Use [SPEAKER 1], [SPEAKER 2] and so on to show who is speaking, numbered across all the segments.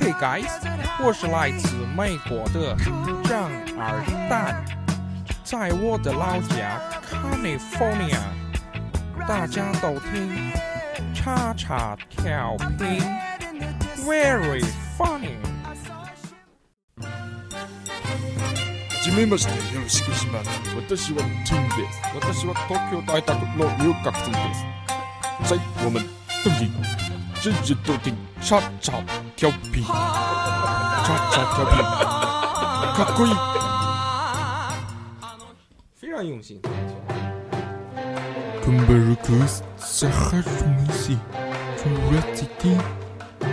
[SPEAKER 1] Hey guys，我是来自美国的张二蛋，在我的老家 California，大家都听叉叉调频，Very funny。
[SPEAKER 2] はじめまして、よろしくお願いします。私はトゥンです。私は東京
[SPEAKER 1] 哎
[SPEAKER 2] 大学の留学生です。在我们这里，日日都听叉叉调 皮，叉叉调皮，かっこいい。
[SPEAKER 1] 非常用心。
[SPEAKER 2] 昆布鲁克斯，撒哈鲁姆西，库拉提提，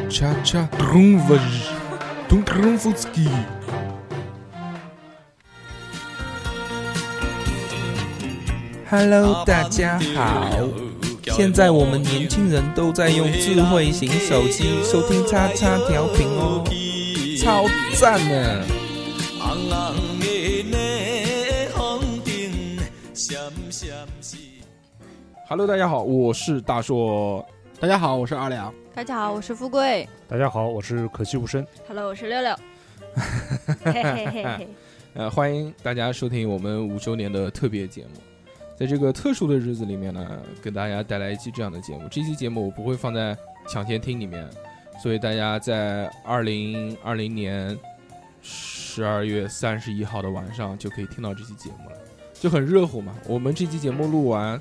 [SPEAKER 2] 恰恰隆瓦日，东隆夫斯基。
[SPEAKER 1] Hello，大家好。现在我们年轻人都在用智慧型手机收听叉叉调频哦，超赞啊呢！
[SPEAKER 2] Hello，大家好，我是大硕。
[SPEAKER 3] 大家好，我是阿良。
[SPEAKER 4] 大家好，我是富贵。
[SPEAKER 5] 大家好，我是可惜无声。
[SPEAKER 4] Hello，我是六六。嘿嘿嘿嘿，
[SPEAKER 1] 呃，欢迎大家收听我们五周年的特别节目。在这个特殊的日子里面呢，给大家带来一期这样的节目。这期节目我不会放在抢先听里面，所以大家在二零二零年十二月三十一号的晚上就可以听到这期节目了，就很热乎嘛。我们这期节目录完，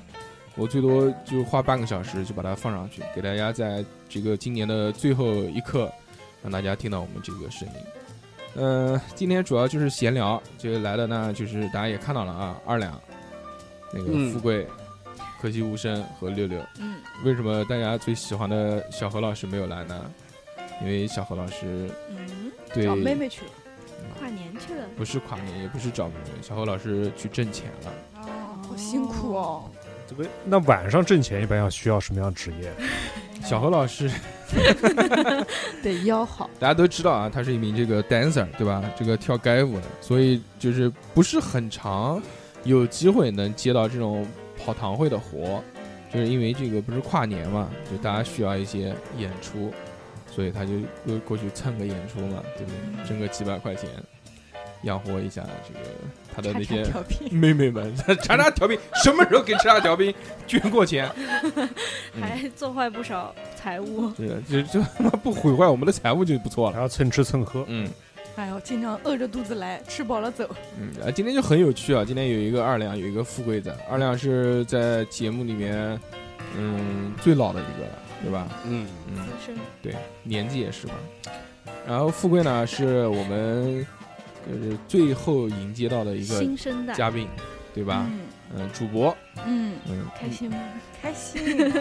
[SPEAKER 1] 我最多就花半个小时就把它放上去，给大家在这个今年的最后一刻，让大家听到我们这个声音。呃，今天主要就是闲聊，就来了
[SPEAKER 4] 嗯
[SPEAKER 1] 呢，就是大家也看到了啊，二两，那个
[SPEAKER 3] 嗯
[SPEAKER 1] 富贵、可惜无声和六六。
[SPEAKER 4] 嗯，
[SPEAKER 1] 为什么大家最喜欢的小何老师没有来呢？因为小何老师
[SPEAKER 4] 嗯，
[SPEAKER 1] 对
[SPEAKER 4] 找妹妹去了，跨年去了，
[SPEAKER 1] 不是跨年，也不是找妹妹，小何老师去挣钱了。
[SPEAKER 4] 哦，好辛苦哦。
[SPEAKER 5] 这个那晚上挣钱一般要需要什么样的职业？
[SPEAKER 1] 嗯小何老师，
[SPEAKER 4] 得腰好，
[SPEAKER 1] 大家都知道啊，他是一名这个 dancer，对吧？这个跳街舞的，所以就是不是很常有机会能接到这种跑堂会的活，就是因为这个不是跨年嘛，就大家需要一些演出，所以他就过过去蹭个演出嘛，对不对？挣个几百块钱，养活一下这个 他的那些
[SPEAKER 4] 调皮，
[SPEAKER 1] 妹妹们， 查查调兵什么时候给查查调兵捐过钱？嗯，
[SPEAKER 4] 还做坏不少财物。
[SPEAKER 1] 这个就就他妈不毁坏我们的财物就不错
[SPEAKER 5] 还
[SPEAKER 1] 了。
[SPEAKER 5] 要蹭吃蹭喝，
[SPEAKER 1] 嗯
[SPEAKER 6] 哎呦，经常饿着肚子来，吃饱了走。
[SPEAKER 1] 嗯，啊，今天就很有趣啊！今天有一个二两，有一个富贵仔。二两是在节目里面，嗯，最老的一个了，对吧？
[SPEAKER 3] 嗯，
[SPEAKER 1] 嗯，
[SPEAKER 4] 资深
[SPEAKER 1] 对，年纪也是嘛。然后富贵呢，是我们就是最后迎接到的一个
[SPEAKER 4] 新生代，
[SPEAKER 1] 嘉宾，对吧？嗯，主播，
[SPEAKER 6] 嗯，
[SPEAKER 1] 嗯，
[SPEAKER 4] 开心吗？
[SPEAKER 6] 开心，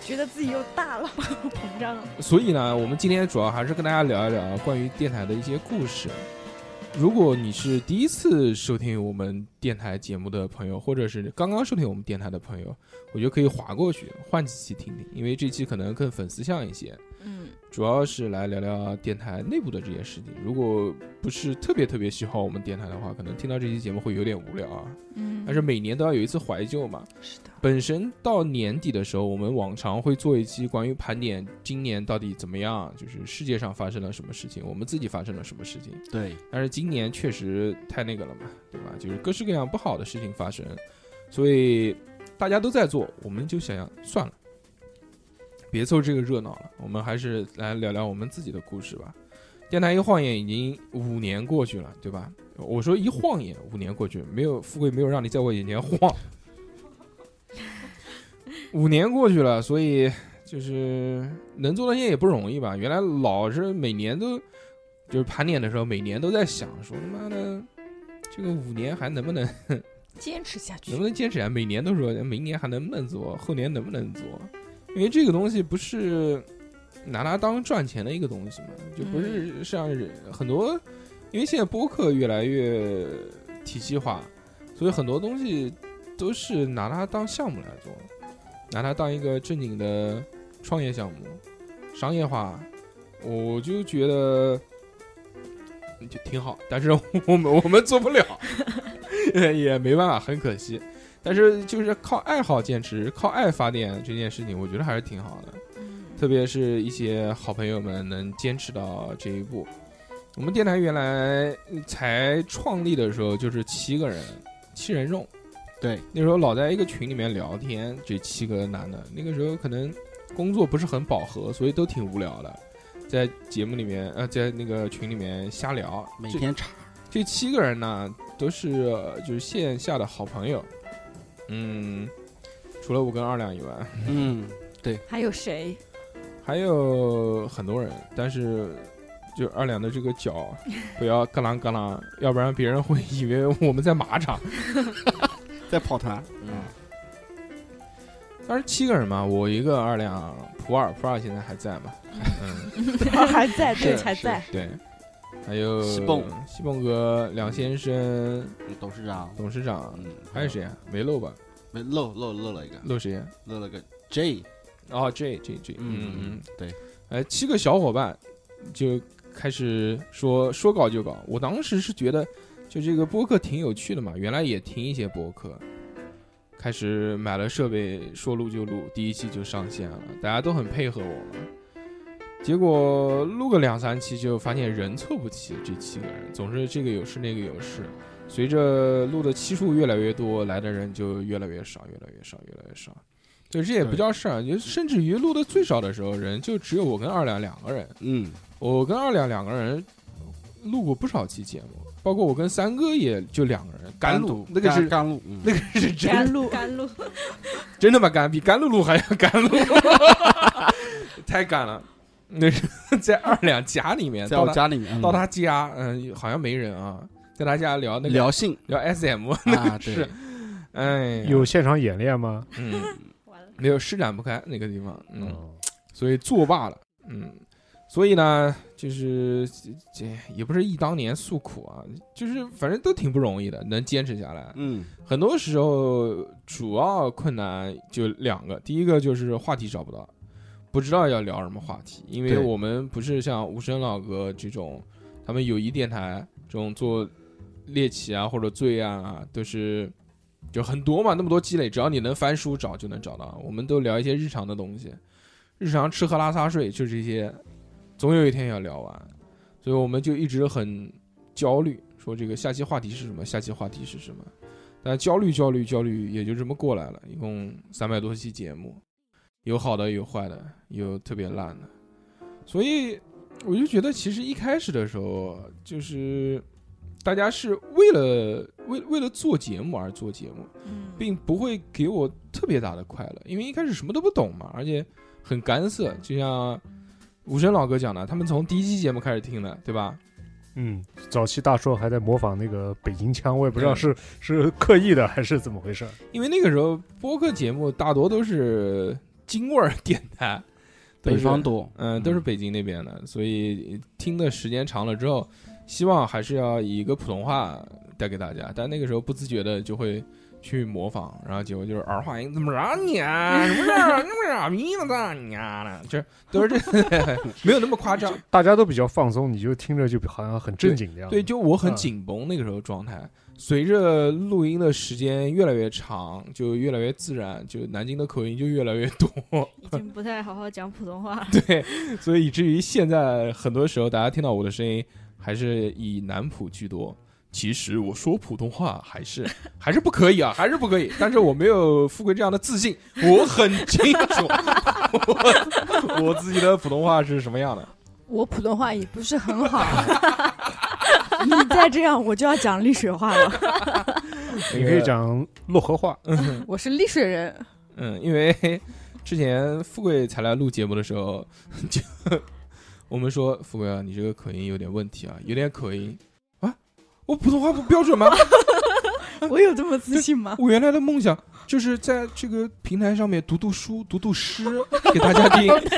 [SPEAKER 6] 觉得自己又大了， 膨胀了。
[SPEAKER 1] 所以呢，我们今天主要还是跟大家聊一聊关于电台的一些故事。如果你是第一次收听我们电台节目的朋友，或者是刚刚收听我们电台的朋友，我觉得可以划过去，换几期听听，因为这期可能更粉丝向一些。
[SPEAKER 6] 嗯，
[SPEAKER 1] 主要是来聊聊电台内部的这些事情。如果不是特别特别喜欢我们电台的话，可能听到这期节目会有点无聊啊。
[SPEAKER 6] 嗯
[SPEAKER 1] 但是每年都要有一次怀旧嘛。
[SPEAKER 6] 是的，
[SPEAKER 1] 本身到年底的时候，我们往常会做一期关于盘点今年到底怎么样，就是世界上发生了什么事情，我们自己发生了什么事情。
[SPEAKER 3] 对，
[SPEAKER 1] 但是今年确实太那个了嘛，对吧？就是各式各样不好的事情发生，所以大家都在做，我们就想想算了，别凑这个热闹了，我们还是来聊聊我们自己的故事吧。电台一晃眼已经五年过去了，对吧？我说一晃眼五年过去，没有富贵没有让你在我眼前晃，五年过去了，所以就是能做到现在也不容易吧？原来老是每年都就是盘点的时候，每年都在想说他妈的，这个五年还能不能
[SPEAKER 6] 坚持下
[SPEAKER 1] 能不能坚持啊？每年都说明年还能不能做，后年能不能做？因为这个东西不是拿它当赚钱的一个东西嘛，就不是像人很多，因为现在播客越来越体系化，所以很多东西都是拿它当项目来做，拿它当一个正经的创业项目，商业化，我就觉得。嗯就挺好，但是我们 我们做不了，也没办法，很可惜。
[SPEAKER 6] 嗯
[SPEAKER 1] 但是就是靠爱好坚持、靠爱发电这件事情，我觉得还是挺好的。特别是一些好朋友们能坚持到这一步。我们电台原来才创立的时候就是七个人，七人众。
[SPEAKER 3] 对，
[SPEAKER 1] 那时候老在一个群里面聊天，这七个男的，那个时候可能工作不是很饱和，所以都挺无聊的，在节目里面呃，在那个群里面瞎聊。
[SPEAKER 3] 每
[SPEAKER 1] 这
[SPEAKER 3] 天查
[SPEAKER 1] 这七个人呢，都是呃就是线下的好朋友，嗯，除了我跟二两以外，
[SPEAKER 3] 嗯，
[SPEAKER 6] 还有 谁？
[SPEAKER 1] 还有很多人，但是就二两的这个脚不要咯啷咯啷，要不然别人会以为我们在马场。
[SPEAKER 3] 在跑团，
[SPEAKER 1] 当时七个人嘛，我一个二两，普洱普洱现在还在嘛？嗯，
[SPEAKER 6] 还在，哎对，
[SPEAKER 1] 是
[SPEAKER 6] 还在。
[SPEAKER 1] 对，还有
[SPEAKER 3] 西蹦
[SPEAKER 1] 西蹦哥、梁先生、
[SPEAKER 3] 嗯，董事长，
[SPEAKER 1] 董事长，
[SPEAKER 3] 嗯，
[SPEAKER 1] 还有谁啊？没漏吧？
[SPEAKER 3] 没漏漏漏了一个，
[SPEAKER 1] 漏谁啊？
[SPEAKER 3] 漏了个 J，
[SPEAKER 1] 哦，J J J，嗯嗯，
[SPEAKER 3] 对，
[SPEAKER 1] 哎，七个小伙伴就开始说说搞就搞。我当时是觉得，就这个播客挺有趣的嘛，原来也听一些播客，开始买了设备，说录就录，第一期就上线了，大家都很配合我嘛。结果录个两三期就发现人凑不齐，这七个人总是这个有事那个有事。随着录的期数越来越多，来的人就越来越少，越来越少，越来越少。就这也不
[SPEAKER 5] 对
[SPEAKER 1] 叫事儿，就甚至于录的最少的时候，人就只有我跟二两两个人。
[SPEAKER 3] 嗯，
[SPEAKER 1] 我跟二两两个人录过不少期节目，包括我跟三哥也就两个人干录，那个
[SPEAKER 3] 干
[SPEAKER 1] 是
[SPEAKER 3] 干录，嗯
[SPEAKER 1] 那个是真
[SPEAKER 6] 甘露，
[SPEAKER 4] 甘露，
[SPEAKER 1] 真他妈干，比甘露露还要甘 露，太干了。那是在二两家里面，
[SPEAKER 3] 在
[SPEAKER 1] 到
[SPEAKER 3] 我
[SPEAKER 1] 他
[SPEAKER 3] 家里面，嗯
[SPEAKER 1] 到他家，嗯，好像没人啊，在他家聊那个
[SPEAKER 3] 聊 性
[SPEAKER 1] 聊 SM，
[SPEAKER 3] 啊，
[SPEAKER 1] 是
[SPEAKER 3] 对，
[SPEAKER 1] 哎呀，
[SPEAKER 5] 有现场演练吗？
[SPEAKER 1] 嗯，
[SPEAKER 4] 完了，
[SPEAKER 1] 没有施展不开那个地方，嗯。
[SPEAKER 5] 嗯，
[SPEAKER 1] 所以作罢了。嗯，所以呢，就是这这也不是忆当年诉苦啊，就是反正都挺不容易的，能坚持下来。
[SPEAKER 3] 嗯，
[SPEAKER 1] 很多时候主要困难就两个，第一个就是话题找不到，不知道要聊什么话题，因为
[SPEAKER 3] 对
[SPEAKER 1] 我们不是像无声老哥这种，他们友谊电台这种做猎奇啊或者罪案啊，都是就很多嘛，那么多积累，只要你能翻书找就能找到。我们都聊一些日常的东西，日常吃喝拉撒睡就这些，总有一天要聊完，所以我们就一直很焦虑，说这个下期话题是什么，下期话题是什么。但焦虑焦虑焦虑也就这么过来了，一共三百多期节目，有好的有坏的，有特别烂的，所以我就觉得其实一开始的时候就是。大家是为了为为了做节目而做节目，
[SPEAKER 4] 嗯
[SPEAKER 1] 并不会给我特别大的快乐，因为一开始什么都不懂嘛，而且很干涩。就像无声老哥讲的，他们从第一期节目开始听的，对吧？
[SPEAKER 5] 嗯，早期大硕还在模仿那个北京腔，我也不知道
[SPEAKER 1] 嗯
[SPEAKER 5] 是、是刻意的还是怎么回事。
[SPEAKER 1] 因为那个时候播客节目大多都是京味儿电台， 都
[SPEAKER 3] 北
[SPEAKER 1] 是
[SPEAKER 3] 方多，
[SPEAKER 1] 嗯，都是北京那边的，所以听的时间长了之后，希望还是要以一个普通话带给大家。但那个时候不自觉的就会去模仿，然后结果就是儿化音，怎么着你啊？什么事儿？你么傻逼呢？咋你啊了？就是都是这，没有那么夸张。
[SPEAKER 5] 大家都比较放松，你就听着就好像很正经的样子。
[SPEAKER 1] 对，就我很紧绷那个时候状态。随着录音的时间越来越长，就越来越自然，就南京的口音就越来越多。
[SPEAKER 4] 已经不太好好讲普通话了。
[SPEAKER 1] 对，所以以至于现在很多时候大家听到我的声音还是以南普居多。其实我说普通话还是还是不可以啊，还是不可以。但是我没有富贵这样的自信，我很清楚 我我自己的普通话是什么样的。
[SPEAKER 7] 我普通话也不是很 好，你再这样我就要讲丽水话了。
[SPEAKER 5] 你可以讲洛河话，
[SPEAKER 7] 我是丽水人，
[SPEAKER 1] 嗯，因为 之前富贵才来录节目的时候，就 我们说富贵啊，你这个口音有点问题啊，有点口音啊，我普通话不标准吗？
[SPEAKER 7] 我有这么自信 吗？
[SPEAKER 1] 我原来的梦想就是在这个平台上面读读书、读读诗给大家听。
[SPEAKER 4] 我记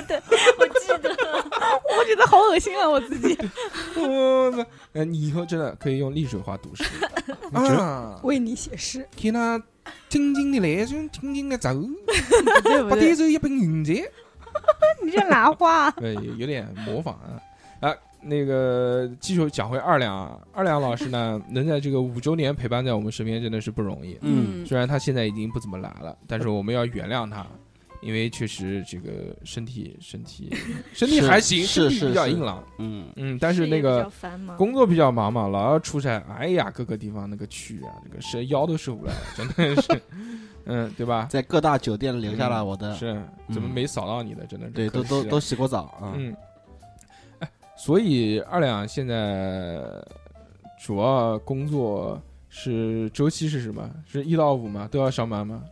[SPEAKER 4] 得，
[SPEAKER 7] 我觉得好恶心啊，我自己。
[SPEAKER 1] 嗯，呃你以后真的可以用丽水话读诗啊！
[SPEAKER 7] 为你写诗，
[SPEAKER 1] 天呐，轻轻的来，就轻轻的走，
[SPEAKER 7] 不对不
[SPEAKER 1] 把点
[SPEAKER 7] 对？
[SPEAKER 1] 走一本迎接。
[SPEAKER 7] 你这哪话？
[SPEAKER 1] 对，呃有有点模仿啊。啊，那个继续讲回二两啊，二两老师呢，能在这个五周年陪伴在我们身边，真的是不容易。
[SPEAKER 3] 嗯，
[SPEAKER 1] 虽然他现在已经不怎么来了，但是我们要原谅他，因为确实这个身体身体身体
[SPEAKER 3] 是
[SPEAKER 1] 还行，身
[SPEAKER 3] 是
[SPEAKER 1] 体
[SPEAKER 3] 是
[SPEAKER 1] 比较
[SPEAKER 3] 是
[SPEAKER 1] 硬朗，
[SPEAKER 3] 嗯，
[SPEAKER 1] 嗯，但
[SPEAKER 4] 事
[SPEAKER 1] 是那
[SPEAKER 4] 业比
[SPEAKER 1] 个
[SPEAKER 4] 较繁忙，
[SPEAKER 1] 工作比较忙嘛，老要出差，哎呀，各个地方那个去啊，这个是腰都受不了，真的是， 嗯，对吧？
[SPEAKER 3] 在各大酒店留下了我
[SPEAKER 1] 嗯
[SPEAKER 3] 的，
[SPEAKER 1] 是怎么
[SPEAKER 3] 嗯
[SPEAKER 1] 没扫到你的？真的是
[SPEAKER 3] 对，
[SPEAKER 1] 可
[SPEAKER 3] 都都
[SPEAKER 1] 惜啊
[SPEAKER 3] 都洗过澡啊，
[SPEAKER 1] 嗯，哎，所以二两现在主要工作是周期是什么？是一到五吗？都要上班吗？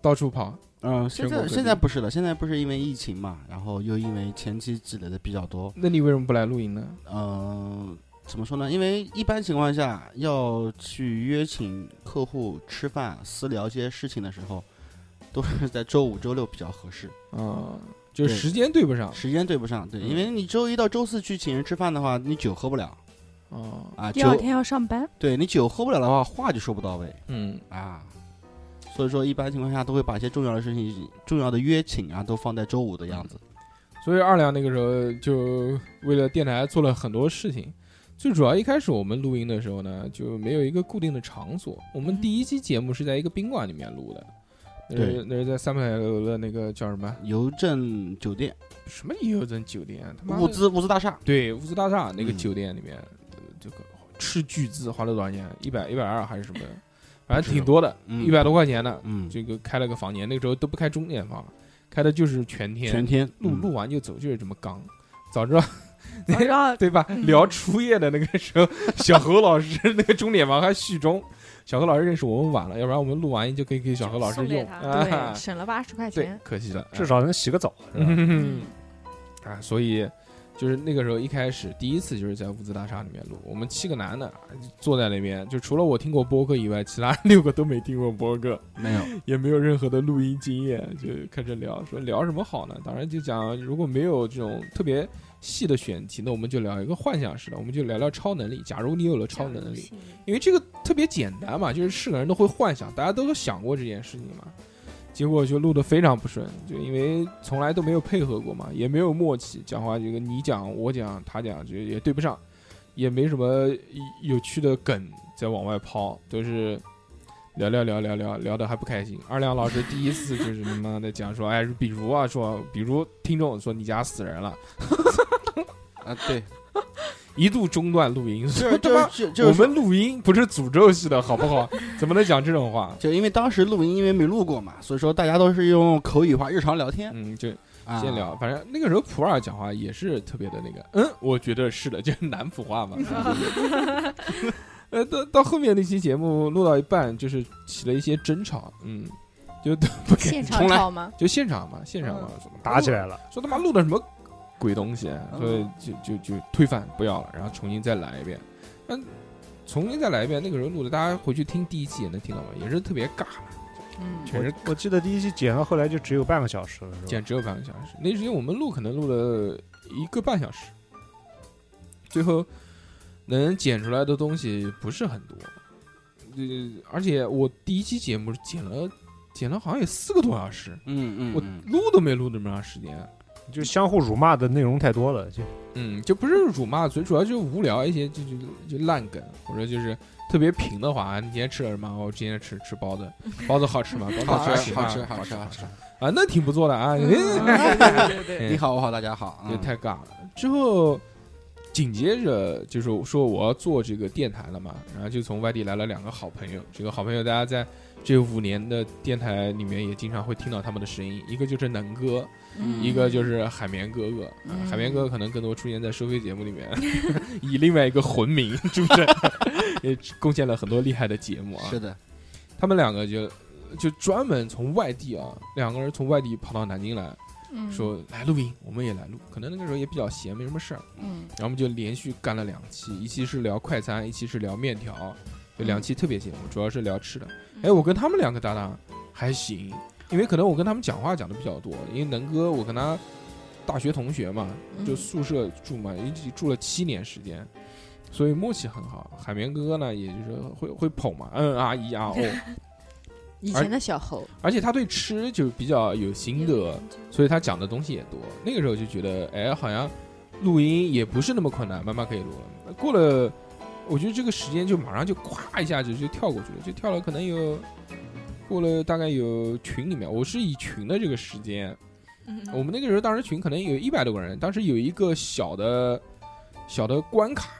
[SPEAKER 1] 到处跑？
[SPEAKER 3] 嗯，现
[SPEAKER 1] 全国各
[SPEAKER 3] 在
[SPEAKER 1] 地
[SPEAKER 3] 现在不是了，现在不是因为疫情嘛，然后又因为前期积累的比较多，
[SPEAKER 1] 那你为什么不来露营呢？
[SPEAKER 3] 嗯，怎么说呢？因为一般情况下要去约请客户吃饭、私聊一些事情的时候，都是在周五、周六比较合适，
[SPEAKER 1] 啊、就
[SPEAKER 3] 对
[SPEAKER 1] 时间对不上啊
[SPEAKER 3] 时间对不上。对，
[SPEAKER 1] 嗯
[SPEAKER 3] 因为你周一到周四去请人吃饭的话，你酒喝不了。
[SPEAKER 1] 哦
[SPEAKER 3] 啊，
[SPEAKER 7] 第二
[SPEAKER 3] 酒
[SPEAKER 7] 天要上班，
[SPEAKER 3] 对你酒喝不了的话，话就说不到位
[SPEAKER 1] 嗯，
[SPEAKER 3] 啊。所以说，一般情况下都会把一些重要的事情、重要的约请啊，都放在周五的样子。
[SPEAKER 1] 所以二两那个时候就为了电台做了很多事情。最主要一开始我们录音的时候呢，就没有一个固定的场所。我们第一期节目是在一个宾馆里面录的，那是
[SPEAKER 3] 对
[SPEAKER 1] 那是在三百楼的那个叫什么
[SPEAKER 3] 邮政酒店、
[SPEAKER 1] 什么也有这酒店，啊他妈的
[SPEAKER 3] 物资物资大厦，
[SPEAKER 1] 对，乌兹大厦那个
[SPEAKER 3] 嗯
[SPEAKER 1] 酒店里面，呃这个斥巨资花了多少钱？一百一百二还是 什么？反正挺多的，
[SPEAKER 3] 嗯
[SPEAKER 1] 一百多块钱的。
[SPEAKER 3] 嗯，
[SPEAKER 1] 这个开了个房间，那个时候都不开中间房，开的就是全天，
[SPEAKER 3] 全天
[SPEAKER 1] 录
[SPEAKER 3] 嗯
[SPEAKER 1] 录完就走，就是这么刚。早 知道，
[SPEAKER 7] 早知道
[SPEAKER 1] 对吧？
[SPEAKER 4] 嗯
[SPEAKER 1] 聊初夜的那个时候，小何老师那个钟点房还续中，小何老师认识我们晚了，要不然我们录完就可以给小何老师
[SPEAKER 4] 送给
[SPEAKER 1] 用
[SPEAKER 4] 他
[SPEAKER 1] 啊
[SPEAKER 7] 对，。省了八十块
[SPEAKER 1] 对
[SPEAKER 7] 钱，，
[SPEAKER 1] 可惜了，
[SPEAKER 5] 至少能洗个澡，是吧？
[SPEAKER 1] 嗯，啊，所以就是那个时候一开始第一次就是在乌兹大厦里面录，我们七个男的啊就坐在那边，就除了我听过播客以外，其他六个都没听过播客，
[SPEAKER 3] 没有，
[SPEAKER 1] 也没有任何的录音经验，就开始聊，说聊什么好呢？当然就讲如果没有这种特别细的选题，那我们就聊一个幻想式的，我们就聊聊超能力。假如你有了超能力，因为这个特别简单嘛，就是是个人都会幻想，大家都想过这件事情嘛。结果就录得非常不顺，就因为从来都没有配合过嘛，也没有默契，讲话这个你讲我讲他讲，就也对不上，也没什么有趣的梗在往外抛，都是聊聊聊聊聊聊得还不开心。二亮老师第一次就是他妈的讲说，哎，比如啊，说比如听众说你家死人了，
[SPEAKER 3] 啊， 对，
[SPEAKER 1] 一度中断录音， 说
[SPEAKER 3] 就是
[SPEAKER 1] 他妈
[SPEAKER 3] 就是就
[SPEAKER 1] 我
[SPEAKER 3] 是说
[SPEAKER 1] 们录音不是诅咒系的好不 好？怎么能讲这种话？
[SPEAKER 3] 就因为当时录音，因为没录过嘛，所以说大家都是用口语化日常聊天，
[SPEAKER 1] 嗯，就
[SPEAKER 3] 啊
[SPEAKER 1] 先聊，反正那个时候普洱讲话也是特别的那个，嗯，我觉得是的，就是南普话
[SPEAKER 4] 嗯
[SPEAKER 1] 嘛。呃，到到后面那期节目录到一半，就是起了一些争吵，嗯，就都不给
[SPEAKER 7] 现场
[SPEAKER 1] 重来
[SPEAKER 7] 吵嗯吗？
[SPEAKER 1] 就现场嘛，现场嘛，说他妈
[SPEAKER 5] 打起
[SPEAKER 1] 录，
[SPEAKER 5] 来了，
[SPEAKER 1] 说他妈录的什么鬼东西，啊
[SPEAKER 3] 嗯
[SPEAKER 1] 所以就就就推翻不要了，然后重新再来一遍，嗯，重新再来一遍，那个时候录的，大家回去听第一期也能听到嘛，也是特别尬，
[SPEAKER 7] 嗯，
[SPEAKER 1] 全是
[SPEAKER 5] 我记得第一期剪到后来就只有半个小时了，是
[SPEAKER 1] 剪
[SPEAKER 5] 吧？
[SPEAKER 1] 只有半个小时。那时间我们录可能录了一个半小时，最后能剪出来的东西不是很多。呃，而且我第一期节目剪了剪了好像有四个多小时，
[SPEAKER 3] 嗯嗯，
[SPEAKER 1] 我
[SPEAKER 3] 嗯
[SPEAKER 1] 录都没录那么长时间。
[SPEAKER 5] 就相互辱骂的内容太多了，就
[SPEAKER 1] 嗯，就不是辱骂，最主要就是无聊一些，就就就烂梗，或者就是特别平的话，啊你今天吃了什么？我今天吃吃包子，包子好吃吗？包子
[SPEAKER 3] 好吃
[SPEAKER 1] 吃
[SPEAKER 3] 好
[SPEAKER 1] 吗，
[SPEAKER 3] 吃
[SPEAKER 1] 好
[SPEAKER 3] 好吃好
[SPEAKER 1] 好
[SPEAKER 3] 吃，
[SPEAKER 1] 啊，那挺不错的啊。 嗯
[SPEAKER 3] 你好我好大家好，
[SPEAKER 1] 就
[SPEAKER 3] 嗯
[SPEAKER 1] 太尬了。之后紧接着就是说我要做这个电台了嘛，然后就从外地来了两个好朋友。这个好朋友大家在这五年的电台里面也经常会听到他们的声音，一个就是能哥，
[SPEAKER 7] 嗯
[SPEAKER 1] 一个就是海绵哥哥。啊
[SPEAKER 7] 嗯
[SPEAKER 1] 海绵哥哥可能更多出现在收费节目里面， 以另外一个魂名出阵， 也贡献了很多厉害的节目啊。
[SPEAKER 3] 是的，
[SPEAKER 1] 他们两个就就专门从外地啊，两个人从外地跑到南京来。
[SPEAKER 7] 嗯
[SPEAKER 1] 说来录音，我们也来录。可能那个时候也比较闲，没什么事儿，
[SPEAKER 7] 嗯
[SPEAKER 1] 然后我们就连续干了两期，一期是聊快餐，一期是聊面条，就两期特别节目，主要是聊吃的。哎，我跟他们两个搭档还行，因为可能我跟他们讲话讲的比较多，因为能哥我跟他大学同学嘛，就宿舍住嘛，一起住了七年时间。所以默契很好，海绵哥哥呢，也就是会会捧嘛，嗯啊一啊哦，
[SPEAKER 7] 以前的小猴，
[SPEAKER 1] 而且他对吃就比较有心得，所以他讲的东西也多。那个时候就觉得，哎，好像录音也不是那么困难，慢慢可以录了。过了，我觉得这个时间就马上就咵一下子就跳过去了，就跳了可能有过了大概有群里面，我是以群的这个时间，
[SPEAKER 7] 嗯
[SPEAKER 1] 我们那个时候当时群可能有一百多个人，当时有一个小的小的关卡，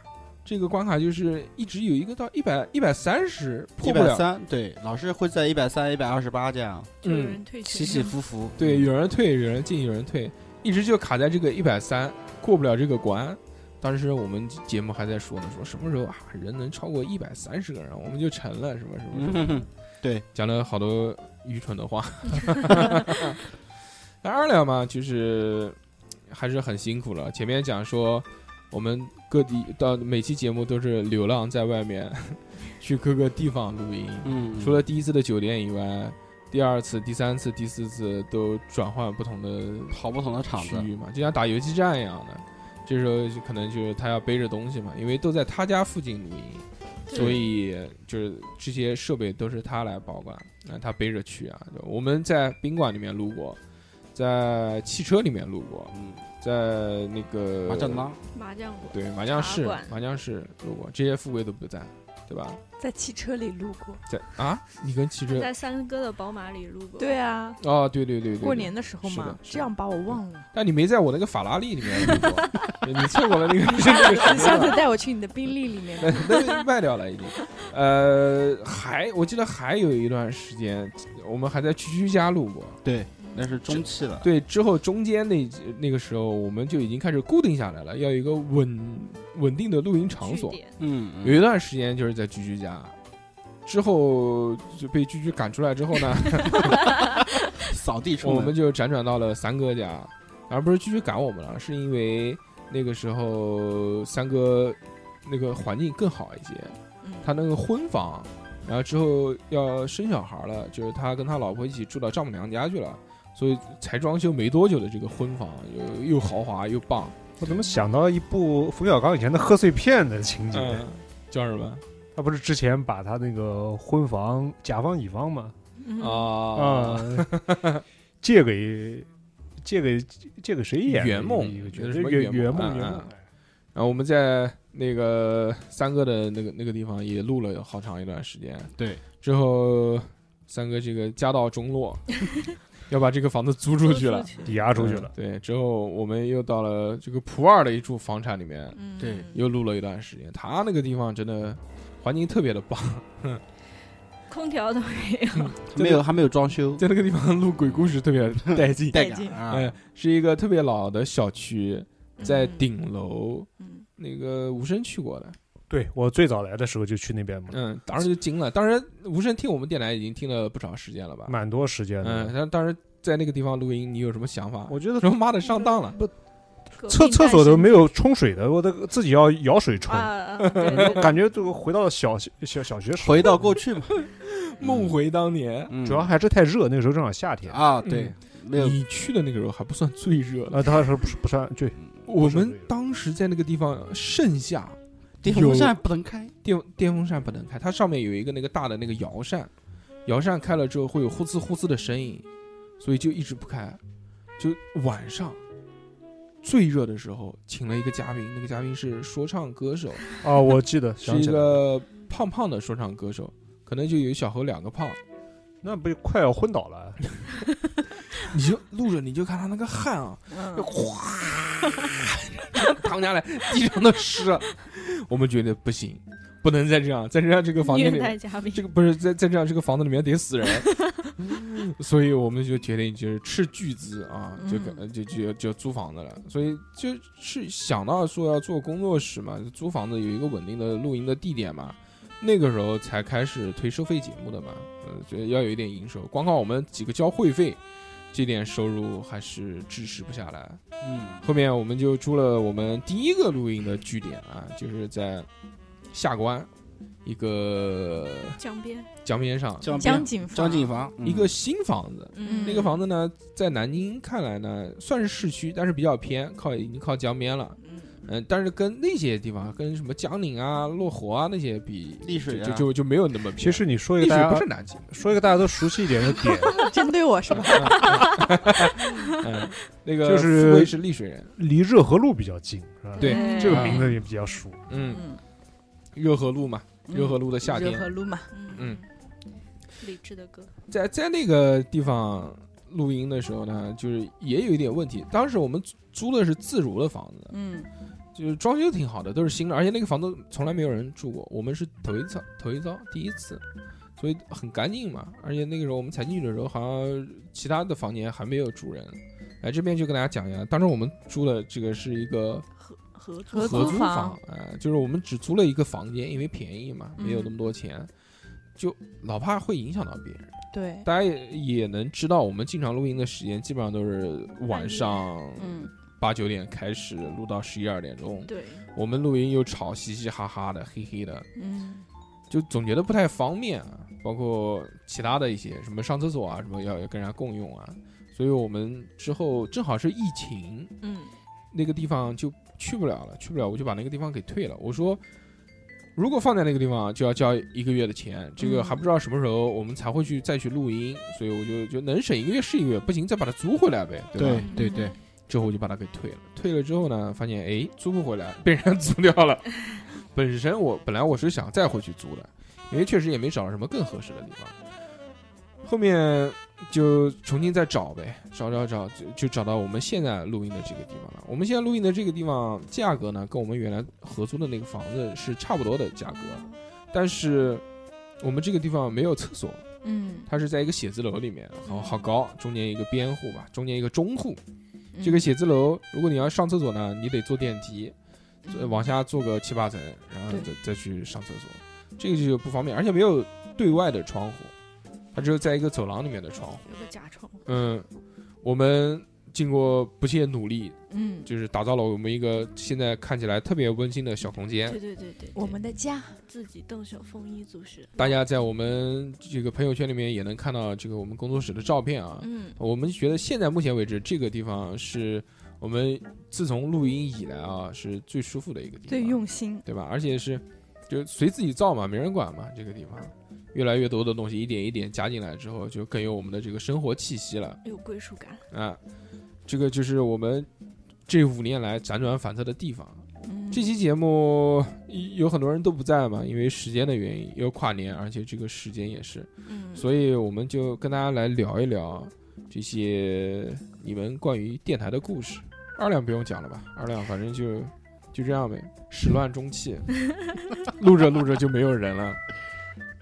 [SPEAKER 1] 这个关卡就是一直有一个到一百一百三十破
[SPEAKER 3] 一
[SPEAKER 1] 不
[SPEAKER 3] 百
[SPEAKER 1] 了，
[SPEAKER 3] 三，对，老是会在一百三、一百二十八这样
[SPEAKER 4] 就有
[SPEAKER 1] 嗯，
[SPEAKER 4] 人退群，
[SPEAKER 3] 起起伏伏。嗯
[SPEAKER 1] 对，有人退，有人进，有人退，一直就卡在这个一百三，过不了这个关。当时我们节目还在说呢，说什么时候啊人能超过一百三十个人，我们就成了什么什么什么。
[SPEAKER 3] 嗯，
[SPEAKER 1] 讲了好多愚蠢的话。那二两嘛，就是还是很辛苦了。前面讲说，我们各地到每期节目都是流浪在外面， 去各个地方录音。
[SPEAKER 3] 嗯
[SPEAKER 1] 除了第一次的酒店以外，第二次、第三次、第四次都转换不同的
[SPEAKER 3] 跑不同的场
[SPEAKER 1] 区
[SPEAKER 3] 子，
[SPEAKER 1] 域嘛，就像打游击战一样的。这时候就可能就是他要背着东西嘛，因为都在他家附近录音。所以就是这些设备都是他来保管，那他背着去啊。就我们在宾馆里面录过，在汽车里面录过，
[SPEAKER 3] 嗯，
[SPEAKER 1] 在那个
[SPEAKER 3] 麻将囊，
[SPEAKER 4] 麻将馆，
[SPEAKER 1] 对麻将室
[SPEAKER 4] 茶馆
[SPEAKER 1] 麻将室录过，这些富贵都不在，对吧？
[SPEAKER 7] 在汽车里路过。
[SPEAKER 1] 在啊，你跟汽车
[SPEAKER 4] 在三哥的宝马里路过，
[SPEAKER 7] 对，啊，
[SPEAKER 1] 哦，对对对对，
[SPEAKER 7] 过
[SPEAKER 1] 对
[SPEAKER 7] 年的时候
[SPEAKER 1] 是的
[SPEAKER 7] 嘛，
[SPEAKER 1] 是的
[SPEAKER 7] 这样把我忘 了。
[SPEAKER 1] 但你没在我那个法拉利里面录过，你你错过了那个是那个什
[SPEAKER 7] 你下
[SPEAKER 1] 么
[SPEAKER 7] 次
[SPEAKER 1] 了。
[SPEAKER 7] 带我去你的宾利里面。
[SPEAKER 1] 那那卖掉了已经，呃，还我记得还有一段时间，我们还在区区家录过，
[SPEAKER 3] 对，那是中期了。
[SPEAKER 1] 对，之后中间那那个时候，我们就已经开始固定下来了，要有一个稳稳定的露营场所
[SPEAKER 4] 据。点
[SPEAKER 3] 嗯，嗯
[SPEAKER 1] 有一段时间就是在居居家，之后就被居居赶出来之后呢，
[SPEAKER 3] 扫地出
[SPEAKER 1] 我们
[SPEAKER 3] 门，
[SPEAKER 1] 就辗转到了三哥家，而不是居居赶我们了，是因为那个时候三哥那个环境更好一些，
[SPEAKER 7] 嗯
[SPEAKER 1] 他那个婚房，然后之后要生小孩了，就是他跟他老婆一起住到丈母娘家去了，所以才装修没多久的这个婚房又又豪华又棒，
[SPEAKER 5] 我怎么想到一部冯小刚以前的贺岁片的情节？
[SPEAKER 1] 嗯，叫什么
[SPEAKER 5] 他不是之前把他那个婚房甲方乙方嘛，
[SPEAKER 1] 啊？
[SPEAKER 5] 啊， 借给借给借给谁演的
[SPEAKER 1] 圆梦
[SPEAKER 5] 一个角
[SPEAKER 1] 那
[SPEAKER 5] 色
[SPEAKER 1] 是什么
[SPEAKER 5] 圆
[SPEAKER 1] 圆
[SPEAKER 5] 圆
[SPEAKER 1] 梦
[SPEAKER 5] 梦圆
[SPEAKER 1] 嗯
[SPEAKER 5] 梦
[SPEAKER 1] 嗯，然后我们在那个三哥的那个那个地方也录了有好长一段时间，
[SPEAKER 3] 对，
[SPEAKER 1] 之后三哥这个家道中 落，要把这个房子租出去了，
[SPEAKER 5] 抵押出去了
[SPEAKER 1] 嗯。对，之后我们又到了这个普洱的一处房产里面，
[SPEAKER 7] 嗯，
[SPEAKER 3] 对
[SPEAKER 1] 又录了一段时间。他那个地方真的环境特别的棒，
[SPEAKER 4] 空调都没有，
[SPEAKER 3] 没有还没有装修，
[SPEAKER 1] 在那个地方录鬼故事特别带 劲。
[SPEAKER 3] 带
[SPEAKER 7] 带
[SPEAKER 3] 感
[SPEAKER 7] 劲
[SPEAKER 1] 哎
[SPEAKER 3] 啊，，
[SPEAKER 1] 是一个特别老的小区，在
[SPEAKER 7] 嗯
[SPEAKER 1] 顶楼，
[SPEAKER 7] 嗯
[SPEAKER 1] 那个无声去过的，
[SPEAKER 5] 对我最早来的时候就去那边嘛，
[SPEAKER 1] 嗯，当时就惊了。当然，无声听我们电台已经听了不少时间了吧？
[SPEAKER 5] 蛮多时间
[SPEAKER 1] 嗯，
[SPEAKER 5] 的。
[SPEAKER 1] 但当时在那个地方录音，你有什么想法？
[SPEAKER 5] 我觉得
[SPEAKER 1] 说妈的上当了，
[SPEAKER 4] 革
[SPEAKER 5] 厕
[SPEAKER 4] 命
[SPEAKER 5] 厕所都
[SPEAKER 4] 诞生
[SPEAKER 5] 没有冲水的，我得自己要舀水冲
[SPEAKER 4] 啊，啊，啊对对对
[SPEAKER 5] 感觉就回到小小小学时候。
[SPEAKER 3] 回到过 去嘛，
[SPEAKER 1] 嗯梦回当年。
[SPEAKER 3] 嗯
[SPEAKER 5] 主要还是太热，那个时候正好夏天啊，
[SPEAKER 3] 啊，对，没有
[SPEAKER 1] 你去的那个时候还不算最热了，
[SPEAKER 5] 呃当时不是不算对，
[SPEAKER 1] 我
[SPEAKER 5] 是最
[SPEAKER 1] 们
[SPEAKER 5] 热
[SPEAKER 1] 当时在那个地方盛夏，
[SPEAKER 3] 电风扇不能开，
[SPEAKER 1] 电电风扇不能开，它上面有一个那个大的那个摇扇，摇扇开了之后会有呼呲呼呲的声音，所以就一直不开。就晚上最热的时候，请了一个嘉宾，那个嘉宾是说唱歌手，
[SPEAKER 5] 哦，我记得
[SPEAKER 1] 嗯是
[SPEAKER 5] 想
[SPEAKER 1] 一
[SPEAKER 5] 起来了，
[SPEAKER 1] 个胖胖的说唱歌手，可能就有小猴两个胖，
[SPEAKER 5] 那不就快要昏 倒了？啊
[SPEAKER 1] 你就录着，你就看他那个汗啊，
[SPEAKER 7] 嗯，
[SPEAKER 1] 淌下来，地上都湿了。我们觉得不行，不能再这样，再这样这个 房间里
[SPEAKER 4] 虐待嘉宾
[SPEAKER 1] 这，个不是在在这样这个房子里面得 死人，所以我们就决定就是斥巨资啊，
[SPEAKER 4] 嗯
[SPEAKER 1] 就给就就就租房子了。所以就是想到说要做工作室嘛，租房子有一个稳定的露营的地点嘛，那个时候才开始推收费节目的嘛，呃，所以要有一点营收，光靠我们几个交会费，这点收入还是支持不下来。
[SPEAKER 3] 嗯，
[SPEAKER 1] 后面我们就租了我们第一个露营的据点啊，就是在下关一个
[SPEAKER 4] 江边
[SPEAKER 1] 江边上
[SPEAKER 3] 江
[SPEAKER 7] 江
[SPEAKER 3] 边
[SPEAKER 7] 景房
[SPEAKER 3] 啊江景房嗯
[SPEAKER 1] 一个新房子。
[SPEAKER 7] 嗯
[SPEAKER 1] 那个房子呢，在南京看来呢，算是市区，但是比较偏，靠已经靠江边了。嗯，但是跟那些地方，跟什么江宁啊、洛河啊那些比，
[SPEAKER 3] 丽水
[SPEAKER 1] 就
[SPEAKER 3] 啊
[SPEAKER 1] 就就就没有那么偏。
[SPEAKER 5] 其实你说一
[SPEAKER 1] 丽
[SPEAKER 5] 个
[SPEAKER 1] 水
[SPEAKER 5] 大
[SPEAKER 1] 不
[SPEAKER 5] 家
[SPEAKER 1] 是南京 的，
[SPEAKER 5] 说一个大家都熟悉一点的点，
[SPEAKER 7] 针对我是吧？
[SPEAKER 1] 嗯，那个
[SPEAKER 5] 就是
[SPEAKER 1] 富贵是丽水人，
[SPEAKER 5] 离热河路比较近，是吧？
[SPEAKER 1] 对
[SPEAKER 7] 哎
[SPEAKER 5] 这个
[SPEAKER 1] 啊
[SPEAKER 5] 名字也比较熟。
[SPEAKER 1] 嗯，
[SPEAKER 7] 嗯，
[SPEAKER 1] 热河路嘛，热河路的夏天
[SPEAKER 7] 热，河路嘛，
[SPEAKER 1] 嗯，
[SPEAKER 4] 理智的歌，
[SPEAKER 1] 在在那个地方录音的时候呢，就是也有一点问题。当时我们租租的是自如的房子，
[SPEAKER 7] 嗯，
[SPEAKER 1] 就是装修挺好的，都是新的，而且那个房子从来没有人住过，我们是头一次，头一遭，第一次，所以很干净嘛。而且那个时候我们才进去的时候，好像其他的房间还没有住人。来这边就跟大家讲一下，当时我们租的这个是一个
[SPEAKER 4] 合合
[SPEAKER 7] 合
[SPEAKER 4] 作
[SPEAKER 1] 合租
[SPEAKER 7] 租
[SPEAKER 1] 房
[SPEAKER 7] 房，
[SPEAKER 1] 呃，就是我们只租了一个房间，因为便宜嘛，没有
[SPEAKER 7] 嗯
[SPEAKER 1] 那么多钱，就老怕会影响到别人。
[SPEAKER 7] 对，
[SPEAKER 1] 大家也也能知道，我们经常录音的时间基本上都是晚上
[SPEAKER 7] 嗯，
[SPEAKER 1] 八九点开始，录到十一二点钟。
[SPEAKER 4] 对，
[SPEAKER 1] 我们录音又吵，嘻嘻哈哈的，嘿嘿的，
[SPEAKER 7] 嗯，
[SPEAKER 1] 就总觉得不太方便啊。包括其他的一些什么上厕所啊，什么要要跟人家共用啊，所以我们之后正好是疫情，
[SPEAKER 4] 嗯，
[SPEAKER 1] 那个地方就去不了了，去不了我就把那个地方给退了。我说，如果放在那个地方就要交一个月的钱，这个
[SPEAKER 7] 嗯
[SPEAKER 1] 还不知道什么时候我们才会去再去录音，所以我就就能省一个月是一个月，不行再把它租回来呗，对吧？
[SPEAKER 2] 对对对，
[SPEAKER 1] 之后我就把它给退了。退了之后呢，发现哎租不回来，被人家 租掉了。本身我本来我是想再回去租的，因为确实也没找到什么更合适的地方。后面就重新再找呗，找找找，就就找到我们现在录音的这个地方了。我们现在录音的这个地方价格呢，跟我们原来合租的那个房子是差不多的价格，但是我们这个地方没有厕所，
[SPEAKER 7] 嗯，
[SPEAKER 1] 它是在一个写字楼里面，好好高，中间一个边户吧，中间一个中户，
[SPEAKER 7] 嗯
[SPEAKER 1] 这个写字楼，如果你要上厕所呢，你得坐电梯，
[SPEAKER 7] 嗯
[SPEAKER 1] 坐呃往下坐个七八层，然后
[SPEAKER 7] 对
[SPEAKER 1] 再再去上厕所，这个就不方便，而且没有对外的窗户，它只有在一个走廊里面的窗户。
[SPEAKER 4] 有个假窗户，
[SPEAKER 1] 嗯，我们经过不懈努力，
[SPEAKER 7] 嗯，
[SPEAKER 1] 就是打造了我们一个现在看起来特别温馨的小空间
[SPEAKER 4] 对。对对对，
[SPEAKER 7] 我们
[SPEAKER 4] 的
[SPEAKER 7] 的家，
[SPEAKER 4] 自己动手丰衣足食，
[SPEAKER 1] 大家在我们这个朋友圈里面也能看到这个我们工作室的照片啊。
[SPEAKER 4] 嗯，
[SPEAKER 1] 我们觉得现在目前为止，这个地方是我们自从录音以来啊，是最舒服的一个地方，
[SPEAKER 7] 最用心，
[SPEAKER 1] 对吧？而且是就随自己造嘛，没人管嘛，这个地方。越来越多的东西一点一点加进来之后，就更有我们的这个生活气息了
[SPEAKER 4] 有归属感，
[SPEAKER 1] 啊！这个就是我们这五年来辗转反侧的地方。
[SPEAKER 7] 嗯
[SPEAKER 1] 这期节目一有很多人都不在嘛，因为时间的原因，又跨年，而且这个时间也是，
[SPEAKER 4] 嗯，
[SPEAKER 1] 所以我们就跟大家来聊一聊这些你们关于电台的故事。二两不用讲了吧，二两反正就就这样呗，始乱终弃，录着录着就没有人了。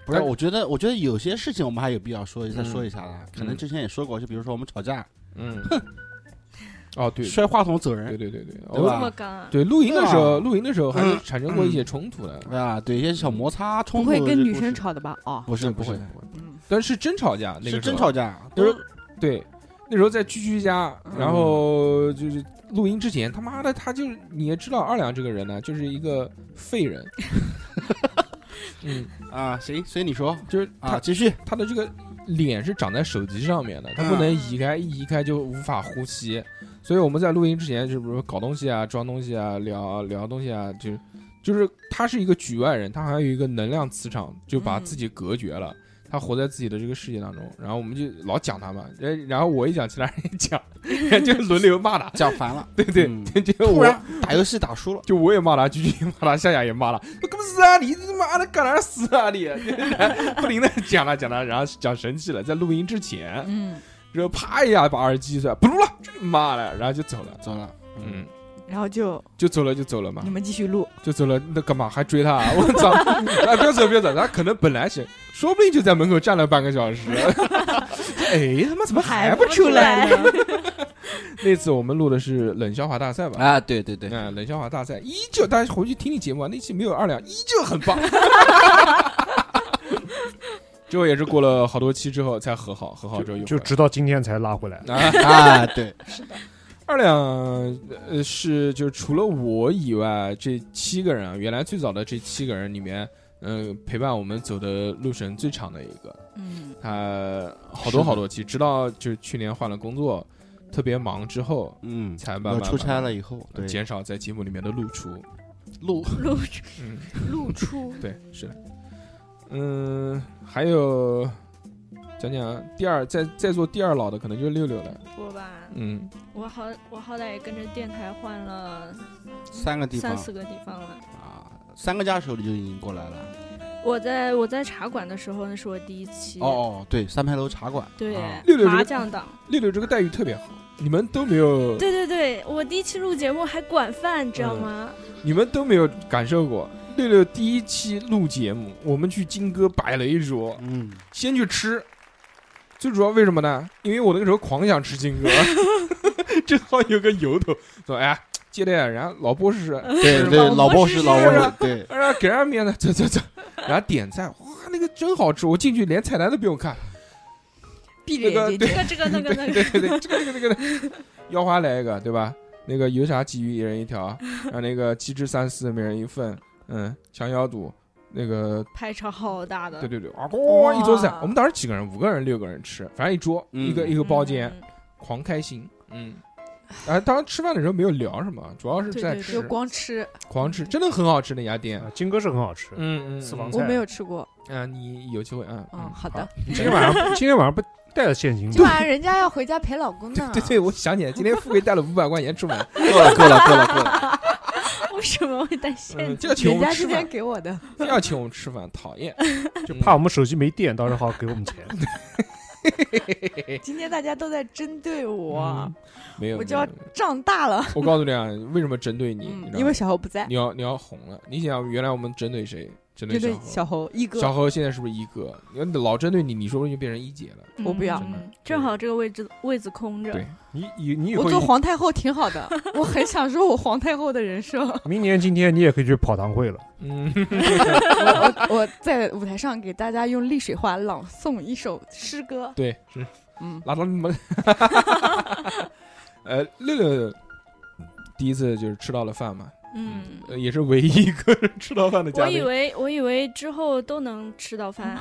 [SPEAKER 3] 不是，
[SPEAKER 1] 但
[SPEAKER 3] 我觉得，我觉得有些事情我们还有必要说一再
[SPEAKER 1] 嗯
[SPEAKER 3] 说一下的，可能之前也说过，就比如说我们吵架，
[SPEAKER 1] 嗯，哦对，
[SPEAKER 3] 摔话筒走
[SPEAKER 1] 对
[SPEAKER 3] 人，
[SPEAKER 1] 对对对，
[SPEAKER 3] 对
[SPEAKER 1] 哦
[SPEAKER 4] 这
[SPEAKER 3] 吧
[SPEAKER 4] 么刚啊，
[SPEAKER 1] 对录音的时候，
[SPEAKER 3] 对啊嗯
[SPEAKER 1] 录音的时候还是产生过一些冲突的，
[SPEAKER 3] 对吧？对一些小摩擦
[SPEAKER 7] 不
[SPEAKER 3] 冲突，
[SPEAKER 7] 会跟女生，吵的吧？哦，
[SPEAKER 3] 不是
[SPEAKER 1] 不会
[SPEAKER 3] 是，
[SPEAKER 1] 不会，
[SPEAKER 7] 嗯，
[SPEAKER 1] 但是真吵架，那个
[SPEAKER 3] 是
[SPEAKER 1] 时候
[SPEAKER 3] 真吵架，啊
[SPEAKER 1] 就
[SPEAKER 3] 都
[SPEAKER 1] 是对，那时候在居居家，然后就是录音之前，他妈的他就是你也知道二两这个人呢，就是一个废人， 嗯，
[SPEAKER 3] 啊，行，所以你说
[SPEAKER 1] 就是他、
[SPEAKER 3] 啊，继续，
[SPEAKER 1] 他的这个脸是长在手机上面的，他不
[SPEAKER 3] 嗯
[SPEAKER 1] 能移开，一移开就无法呼吸，所以我们在录音之前，就比如说搞东西啊、装东西啊、聊聊东西啊，就就是他是一个局外人，他还有一个能量磁场，就把
[SPEAKER 7] 嗯
[SPEAKER 1] 自己隔绝了。他活在自己的这个世界当中，然后我们就老讲他嘛，呃然后我一讲，其他人也讲， 就轮流骂他，
[SPEAKER 3] 讲烦 了，
[SPEAKER 1] 对对，
[SPEAKER 3] 嗯
[SPEAKER 1] 就就
[SPEAKER 3] 突
[SPEAKER 1] 我
[SPEAKER 3] 然打游戏打输了，
[SPEAKER 1] 就我也骂他，菊菊也骂他，夏夏也骂他，我根本是啊，你他妈的干啥死啊你，不停的讲他讲他，然后讲生气了，在录音之前，
[SPEAKER 7] 嗯，
[SPEAKER 1] 然后啪一下把耳机摔，不录了，就骂了，然后就走了，
[SPEAKER 3] 走了，
[SPEAKER 1] 嗯，
[SPEAKER 7] 然后就
[SPEAKER 1] 就走了就走了嘛
[SPEAKER 7] 你，们继续录，
[SPEAKER 1] 就走了，那干嘛还追他、啊？我操！啊，不要走，不要走，他可能本来是，说不定就在门口站了半个小时，哎，他妈怎么 还不出来？
[SPEAKER 7] 呢？
[SPEAKER 1] 那次我们录的是冷笑话大赛吧？
[SPEAKER 3] 啊，对对对
[SPEAKER 1] 哎，冷笑话大赛依旧，大家回去听听节目啊，那期没有二两，依旧很棒。 之后也是过了好多期之后才和好，和
[SPEAKER 7] 啊
[SPEAKER 1] 好之后
[SPEAKER 5] 就
[SPEAKER 1] 又
[SPEAKER 5] 就
[SPEAKER 1] 回来
[SPEAKER 5] 直到今天才拉回来。
[SPEAKER 1] 啊，
[SPEAKER 3] 啊，对，
[SPEAKER 1] 二两呃是就是除了我以外这七个人啊，原来最早的这七个人里面，嗯、陪伴我们走的路程最长的一个，
[SPEAKER 7] 嗯，
[SPEAKER 1] 他好
[SPEAKER 3] 是
[SPEAKER 1] 多
[SPEAKER 3] 的
[SPEAKER 1] 好多期，直到就去年换了工作，特别忙之后，
[SPEAKER 3] 嗯，
[SPEAKER 1] 才慢
[SPEAKER 3] 我
[SPEAKER 1] 慢
[SPEAKER 3] 出差
[SPEAKER 1] 慢慢
[SPEAKER 3] 了以后，对，
[SPEAKER 1] 减少在节目里面的露出。
[SPEAKER 3] 录
[SPEAKER 4] 露出
[SPEAKER 1] 嗯，
[SPEAKER 4] 露出，
[SPEAKER 1] 对，是的。嗯，还有讲讲第二，在在做第二老的可能就是六六了。
[SPEAKER 4] 我吧，
[SPEAKER 1] 嗯，
[SPEAKER 4] 我好我好歹也跟着电台换了
[SPEAKER 3] 三个地
[SPEAKER 4] 三
[SPEAKER 3] 方
[SPEAKER 4] 四个地方了，
[SPEAKER 3] 啊，三个家手里就已经过来了，
[SPEAKER 4] 我在我在茶馆的时候，那是我第一期。
[SPEAKER 3] 哦哦，对，三牌楼茶馆，
[SPEAKER 4] 对
[SPEAKER 3] 啊，
[SPEAKER 1] 哦六六这
[SPEAKER 4] 麻
[SPEAKER 1] 个
[SPEAKER 4] 将档。
[SPEAKER 1] 六六这个待遇特别好，你们都没有，
[SPEAKER 4] 对对对，我第一期录节目还管饭，你知道吗？
[SPEAKER 1] 你们都没有感受过。六六第一期录节目，我们去金哥摆了一桌，
[SPEAKER 3] 嗯，
[SPEAKER 1] 先去吃。最主要为什么呢？因为我那个时候狂想吃金哥， 正好有个由头，说哎，接待人家老波士，
[SPEAKER 3] 对对，老博士老博士，对，
[SPEAKER 1] 啊，给人家面子，走走走，然后点菜，哇，那个真好吃，我进去连菜单都不用看，
[SPEAKER 7] 闭着
[SPEAKER 1] 那个
[SPEAKER 7] 眼睛
[SPEAKER 1] 对
[SPEAKER 7] 点
[SPEAKER 4] 这个这个那个那
[SPEAKER 1] 对
[SPEAKER 4] 个，
[SPEAKER 1] 对对，这个这个这个这个，腰花来一个，对吧？那个油炸鲫鱼一人一条，然后那个鸡翅三丝每人一份，嗯，强腰肚，那个
[SPEAKER 4] 排场好大的。
[SPEAKER 1] 对对对，啊，哇，一桌菜，
[SPEAKER 7] 哇
[SPEAKER 1] 我们当时几个人，五个人、六个人吃，反正一桌
[SPEAKER 3] 嗯
[SPEAKER 1] 一个一
[SPEAKER 4] 嗯，
[SPEAKER 1] 个包间，狂开心，嗯。哎，当然吃饭的时候没有聊什么，主要是
[SPEAKER 4] 对
[SPEAKER 1] 在
[SPEAKER 4] 对
[SPEAKER 1] 吃
[SPEAKER 7] 就，光吃，
[SPEAKER 1] 狂吃，真的很好吃那家店
[SPEAKER 5] 啊，，金哥是很好吃。
[SPEAKER 1] 嗯嗯，
[SPEAKER 5] 私房
[SPEAKER 1] 嗯
[SPEAKER 5] 菜
[SPEAKER 7] 我没有吃过。
[SPEAKER 1] 啊，你有机会，嗯
[SPEAKER 7] 嗯，好的。。
[SPEAKER 5] 你今天 晚上今天晚上不带了现金
[SPEAKER 7] 今
[SPEAKER 5] 吗？
[SPEAKER 7] 晚人家要回家陪老公呢。
[SPEAKER 1] 对对，我想起来，今天富贵带了五百块钱出门，
[SPEAKER 3] 够了够了够了够了，
[SPEAKER 4] 为什么会 带现
[SPEAKER 1] 嗯
[SPEAKER 4] 金？
[SPEAKER 1] 就要请我
[SPEAKER 7] 人
[SPEAKER 1] 们
[SPEAKER 7] 家
[SPEAKER 1] 吃
[SPEAKER 7] 今天
[SPEAKER 1] 饭，
[SPEAKER 7] 给我的，
[SPEAKER 1] 就要请我们吃饭，讨厌，就
[SPEAKER 5] 怕我们手机没电，到时候好给 我们钱。
[SPEAKER 7] 今天大家都在针对我
[SPEAKER 1] 嗯，没有，
[SPEAKER 7] 啊我
[SPEAKER 1] 没
[SPEAKER 7] 就
[SPEAKER 1] 有
[SPEAKER 7] 要
[SPEAKER 1] 没有
[SPEAKER 7] 长大了。
[SPEAKER 1] 我告诉你啊，为什么针对你？你
[SPEAKER 7] 嗯
[SPEAKER 1] 知，道
[SPEAKER 7] 因为
[SPEAKER 1] 吗
[SPEAKER 7] 小侯不在，
[SPEAKER 1] 你要你要红了，你想原来我们针对谁？针
[SPEAKER 7] 针对
[SPEAKER 1] 对
[SPEAKER 7] 小
[SPEAKER 1] 小
[SPEAKER 7] 侯一
[SPEAKER 1] 何，
[SPEAKER 7] 哥
[SPEAKER 1] 小何现在是不是一哥？你老针对你，你说不定就变成一姐了。
[SPEAKER 7] 我不要
[SPEAKER 4] 嗯正好这个位置位子空着
[SPEAKER 1] 对。
[SPEAKER 5] 你你你以
[SPEAKER 7] 我
[SPEAKER 5] 后
[SPEAKER 7] 做皇太后挺好 的，我很享受我皇太后的人设。
[SPEAKER 5] 明年今天你也可以去跑堂会了。
[SPEAKER 1] 嗯，
[SPEAKER 7] 我我我在舞台上给大家用丽水话朗诵一首诗歌。
[SPEAKER 1] 对，是
[SPEAKER 7] 嗯，
[SPEAKER 1] 拉到你们。 呃，六六第一次就是吃到了饭嘛，
[SPEAKER 4] 嗯，
[SPEAKER 1] 呃也是唯一一个吃到饭的嘉
[SPEAKER 4] 我
[SPEAKER 1] 宾。
[SPEAKER 4] 以为我以为之后都能吃到饭，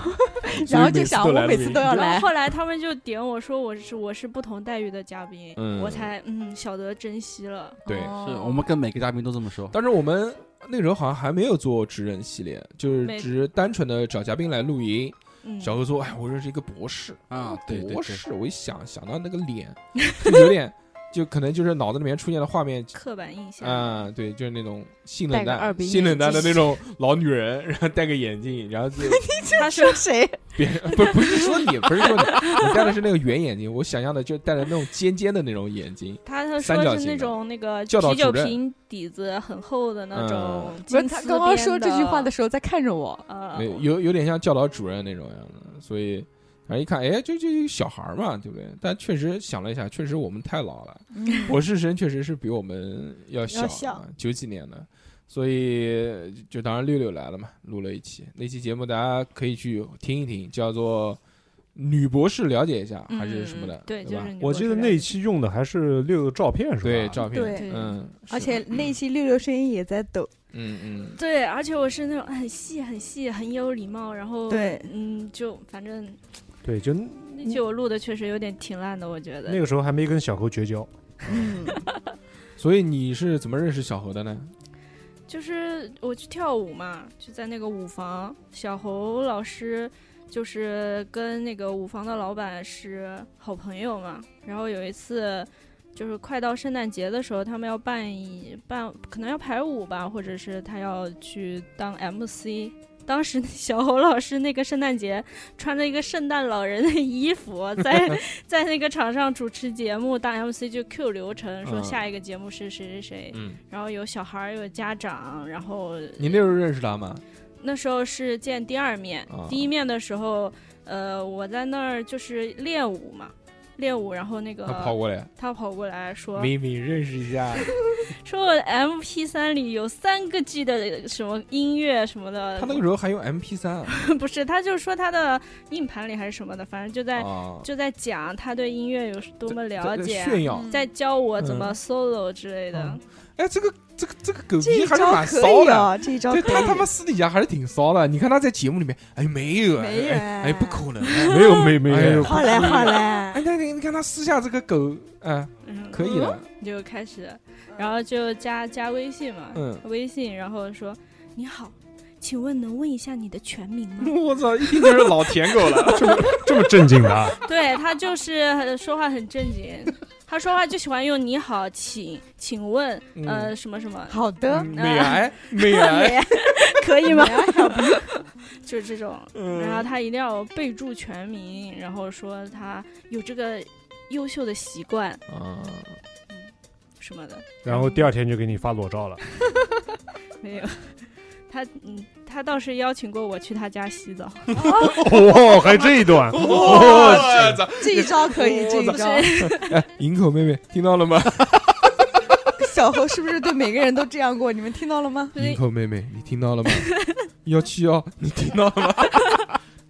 [SPEAKER 1] 所以
[SPEAKER 7] 然后就
[SPEAKER 1] 每次
[SPEAKER 7] 想
[SPEAKER 1] 都
[SPEAKER 7] 我
[SPEAKER 1] 嗯来了
[SPEAKER 7] 每
[SPEAKER 1] 个
[SPEAKER 7] 次
[SPEAKER 1] 一
[SPEAKER 7] 都要
[SPEAKER 4] 然后
[SPEAKER 7] 来，
[SPEAKER 4] 后来他们就点我说我是我是不同待遇的嘉宾，
[SPEAKER 1] 嗯
[SPEAKER 4] 我才嗯晓得珍惜了。
[SPEAKER 1] 对
[SPEAKER 7] 哦
[SPEAKER 3] 是我们跟每个嘉宾都这么说，
[SPEAKER 1] 当时我们那个时候好像还没有做职人系列，就是
[SPEAKER 4] 没
[SPEAKER 1] 只是单纯的找嘉宾来露营。
[SPEAKER 4] 嗯，
[SPEAKER 1] 小何说：“哎，我认识一个博士
[SPEAKER 3] 啊对对对
[SPEAKER 1] 博士。”我一想，想到那个脸，就有点，就可能就是脑子里面出现的画面。
[SPEAKER 4] 刻板印象。
[SPEAKER 1] 啊、对，就是那种性
[SPEAKER 7] 戴
[SPEAKER 1] 冷
[SPEAKER 7] 个二
[SPEAKER 1] 淡、
[SPEAKER 7] 鼻
[SPEAKER 1] 性冷
[SPEAKER 7] 眼
[SPEAKER 1] 淡的
[SPEAKER 7] 镜
[SPEAKER 1] 那种老女人，然后戴个眼镜，然后就
[SPEAKER 4] 他说
[SPEAKER 7] 说谁？
[SPEAKER 1] 别不不是说你，不是说你，我戴的是那个圆眼镜，我想象的就戴着那种尖尖的那种眼 镜，
[SPEAKER 4] 他他
[SPEAKER 1] 三角
[SPEAKER 4] 说是
[SPEAKER 1] 形
[SPEAKER 4] 那
[SPEAKER 1] 的
[SPEAKER 4] 种那个
[SPEAKER 1] 教导
[SPEAKER 4] 啤酒
[SPEAKER 1] 主任
[SPEAKER 4] 瓶底子很厚的那种
[SPEAKER 1] 嗯
[SPEAKER 7] 不是
[SPEAKER 4] 金丝
[SPEAKER 7] 他
[SPEAKER 4] 边的。
[SPEAKER 7] 刚刚说这句话的时候在看着啊我，
[SPEAKER 4] 呃
[SPEAKER 1] 没有有有点像教导主任那种样子，所以反正一看，哎，就就一个小孩儿嘛，对不对？但确实想了一下，确实我们太老了，
[SPEAKER 4] 嗯
[SPEAKER 1] 我是神确实是比我们要小
[SPEAKER 6] 要
[SPEAKER 1] 啊，
[SPEAKER 6] 小
[SPEAKER 1] 九几年的，所以就就当然六六来了嘛，录了一期，那期节目大家可以去听一听，叫做。女博士了解一下还是什么的，
[SPEAKER 4] 嗯对
[SPEAKER 1] 吧
[SPEAKER 4] 就是？女
[SPEAKER 5] 我记得那一期用的还是六个照片是吧？
[SPEAKER 1] 对照片，
[SPEAKER 7] 对，
[SPEAKER 1] 嗯，是
[SPEAKER 7] 而且那一
[SPEAKER 1] 嗯
[SPEAKER 7] 期六六声音也在抖，
[SPEAKER 1] 嗯嗯，
[SPEAKER 4] 对，而且我是那种很细、很细、很有礼貌，然后
[SPEAKER 7] 对
[SPEAKER 4] 嗯，就反正
[SPEAKER 5] 对，就
[SPEAKER 4] 那期我录的确实有点挺烂的，我觉得。
[SPEAKER 5] 那个时候还没跟小侯绝交。
[SPEAKER 7] 嗯，
[SPEAKER 1] 所以你是怎么认识小何的呢？
[SPEAKER 4] 就是我去跳舞嘛，就在那个舞房，小侯老师就是跟那个舞房的老板是好朋友嘛。然后有一次，就是快到圣诞节的时候，他们要办一办，可能要排舞吧，或者是他要去当 MC。当时小侯老师那个圣诞节穿着一个圣诞老人的衣服，在在那个场上主持节目当 MC 就 Q 流程，说
[SPEAKER 1] 嗯
[SPEAKER 4] 下一个节目是谁谁谁，
[SPEAKER 1] 嗯，
[SPEAKER 4] 然后有小孩儿，有家长，然后
[SPEAKER 1] 你那时候认识他吗？
[SPEAKER 4] 那时候是见第二面，
[SPEAKER 1] 啊
[SPEAKER 4] 第一面的时候，呃，我在那儿就是练舞嘛，练舞，然后那个
[SPEAKER 1] 他跑过来，
[SPEAKER 4] 他跑过来说
[SPEAKER 1] 敏敏认识一下，
[SPEAKER 4] 说我 M P 三里有三个 G 的什么音乐什么的，
[SPEAKER 1] 他那个时候还用 MP 三啊
[SPEAKER 4] 不是，他就说他的硬盘里还是什么的，反正就在、
[SPEAKER 1] 啊，
[SPEAKER 4] 就在讲他对音乐有多么
[SPEAKER 1] 在
[SPEAKER 4] 了
[SPEAKER 1] 在
[SPEAKER 4] 解，
[SPEAKER 1] 炫耀。
[SPEAKER 4] 在教我怎么
[SPEAKER 1] 嗯
[SPEAKER 4] solo 之类的。
[SPEAKER 1] 嗯哎，这个这个这个 狗
[SPEAKER 7] 这
[SPEAKER 1] 逼
[SPEAKER 7] 一
[SPEAKER 1] 还是
[SPEAKER 7] 招
[SPEAKER 1] 蛮
[SPEAKER 7] 可
[SPEAKER 1] 骚
[SPEAKER 7] 以
[SPEAKER 1] 的。
[SPEAKER 7] 啊，这一招
[SPEAKER 1] 对
[SPEAKER 7] 可
[SPEAKER 1] 他
[SPEAKER 7] 以
[SPEAKER 1] 他。妈私底下还是挺骚的，你看他在节目里面，哎没有啊，
[SPEAKER 7] 没有
[SPEAKER 1] 哎哎不可能啊，
[SPEAKER 5] 没有没没
[SPEAKER 1] 哎
[SPEAKER 5] 有
[SPEAKER 1] 呦，
[SPEAKER 7] 好嘞好嘞，
[SPEAKER 1] 哎那你你看他私下这个狗，啊
[SPEAKER 4] 嗯
[SPEAKER 1] 可以的，
[SPEAKER 4] 就开始，然后就加加微信嘛，
[SPEAKER 1] 嗯
[SPEAKER 4] 微信，然后说你好，请问能问一下你的全名吗？
[SPEAKER 1] 我操，嗯一听就是老舔狗了，
[SPEAKER 5] 这么正经的啊，
[SPEAKER 4] 对他就是很说话很正经，他说话就喜欢用你好，请请问，
[SPEAKER 1] 嗯
[SPEAKER 4] 呃，什么什么，
[SPEAKER 7] 好 的，
[SPEAKER 1] 美癌，美癌，
[SPEAKER 4] 可以吗？
[SPEAKER 7] 没
[SPEAKER 4] 就是这种。
[SPEAKER 1] 嗯
[SPEAKER 4] 然后他一定要备注全名，然后说他有这个优秀的习惯
[SPEAKER 1] 啊，
[SPEAKER 4] 什么的。
[SPEAKER 5] 然后第二天就给你发裸照了。
[SPEAKER 4] 没有， 他嗯，他倒是邀请过我去他家洗澡，
[SPEAKER 5] 哦，还这一段，
[SPEAKER 1] 我操！
[SPEAKER 7] 这一招可以，这一招。
[SPEAKER 1] 哎，营口妹妹听到了吗？
[SPEAKER 7] 小何是不是对每个人都这样过？你们听到了吗？
[SPEAKER 4] 所
[SPEAKER 1] 营
[SPEAKER 4] 以
[SPEAKER 1] 口妹妹，你听 到了吗？幺七幺，你听到了吗？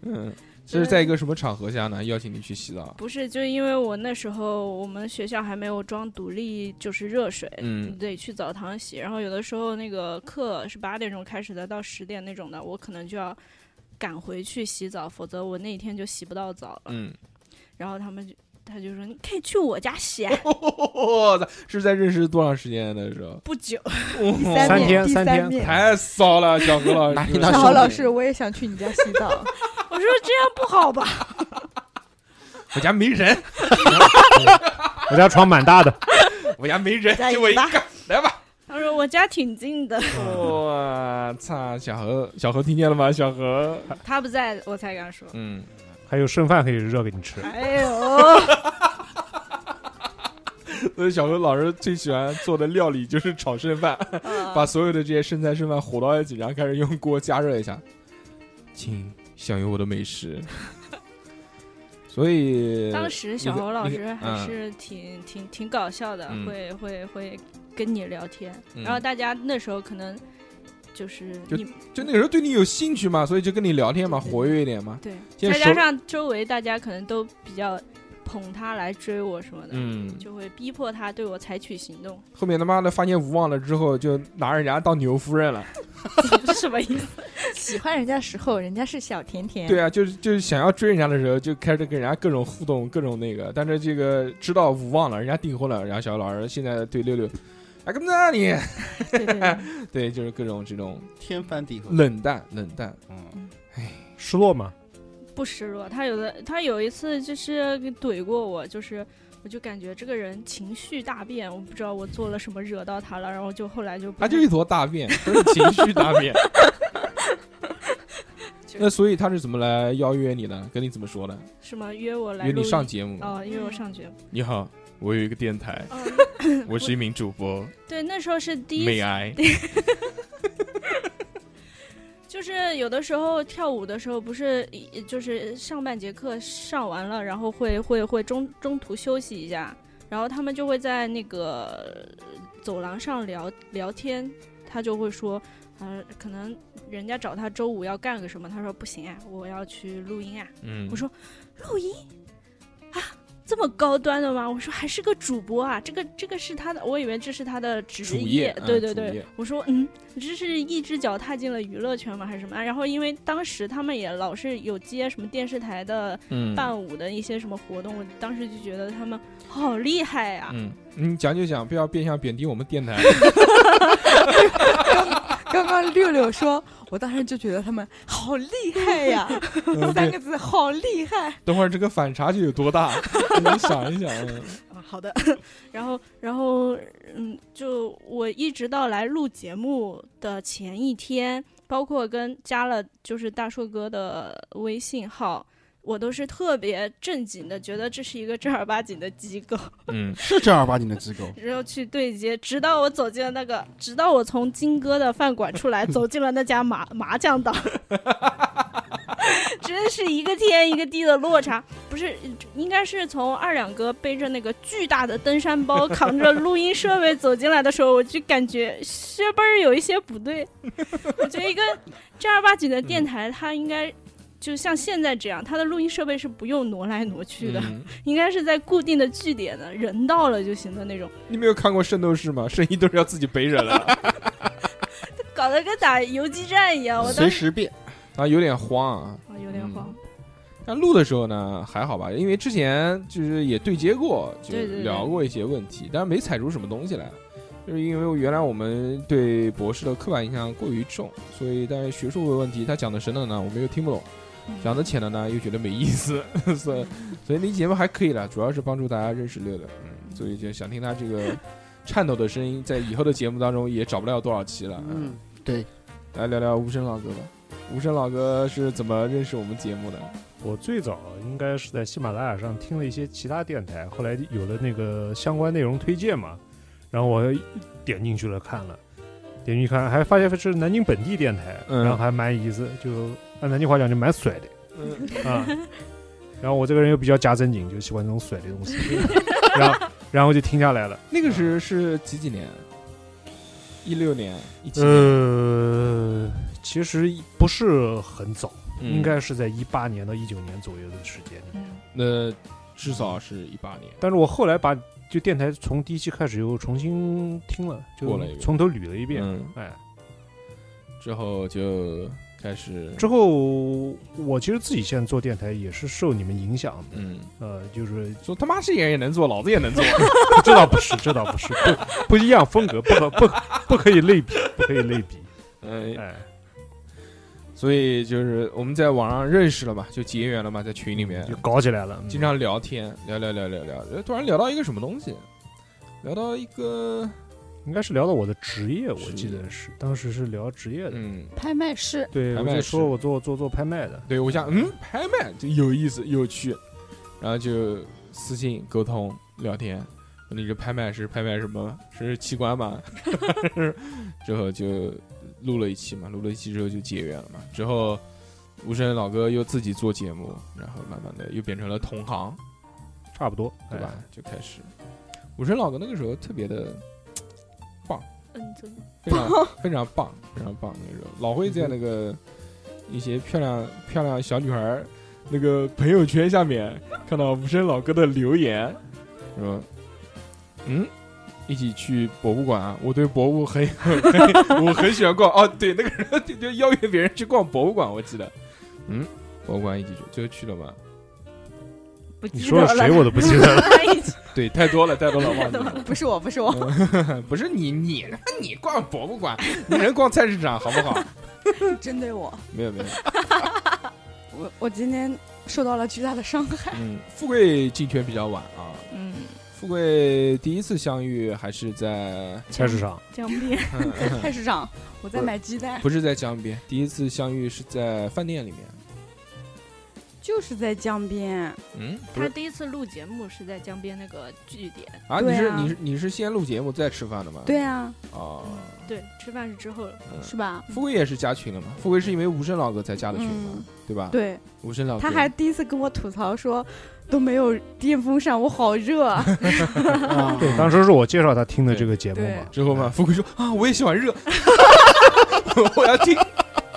[SPEAKER 1] 嗯，这是在一个什么场合下呢？邀请你去洗澡？
[SPEAKER 4] 不是就因为我那时候我们学校还没有装独立就是热水，
[SPEAKER 1] 嗯
[SPEAKER 4] 你得去澡堂洗，然后有的时候那个课是八点钟开始的，到十点那种的，我可能就要赶回去洗澡，否则我那一天就洗不到澡了。
[SPEAKER 1] 嗯，
[SPEAKER 4] 然后他们就他就说你可以去我家洗啊、
[SPEAKER 1] 我操！是嗯 在认识多长时间的时候？
[SPEAKER 4] 不久，
[SPEAKER 7] 第哦三
[SPEAKER 5] 三天
[SPEAKER 7] 面，第
[SPEAKER 5] 三天
[SPEAKER 7] 三面。
[SPEAKER 1] 太骚了，小何老
[SPEAKER 3] 哪
[SPEAKER 1] 师
[SPEAKER 3] 里。哪
[SPEAKER 7] 小
[SPEAKER 3] 小
[SPEAKER 7] 何
[SPEAKER 3] 何
[SPEAKER 7] 老师，我也想去你家洗 澡。
[SPEAKER 4] 我说这样不好吧？
[SPEAKER 1] 我家没人，
[SPEAKER 5] 我家床蛮大的，
[SPEAKER 1] 我家没人，
[SPEAKER 7] 加
[SPEAKER 1] 就
[SPEAKER 7] 油
[SPEAKER 1] 我一
[SPEAKER 7] 吧
[SPEAKER 1] 个，来吧。
[SPEAKER 4] 他说我家挺近的，
[SPEAKER 1] 我操！小何，小何听见了吗？小何，
[SPEAKER 4] 他不在我才敢说。
[SPEAKER 1] 嗯，
[SPEAKER 5] 还有剩饭可以热给你吃。
[SPEAKER 4] 哎呦，
[SPEAKER 1] 所以小何老师最喜欢做的料理就是炒剩饭， 把所有的这些剩菜剩饭和到一起，然后开始用锅加热一下，请享用我的美食。 所以
[SPEAKER 4] 当时小侯老师还
[SPEAKER 1] 你
[SPEAKER 4] 是挺挺挺搞笑的，
[SPEAKER 1] 嗯
[SPEAKER 4] 会会会跟你聊天，
[SPEAKER 1] 嗯
[SPEAKER 4] 然后大家那时候可能就是
[SPEAKER 1] 就
[SPEAKER 4] 你
[SPEAKER 1] 就那个时候对你有兴趣嘛，所以就跟你聊天嘛，活跃一点嘛。
[SPEAKER 4] 对，
[SPEAKER 1] 现
[SPEAKER 4] 再
[SPEAKER 1] 在
[SPEAKER 4] 加
[SPEAKER 1] 手
[SPEAKER 4] 上周围大家可能都比较捧他来追我什么的，
[SPEAKER 1] 嗯，
[SPEAKER 4] 就会逼迫他对我采取行动，
[SPEAKER 1] 后面他妈的发现无望了之后，就拿人家当牛夫人了。
[SPEAKER 4] 这什么意思？
[SPEAKER 7] 喜欢人家的时候，人家是小甜甜。
[SPEAKER 1] 对啊，就是就是想要追人家的时候，就开始跟人家各种互动，各种那个。但是这个知道无望了，人家订婚了，然后小何老师现在对六六，哎，跟不上你，
[SPEAKER 7] 对对对，
[SPEAKER 1] 对，就是各种这种
[SPEAKER 3] 天翻地覆。
[SPEAKER 1] 冷淡，冷淡。
[SPEAKER 3] 嗯，
[SPEAKER 5] 失落吗？
[SPEAKER 4] 不失落。他有的，他有一次就是怼过我，就是我就感觉这个人情绪大变，我不知道我做了什么惹到他了，然后就后来就不
[SPEAKER 1] 他就是一坨大便，都是情绪大 便。那所以他是怎么来邀约你的？跟你怎么说的？
[SPEAKER 4] 什么约我来
[SPEAKER 1] 约你
[SPEAKER 4] 录
[SPEAKER 1] 上
[SPEAKER 4] 音
[SPEAKER 1] 节目？
[SPEAKER 4] 哦，约我上节目。
[SPEAKER 1] 你好，我有一个电台，我是一名主播，
[SPEAKER 4] 对，那时候是哦第一
[SPEAKER 1] 美啊
[SPEAKER 4] 次，
[SPEAKER 1] 癌。
[SPEAKER 4] 就是有的时候跳舞的时候，不是一就是上半节课上完了，然后会会会中中途休息一下，然后他们就会在那个走廊上聊聊天，他就会说，呃，可能人家找他周五要干个什么，他说不行啊，我要去录音啊，
[SPEAKER 1] 嗯，
[SPEAKER 4] 我说录音啊，这么高端的吗？我说还是个主播啊，这个这个是他的，我以为这是他的职
[SPEAKER 1] 主业啊
[SPEAKER 4] 对对
[SPEAKER 1] 主
[SPEAKER 4] 对
[SPEAKER 1] 业，
[SPEAKER 4] 我说嗯，你这是一只脚踏进了娱乐圈吗？还是什么？然后因为当时他们也老是有接什么电视台的
[SPEAKER 1] 嗯，
[SPEAKER 4] 伴舞的一些什么活动，我当时就觉得他们好厉害呀、
[SPEAKER 1] 嗯，你讲就讲，不要变相贬低我们电台。
[SPEAKER 7] 刚刚六六说，我当时就觉得他们好厉害呀，
[SPEAKER 1] 嗯
[SPEAKER 7] 三
[SPEAKER 1] 对
[SPEAKER 7] 个字好厉害。
[SPEAKER 1] 等会儿这个反差就有多大？ 你想一想，
[SPEAKER 7] 啊，好的，
[SPEAKER 4] 然后，然后，嗯，就我一直到来录节目的前一天，包括跟加了就是大硕哥的微信号，我都是特别正经的，觉得这是一个正儿八经的机构，
[SPEAKER 1] 嗯，
[SPEAKER 3] 是正儿八经的机构。
[SPEAKER 4] 然后去对接，直到我走进了那个，直到我从金哥的饭馆出来，走进了那家麻麻将档， 真是一个天一个地的落差。不是，应该是从二两哥背着那个巨大的登山包，扛着录音设备走进来的时候，我就感觉是不是有一些不对？我觉得一个 正儿八经的电台，它应该。就像现在这样，它的录音设备是不用挪来挪去的，
[SPEAKER 1] 嗯
[SPEAKER 4] 应该是在固定的据点的，人到了就行的那种。
[SPEAKER 1] 你没有看过《圣斗士》吗？圣衣都是要自己背着的
[SPEAKER 4] 搞得跟打游击战一 样，我
[SPEAKER 3] 随
[SPEAKER 4] 当时
[SPEAKER 3] 时变，
[SPEAKER 1] 啊，有点慌啊。
[SPEAKER 4] 啊有点慌。
[SPEAKER 1] 但录的时候呢，还好吧，因为之前就是也对接过，就
[SPEAKER 4] 对对对
[SPEAKER 1] 聊过一些问题，但是没踩出什么东西来，就是因为原来我们对博士的刻板印象过于重，所以但是学术的问题，他讲的深的呢，我们又听不懂；讲的 浅的呢，又觉得没意思，所以所以那期节目还可以了，主要是帮助大家认识六六。嗯，所以就想听他这个颤抖的声音，在以后的节目当中也找不了多少期了。嗯，
[SPEAKER 3] 嗯，对，
[SPEAKER 1] 来聊聊无声老哥吧。无声老哥是怎么认识我们节目的？
[SPEAKER 5] 我最早应该是在喜马拉雅上听了一些其他电台，后来有了那个相关内容推荐嘛，然后我点进去了看了，点进去看还发现是南京本地电台，
[SPEAKER 1] 嗯
[SPEAKER 5] 然后还蛮有意思，就按南京话讲就蛮帅的
[SPEAKER 1] 嗯，
[SPEAKER 5] 啊。然后我这个人又比较假正经，就喜欢这种帅的东西， 然后然后就听下来了。
[SPEAKER 1] 那个时是几几年？一六年，一七年，
[SPEAKER 5] 呃，其实不是很早，
[SPEAKER 1] 嗯
[SPEAKER 5] 应该是在一八年到一九年左右的时间里
[SPEAKER 7] 嗯
[SPEAKER 5] 面。
[SPEAKER 1] 那至少是一八年。
[SPEAKER 5] 但是我后来把就电台从第一期开始又重新听了，就
[SPEAKER 1] 过了一遍
[SPEAKER 5] 从头捋了一遍。
[SPEAKER 1] 嗯，
[SPEAKER 5] 哎，
[SPEAKER 1] 之后就开始，
[SPEAKER 5] 之后我其实自己现在做电台也是受你们影响的，
[SPEAKER 1] 嗯，
[SPEAKER 5] 呃， 就是
[SPEAKER 1] 说他妈是演也能做，老子也能 做。
[SPEAKER 5] 这倒不是，这倒不是，不不一样风格，不可不不可以类比，不可以类比。
[SPEAKER 1] 嗯，
[SPEAKER 5] 哎，
[SPEAKER 1] 所以就是我们在网上认识了嘛，就结缘了嘛，在群里面
[SPEAKER 5] 就搞起来了，嗯
[SPEAKER 1] 经常聊天，聊聊聊聊聊，呃突然聊到一个什么东西，聊到一个，
[SPEAKER 5] 应该是聊到我的职业，我
[SPEAKER 1] 职
[SPEAKER 5] 记
[SPEAKER 1] 业
[SPEAKER 5] 得是当时是聊职业的。
[SPEAKER 1] 嗯，
[SPEAKER 7] 拍卖 师，
[SPEAKER 5] 对，
[SPEAKER 1] 拍
[SPEAKER 5] 我
[SPEAKER 1] 卖
[SPEAKER 5] 就
[SPEAKER 1] 师
[SPEAKER 5] 说我做做做拍卖的，
[SPEAKER 1] 对我想，嗯，拍卖就有意思有趣，然后就私信沟通聊天，你这拍卖是拍卖什么？是器官吗？ 之后就录了一期嘛，录了一期之后就结缘了嘛，之后无声老哥又自己做节目，然后慢慢的又变成了同行，
[SPEAKER 5] 差不多，
[SPEAKER 1] 对吧
[SPEAKER 5] 哎？？
[SPEAKER 1] 就开始，武神老哥那个时候特别的
[SPEAKER 4] 嗯，怎么
[SPEAKER 1] 非常非常棒，非常棒。那个时候老会在那个一些漂亮漂亮小女孩儿那个朋友圈下面看到武神老哥的留言，说：“嗯，一起去博物馆啊，我对博物很 很我很喜欢逛。哦，对，那个时候就就邀约别人去逛博物馆，我记得，嗯，博物馆一起去，最后去了嘛。”
[SPEAKER 6] 不
[SPEAKER 5] 你
[SPEAKER 6] 记
[SPEAKER 5] 说
[SPEAKER 6] 得
[SPEAKER 5] 是
[SPEAKER 6] 了
[SPEAKER 5] 谁我都不 记得了。
[SPEAKER 4] 哎
[SPEAKER 1] 对，太多了，太多了，忘记 了。
[SPEAKER 6] 不是我，不是我，
[SPEAKER 1] 不是你，你你逛博物馆，你能逛菜市场好不好？
[SPEAKER 7] 针对我，
[SPEAKER 1] 没有没有，
[SPEAKER 7] 我我今天受到了巨大的伤 害。
[SPEAKER 1] 嗯，富贵进圈比较晚啊。
[SPEAKER 4] 嗯，
[SPEAKER 1] 富贵第一次相遇还是在，
[SPEAKER 5] 菜市场，
[SPEAKER 4] 江边
[SPEAKER 7] 菜市场，我在买鸡蛋，
[SPEAKER 1] 不是在江边，第一次相遇是在饭店里面。
[SPEAKER 7] 就是在江边。
[SPEAKER 1] 嗯，不
[SPEAKER 4] 他
[SPEAKER 1] 是
[SPEAKER 4] 第一次录节目是在江边那个据点，
[SPEAKER 1] 啊，
[SPEAKER 7] 对
[SPEAKER 1] 你是
[SPEAKER 7] 啊
[SPEAKER 1] 你是你是先录节目再吃饭的吗？
[SPEAKER 7] 对啊，
[SPEAKER 1] 啊，
[SPEAKER 4] 对，吃饭是之后，
[SPEAKER 1] 嗯
[SPEAKER 7] 是吧？
[SPEAKER 1] 富贵也是加群了嘛？富贵是因为无声老哥才加的群嘛
[SPEAKER 7] 嗯，
[SPEAKER 1] 对吧？，
[SPEAKER 7] 对，
[SPEAKER 1] 无声老哥
[SPEAKER 7] 他还第一次跟我吐槽说都没有电风扇，我好热啊。
[SPEAKER 3] 啊
[SPEAKER 5] 对，当时是我介绍他听的这个节目
[SPEAKER 7] 对
[SPEAKER 5] 嘛。
[SPEAKER 1] 之后嘛，富贵说啊，我也喜欢 热，我要听。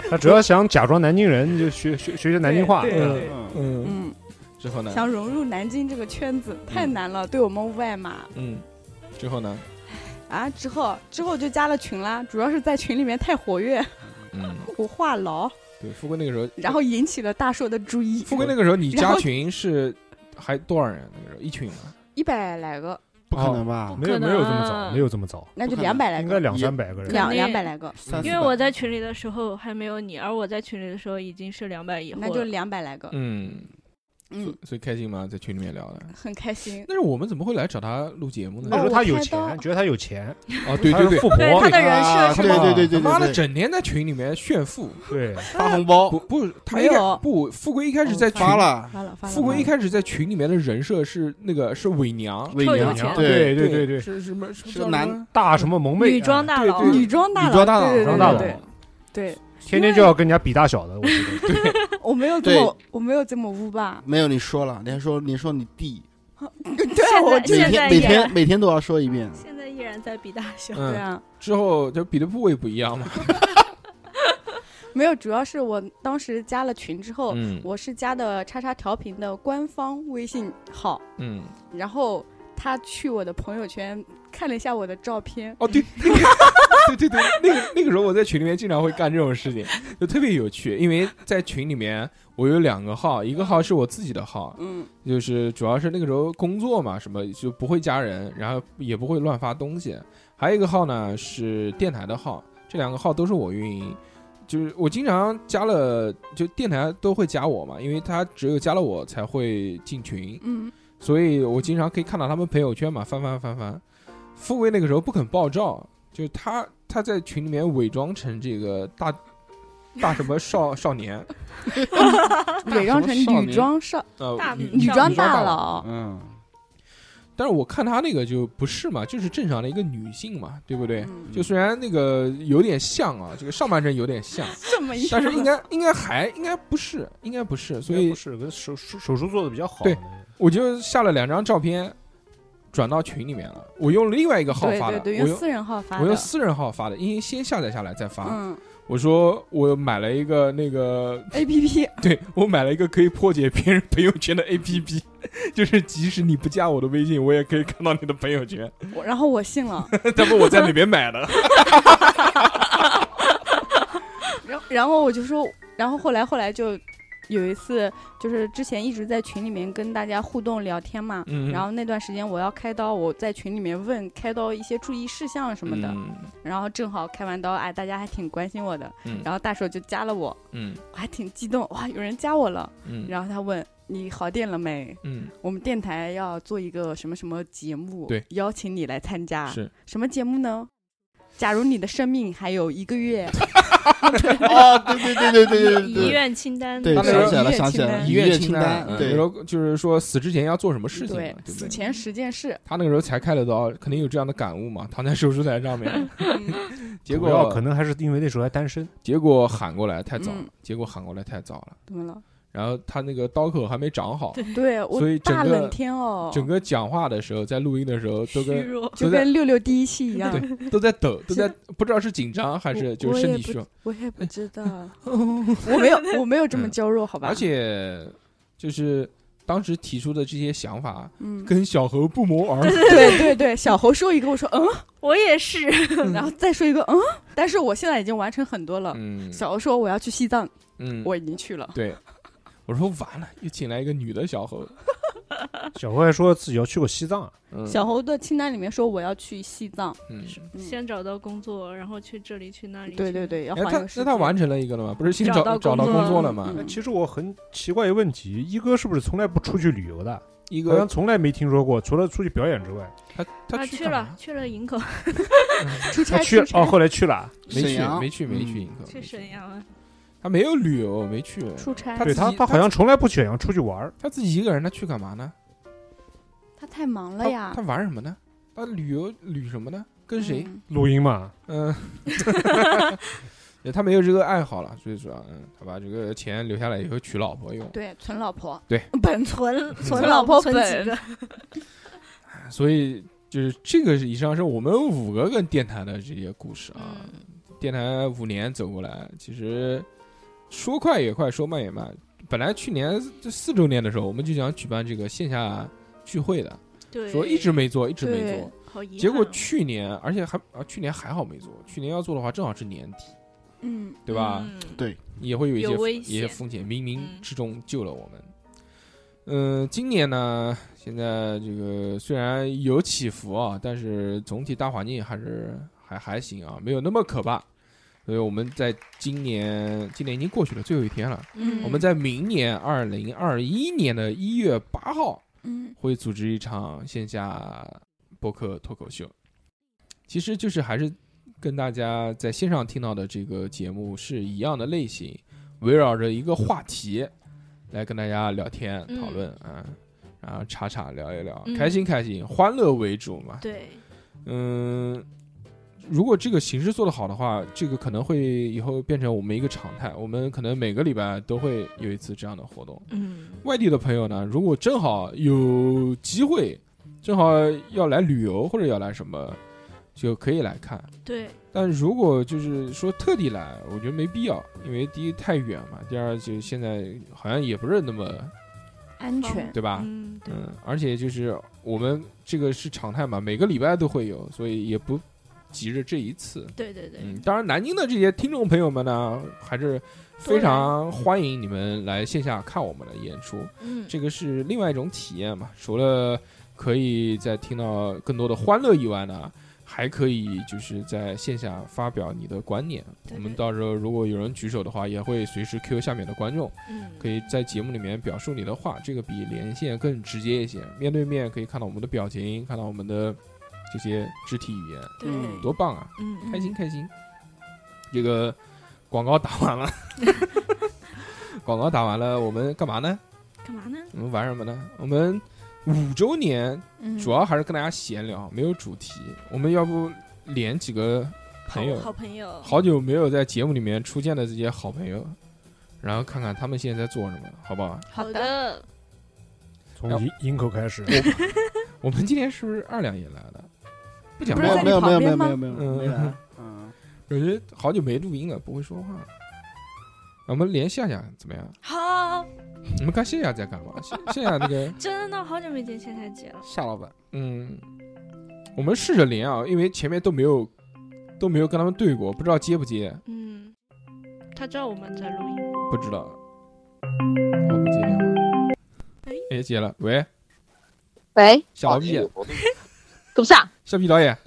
[SPEAKER 5] 他只要想假装南京人，就学学学学南京话。
[SPEAKER 7] 对
[SPEAKER 5] 嗯
[SPEAKER 7] 对
[SPEAKER 3] 嗯
[SPEAKER 1] 嗯，
[SPEAKER 7] 嗯，
[SPEAKER 1] 之后呢？
[SPEAKER 7] 想融入南京这个圈子太难了，对我们外码
[SPEAKER 1] 嗯，之后呢？
[SPEAKER 7] 啊。之后之后就加了群啦，主要是在群里面太活跃，
[SPEAKER 1] 嗯，
[SPEAKER 7] 我话痨，
[SPEAKER 1] 对，富贵那个时候
[SPEAKER 7] 然后引起了大硕的注意。
[SPEAKER 1] 富贵那个时候，你
[SPEAKER 7] 然
[SPEAKER 1] 加
[SPEAKER 7] 后
[SPEAKER 1] 群是还多少人？那个时候一群嘛，
[SPEAKER 7] 一百来个，
[SPEAKER 3] 不可能 吧？
[SPEAKER 5] 没有
[SPEAKER 4] 不可
[SPEAKER 5] 没
[SPEAKER 4] 能
[SPEAKER 5] 有这么早，没有这么早，
[SPEAKER 7] 那就
[SPEAKER 3] 不可
[SPEAKER 7] 两
[SPEAKER 3] 能
[SPEAKER 7] 百来
[SPEAKER 5] 应该
[SPEAKER 7] 个，
[SPEAKER 5] 两
[SPEAKER 3] 也
[SPEAKER 5] 三百个人。
[SPEAKER 7] 两
[SPEAKER 4] 肯定
[SPEAKER 7] 两百来个，
[SPEAKER 3] 三四
[SPEAKER 4] 因
[SPEAKER 3] 百
[SPEAKER 4] 为我在群里的时候还没有你，而我在群里的时候已经是两百以后
[SPEAKER 7] 那就
[SPEAKER 4] 了。
[SPEAKER 7] 两百来个。
[SPEAKER 1] 嗯，
[SPEAKER 7] 嗯，
[SPEAKER 1] 所以开心吗？在群里面聊的。
[SPEAKER 7] 很开心。
[SPEAKER 1] 但是我们怎么会来找他录节目
[SPEAKER 5] 那
[SPEAKER 1] 呢
[SPEAKER 5] 时？候
[SPEAKER 7] 哦
[SPEAKER 5] 他有
[SPEAKER 7] 我猜
[SPEAKER 5] 钱，
[SPEAKER 7] 到
[SPEAKER 5] 觉得他有钱，
[SPEAKER 1] 哦，对
[SPEAKER 5] 他
[SPEAKER 1] 对
[SPEAKER 5] 是
[SPEAKER 1] 对，
[SPEAKER 5] 富婆，
[SPEAKER 4] 对他的人
[SPEAKER 3] 啊
[SPEAKER 4] 设是
[SPEAKER 3] 对
[SPEAKER 5] 吗
[SPEAKER 3] 对对
[SPEAKER 1] 他
[SPEAKER 3] 对
[SPEAKER 1] 妈
[SPEAKER 3] 对
[SPEAKER 1] 的，
[SPEAKER 3] 对，
[SPEAKER 1] 整天在群里面炫富，
[SPEAKER 5] 对，
[SPEAKER 3] 发红包
[SPEAKER 1] 不不，他
[SPEAKER 7] 没
[SPEAKER 1] 一开
[SPEAKER 7] 有哦
[SPEAKER 1] 不，富贵一开始在群
[SPEAKER 3] 发，了，
[SPEAKER 7] 嗯发了发了。
[SPEAKER 1] 富贵一开始在群里面的人设是那个是伪娘，
[SPEAKER 3] 伪
[SPEAKER 4] 臭有
[SPEAKER 3] 娘
[SPEAKER 4] 钱
[SPEAKER 5] 对对对
[SPEAKER 1] 对，
[SPEAKER 5] 对，
[SPEAKER 1] 是什么
[SPEAKER 3] 是
[SPEAKER 1] 叫
[SPEAKER 3] 男
[SPEAKER 1] 什么
[SPEAKER 5] 大什么萌妹，
[SPEAKER 4] 女装
[SPEAKER 5] 哎
[SPEAKER 4] 大
[SPEAKER 1] 对
[SPEAKER 4] 佬，
[SPEAKER 1] 对
[SPEAKER 7] 女装大佬，
[SPEAKER 3] 女装大佬
[SPEAKER 7] 对
[SPEAKER 5] 女
[SPEAKER 7] 对
[SPEAKER 5] 装大佬
[SPEAKER 7] 对对对，
[SPEAKER 5] 天天就要跟人家比大小的，我觉得
[SPEAKER 7] 我没有这么我没有这么污 吧？
[SPEAKER 3] 没有你说了，你还说你说你弟，
[SPEAKER 7] 对，我
[SPEAKER 4] 哎现
[SPEAKER 7] 这
[SPEAKER 3] 每天
[SPEAKER 4] 在
[SPEAKER 3] 每
[SPEAKER 4] 也
[SPEAKER 3] 天每天都要说一遍，
[SPEAKER 4] 现在依然在比大 小。
[SPEAKER 7] 对
[SPEAKER 1] 嗯，
[SPEAKER 7] 啊，
[SPEAKER 1] 之后就比的部位不一样嘛，
[SPEAKER 7] 没有，主要是我当时加了群之后，
[SPEAKER 1] 嗯
[SPEAKER 7] 我是加的叉叉调频的官方微信号，
[SPEAKER 1] 嗯，
[SPEAKER 7] 然后他去我的朋友圈看了一下我的照片，
[SPEAKER 1] 哦，对，那个对对对，那个那个时候我在群里面经常会干这种事情，就特别有趣，因为在群里面我有两个号，一个号是我自己的号，
[SPEAKER 7] 嗯，
[SPEAKER 1] 就是主要是那个时候工作嘛，什么就不会加人，然后也不会乱发东西，还有一个号呢是电台的号，这两个号都是我运营。就是我经常加了，就电台都会加我嘛，因为他只有加了我才会进群，
[SPEAKER 7] 嗯，
[SPEAKER 1] 所以我经常可以看到他们朋友圈嘛，翻翻翻翻。富贵那个时候不肯爆照，就是他他在群里面伪装成这个大大什么少少年，
[SPEAKER 4] 啊
[SPEAKER 7] 伪装成
[SPEAKER 3] 什么少
[SPEAKER 7] 女
[SPEAKER 3] 年
[SPEAKER 7] 装少
[SPEAKER 1] 呃
[SPEAKER 4] 大
[SPEAKER 1] 女
[SPEAKER 7] 女装
[SPEAKER 1] 女装大
[SPEAKER 7] 大
[SPEAKER 1] 佬
[SPEAKER 7] 佬，
[SPEAKER 3] 嗯，
[SPEAKER 1] 但是我看他那个就不是嘛，就是正常的一个女性嘛，对不对？
[SPEAKER 7] 嗯
[SPEAKER 1] 就虽然那个有点像啊，这个上半身有点像，
[SPEAKER 7] 这么一
[SPEAKER 1] 但是应该应该还应该不是，应该不是，所
[SPEAKER 5] 应该
[SPEAKER 1] 以
[SPEAKER 5] 不是跟手手手术做的比较好。
[SPEAKER 1] 对，我就下了两张照片，转到群里面了。我用另外一个号
[SPEAKER 7] 对
[SPEAKER 1] 发的，
[SPEAKER 7] 对对，
[SPEAKER 1] 我
[SPEAKER 7] 用
[SPEAKER 1] 用
[SPEAKER 7] 私人号发
[SPEAKER 1] 我用
[SPEAKER 7] 的，
[SPEAKER 1] 私人号发的，因为先下载下来再发。
[SPEAKER 7] 嗯
[SPEAKER 1] 我说我买了一个那个，
[SPEAKER 7] ，A P P，
[SPEAKER 1] 对我买了一个可以破解别人朋友圈的 APP，就是 即使你不加我的微信，我也可以看到你的朋友圈。
[SPEAKER 7] 我然后我信了，
[SPEAKER 1] 但不我在哪边买 的？
[SPEAKER 7] 然后然后我就说，然后后来后来就有一次，就是之前一直在群里面跟大家互动聊天嘛，
[SPEAKER 1] 嗯
[SPEAKER 7] 然后那段时间我要开刀，我在群里面问开刀一些注意事项什么的，
[SPEAKER 1] 嗯
[SPEAKER 7] 然后正好开完刀，哎，大家还挺关心我的，
[SPEAKER 1] 嗯
[SPEAKER 7] 然后大手就加了我，
[SPEAKER 1] 嗯
[SPEAKER 7] 我还挺激动，哇，有人加我了，
[SPEAKER 1] 嗯
[SPEAKER 7] 然后他问你好电了没？
[SPEAKER 1] 嗯，
[SPEAKER 7] 我们电台要做一个什么什么节目，
[SPEAKER 1] 对
[SPEAKER 7] 邀请你来参加，
[SPEAKER 1] 是
[SPEAKER 7] 什么节目呢？假如你的生命还有一个月，
[SPEAKER 3] 哦，对对对对对对
[SPEAKER 4] 遗
[SPEAKER 3] 对
[SPEAKER 4] 愿清单，
[SPEAKER 3] 对，
[SPEAKER 1] 他
[SPEAKER 3] 对，
[SPEAKER 1] 那个
[SPEAKER 3] 想起来了，想起来了，
[SPEAKER 1] 遗
[SPEAKER 3] 愿
[SPEAKER 1] 愿
[SPEAKER 3] 清
[SPEAKER 1] 单，嗯
[SPEAKER 3] 对
[SPEAKER 1] 有时，候就是说死之前要做什 么事情嘛，对
[SPEAKER 7] 对
[SPEAKER 1] 不，对嗯
[SPEAKER 7] 死前十件事，
[SPEAKER 1] 他那个时候才开了刀，肯定有这样的感悟嘛，躺在手术台 上面，结
[SPEAKER 5] 主要
[SPEAKER 1] 果
[SPEAKER 5] 可能还是因为那时候还单身，
[SPEAKER 1] 结果喊过来太早了，
[SPEAKER 7] 嗯
[SPEAKER 1] 结果喊过来太早了，
[SPEAKER 7] 怎么了？
[SPEAKER 1] 然后他那个刀口还没长好，
[SPEAKER 7] 对我
[SPEAKER 1] 所以整
[SPEAKER 7] 大
[SPEAKER 1] 个
[SPEAKER 7] 冷天哦，
[SPEAKER 1] 整个讲话的时候，在录音的时候都
[SPEAKER 4] 虚
[SPEAKER 1] 跟
[SPEAKER 4] 弱，
[SPEAKER 1] 都
[SPEAKER 7] 就
[SPEAKER 1] 在
[SPEAKER 7] 跟六六第一期一样。
[SPEAKER 1] 对都在抖，都在不知道是紧张还
[SPEAKER 7] 我
[SPEAKER 1] 是就是身体虚弱，
[SPEAKER 7] 我也不知 道，我没有，我没有这么娇弱，好吧？
[SPEAKER 1] 嗯而，且就是当时提出的这些想法
[SPEAKER 7] 嗯，
[SPEAKER 1] 跟小猴不谋而 合，
[SPEAKER 7] 对对对，小猴说一个，我说嗯，
[SPEAKER 4] 我也是，
[SPEAKER 7] 然后再说一个嗯，但是我现在已经完成很多了。
[SPEAKER 1] 嗯
[SPEAKER 7] 小猴说我要去西藏，
[SPEAKER 1] 嗯，
[SPEAKER 7] 我已经去了。
[SPEAKER 1] 对，我说完了，又请来一个女的小猴，
[SPEAKER 5] 小何还说自己要去过西藏啊，
[SPEAKER 1] 嗯
[SPEAKER 7] 小猴的清单里面说我要去西藏，
[SPEAKER 1] 嗯，
[SPEAKER 7] 嗯
[SPEAKER 4] 先找到工作，然后去这里去那里去。
[SPEAKER 7] 对对对，要
[SPEAKER 1] 哎
[SPEAKER 7] 环游
[SPEAKER 1] 他
[SPEAKER 7] 世
[SPEAKER 1] 那
[SPEAKER 7] 界。
[SPEAKER 1] 他完成了一个了吗？不是先
[SPEAKER 4] 找
[SPEAKER 1] 找
[SPEAKER 4] 到
[SPEAKER 1] 找到
[SPEAKER 4] 工
[SPEAKER 1] 工
[SPEAKER 4] 作
[SPEAKER 1] 作
[SPEAKER 4] 了
[SPEAKER 1] 了吗？
[SPEAKER 7] 嗯
[SPEAKER 5] 其实我很奇怪一个问题，一哥是不是从来不出去旅游的？
[SPEAKER 1] 一
[SPEAKER 5] 好像
[SPEAKER 1] 个
[SPEAKER 5] 从来没听说过，除了出去表演之外，
[SPEAKER 1] 他
[SPEAKER 4] 啊，
[SPEAKER 1] 他
[SPEAKER 4] 去
[SPEAKER 1] 干嘛
[SPEAKER 4] 了，去了营口，
[SPEAKER 7] 出
[SPEAKER 5] 他
[SPEAKER 7] 差
[SPEAKER 5] 去
[SPEAKER 7] 出
[SPEAKER 5] 了哦，
[SPEAKER 7] 差
[SPEAKER 5] 后来去了啊，
[SPEAKER 1] 没
[SPEAKER 3] 沈
[SPEAKER 1] 去
[SPEAKER 3] 阳
[SPEAKER 1] 没去没
[SPEAKER 3] 嗯
[SPEAKER 1] 去营口，
[SPEAKER 4] 去沈阳啊，
[SPEAKER 1] 他没有旅游没去，
[SPEAKER 7] 出差
[SPEAKER 1] 他，
[SPEAKER 5] 对
[SPEAKER 1] 自
[SPEAKER 5] 他
[SPEAKER 1] 己
[SPEAKER 5] 他
[SPEAKER 1] 他
[SPEAKER 5] 好像从来不想出去玩儿，
[SPEAKER 1] 他自己一个人他去干嘛呢？
[SPEAKER 7] 他太忙了
[SPEAKER 1] 他
[SPEAKER 7] 哎呀
[SPEAKER 1] 他。玩什么呢？他旅游旅什么呢？跟谁？
[SPEAKER 7] 嗯？
[SPEAKER 5] 录音嘛，
[SPEAKER 1] 嗯， 对他没有这个爱好了，所以说嗯，他把这个钱留下来以后娶老婆用。
[SPEAKER 7] 对，存老婆，
[SPEAKER 1] 对，
[SPEAKER 7] 本
[SPEAKER 4] 存存
[SPEAKER 7] 老婆
[SPEAKER 4] 存
[SPEAKER 7] 本
[SPEAKER 4] 几个，
[SPEAKER 1] 所以就是这个，以上是我们五个跟电台的这些故事啊。
[SPEAKER 4] 嗯，
[SPEAKER 1] 电台五年走过来，其实说快也快，说慢也慢。本来去年这四周年的时候，我们就想举办这个线下聚会的，
[SPEAKER 4] 对，
[SPEAKER 1] 说一直没做，一直没
[SPEAKER 7] 对
[SPEAKER 1] 做。
[SPEAKER 4] 好遗憾哦，
[SPEAKER 1] 结果去年，而且还啊，去年还好没做，去年要做的话，正好是年底，
[SPEAKER 7] 嗯，
[SPEAKER 1] 对吧？
[SPEAKER 4] 嗯
[SPEAKER 1] 也会有一
[SPEAKER 4] 有
[SPEAKER 1] 些
[SPEAKER 4] 危
[SPEAKER 1] 一些
[SPEAKER 4] 险
[SPEAKER 1] 风险，冥冥
[SPEAKER 4] 嗯
[SPEAKER 1] 之中救了我们。嗯、今年呢，现在这个虽然有起伏啊，但是总体大环境还是还还行啊，没有那么可怕。所以我们在今年，今年已经过去了最后一天了，
[SPEAKER 7] 嗯
[SPEAKER 1] 我们在明年二零二一年的一月八号
[SPEAKER 7] 嗯，
[SPEAKER 1] 会组织一场线下播客脱口秀，其实就是还是跟大家在线上听到的这个节目是一样的类型，围绕着一个话题来跟大家聊天
[SPEAKER 4] 嗯
[SPEAKER 1] 讨论啊，然后查查聊一聊，
[SPEAKER 4] 嗯
[SPEAKER 1] 开心开心，欢乐为主嘛。
[SPEAKER 4] 对，
[SPEAKER 1] 嗯，如果这个形式做得好的话，这个可能会以后变成我们一个常态，我们可能每个礼拜都会有一次这样的活动。
[SPEAKER 4] 嗯，
[SPEAKER 1] 外地的朋友呢，如果正好有机会，正好要来旅游或者要来什么，就可以来看。
[SPEAKER 4] 对，
[SPEAKER 1] 但如果就是说特地来，我觉得没必要，因为第一太远嘛，第二就现在好像也不是那么
[SPEAKER 7] 安全
[SPEAKER 4] 全，
[SPEAKER 1] 对吧？
[SPEAKER 4] 嗯，对，
[SPEAKER 1] 嗯，而且就是我们这个是常态嘛，每个礼拜都会有，所以也不急着这一次。
[SPEAKER 4] 对对对，
[SPEAKER 1] 嗯，当然，南京的这些听众朋友们呢，还是非常欢迎你们来线下看我们的演出。
[SPEAKER 4] 嗯，
[SPEAKER 1] 这个是另外一种体验嘛。除了可以在听到更多的欢乐以外呢，还可以就是在线下发表你的观点。
[SPEAKER 4] 对
[SPEAKER 1] 我们
[SPEAKER 4] 对
[SPEAKER 1] 到时候如果有人举手的话，也会随时 Q 下面的观众，
[SPEAKER 4] 嗯，
[SPEAKER 1] 可以在节目里面表述你的话，这个比连线更直接一些。面对面可以看到我们的表情，看到我们的这些肢体语言，
[SPEAKER 4] 对，
[SPEAKER 3] 嗯
[SPEAKER 1] 多棒啊！
[SPEAKER 4] 嗯，
[SPEAKER 1] 开心开心。这个广告打完了，广告打完了，我们干嘛呢？
[SPEAKER 4] 嗯干嘛呢？
[SPEAKER 1] 我们玩什么呢？我们五周年
[SPEAKER 7] 嗯
[SPEAKER 1] 主要还是跟大家闲聊，没有主题。我们要不连几个朋友
[SPEAKER 4] 好，好朋友，
[SPEAKER 1] 好久没有在节目里面出现的这些好朋友，然后看看他们现在在做什么，好不好？
[SPEAKER 7] 好的，
[SPEAKER 4] 的，
[SPEAKER 1] 嗯
[SPEAKER 5] 从营营口开始，
[SPEAKER 1] 我们今天是不是二两也来了？不讲
[SPEAKER 7] 不
[SPEAKER 1] 话
[SPEAKER 7] 是在
[SPEAKER 1] 了
[SPEAKER 3] 没
[SPEAKER 7] 你
[SPEAKER 3] 有没有
[SPEAKER 7] 旁
[SPEAKER 3] 没有
[SPEAKER 7] 边
[SPEAKER 3] 没
[SPEAKER 7] 吗
[SPEAKER 3] 有没有没有没来，嗯，
[SPEAKER 1] 我觉得好久没录音了，不会说话了。我们连夏夏怎么样？
[SPEAKER 4] 好，
[SPEAKER 1] 我们看夏夏在 干嘛？夏夏夏那个，
[SPEAKER 4] 真的好久没见夏夏姐了，
[SPEAKER 3] 夏老板，
[SPEAKER 1] 嗯，我们试着连啊，因为前面都没有都没有跟他们对过，不知道接不接，
[SPEAKER 4] 嗯，她知道我们在录音，
[SPEAKER 1] 不知道。我不接电话。哎，接了，喂，
[SPEAKER 8] 喂，
[SPEAKER 1] 小 B，
[SPEAKER 8] 哎董事长，
[SPEAKER 1] 小 B 导演，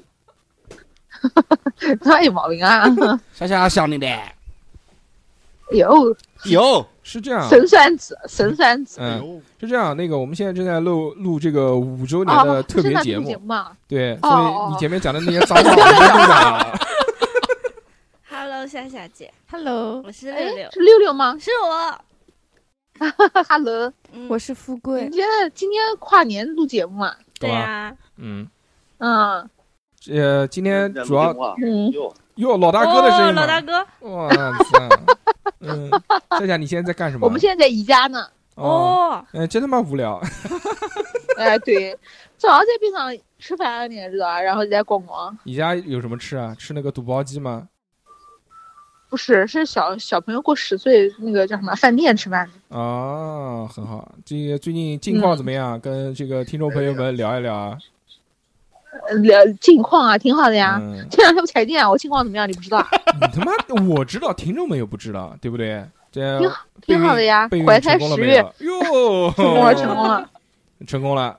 [SPEAKER 8] 他 有毛病啊！
[SPEAKER 3] 夏夏想你的，
[SPEAKER 8] 有
[SPEAKER 3] 有，
[SPEAKER 1] 是这样，
[SPEAKER 8] 神算子，神算子
[SPEAKER 1] 嗯，是这样，那个我们现在正在录录这个五周年的
[SPEAKER 8] 哦，
[SPEAKER 1] 特别
[SPEAKER 8] 是那
[SPEAKER 1] 节
[SPEAKER 8] 个
[SPEAKER 1] 目，
[SPEAKER 8] 节目啊，
[SPEAKER 1] 对，
[SPEAKER 8] 哦
[SPEAKER 1] 所以
[SPEAKER 8] 哦
[SPEAKER 1] 你
[SPEAKER 8] 哦
[SPEAKER 1] 前面讲的那些脏话我们都不讲了。
[SPEAKER 4] Hello，夏夏姐，
[SPEAKER 7] Hello，
[SPEAKER 4] 我是
[SPEAKER 8] 哎
[SPEAKER 4] 六六，
[SPEAKER 8] 是六六吗？
[SPEAKER 4] 是我，
[SPEAKER 8] 哈喽，
[SPEAKER 4] 嗯
[SPEAKER 7] 我是富
[SPEAKER 8] 你
[SPEAKER 7] 贵，
[SPEAKER 8] 今天今天跨年录节目啊？
[SPEAKER 1] 干
[SPEAKER 4] 对
[SPEAKER 1] 嘛
[SPEAKER 4] 啊，
[SPEAKER 1] 嗯，
[SPEAKER 8] 嗯
[SPEAKER 1] 呃，今天主要
[SPEAKER 8] 嗯，
[SPEAKER 1] 哟老大哥的声
[SPEAKER 4] 哦
[SPEAKER 1] 音
[SPEAKER 4] 老
[SPEAKER 1] 嘛
[SPEAKER 4] 大，哥，
[SPEAKER 1] 哇塞，嗯，夏夏你现在在干什么？
[SPEAKER 8] 我们现在在宜家呢。
[SPEAKER 1] 哦，
[SPEAKER 4] 哦，
[SPEAKER 1] 哎，真他妈无聊，
[SPEAKER 8] 哎，对，主要在边上呃吃饭，你也知道啊，然后在逛逛。
[SPEAKER 1] 你家有什么吃啊？吃那个肚包鸡吗？
[SPEAKER 8] 不是，是小小朋友过十岁那个叫什么饭店吃饭的。
[SPEAKER 1] 啊，很好。这个最近近况怎么样？跟这个听众朋友们聊一聊啊。
[SPEAKER 8] 呃聊近况啊，挺好的呀。
[SPEAKER 1] 嗯，
[SPEAKER 8] 这两天不才见啊，我近况怎么样？你不 知道啊？
[SPEAKER 1] 你他妈，我知道，听众们又不知道，对不对？这
[SPEAKER 8] 挺挺好的呀
[SPEAKER 1] 备，孕
[SPEAKER 8] 怀
[SPEAKER 1] 成
[SPEAKER 8] 胎
[SPEAKER 1] 功了
[SPEAKER 8] 十
[SPEAKER 1] 没
[SPEAKER 8] 月，
[SPEAKER 1] 有？哟，
[SPEAKER 8] 我成功
[SPEAKER 1] 哦
[SPEAKER 8] 了。
[SPEAKER 1] 成功了，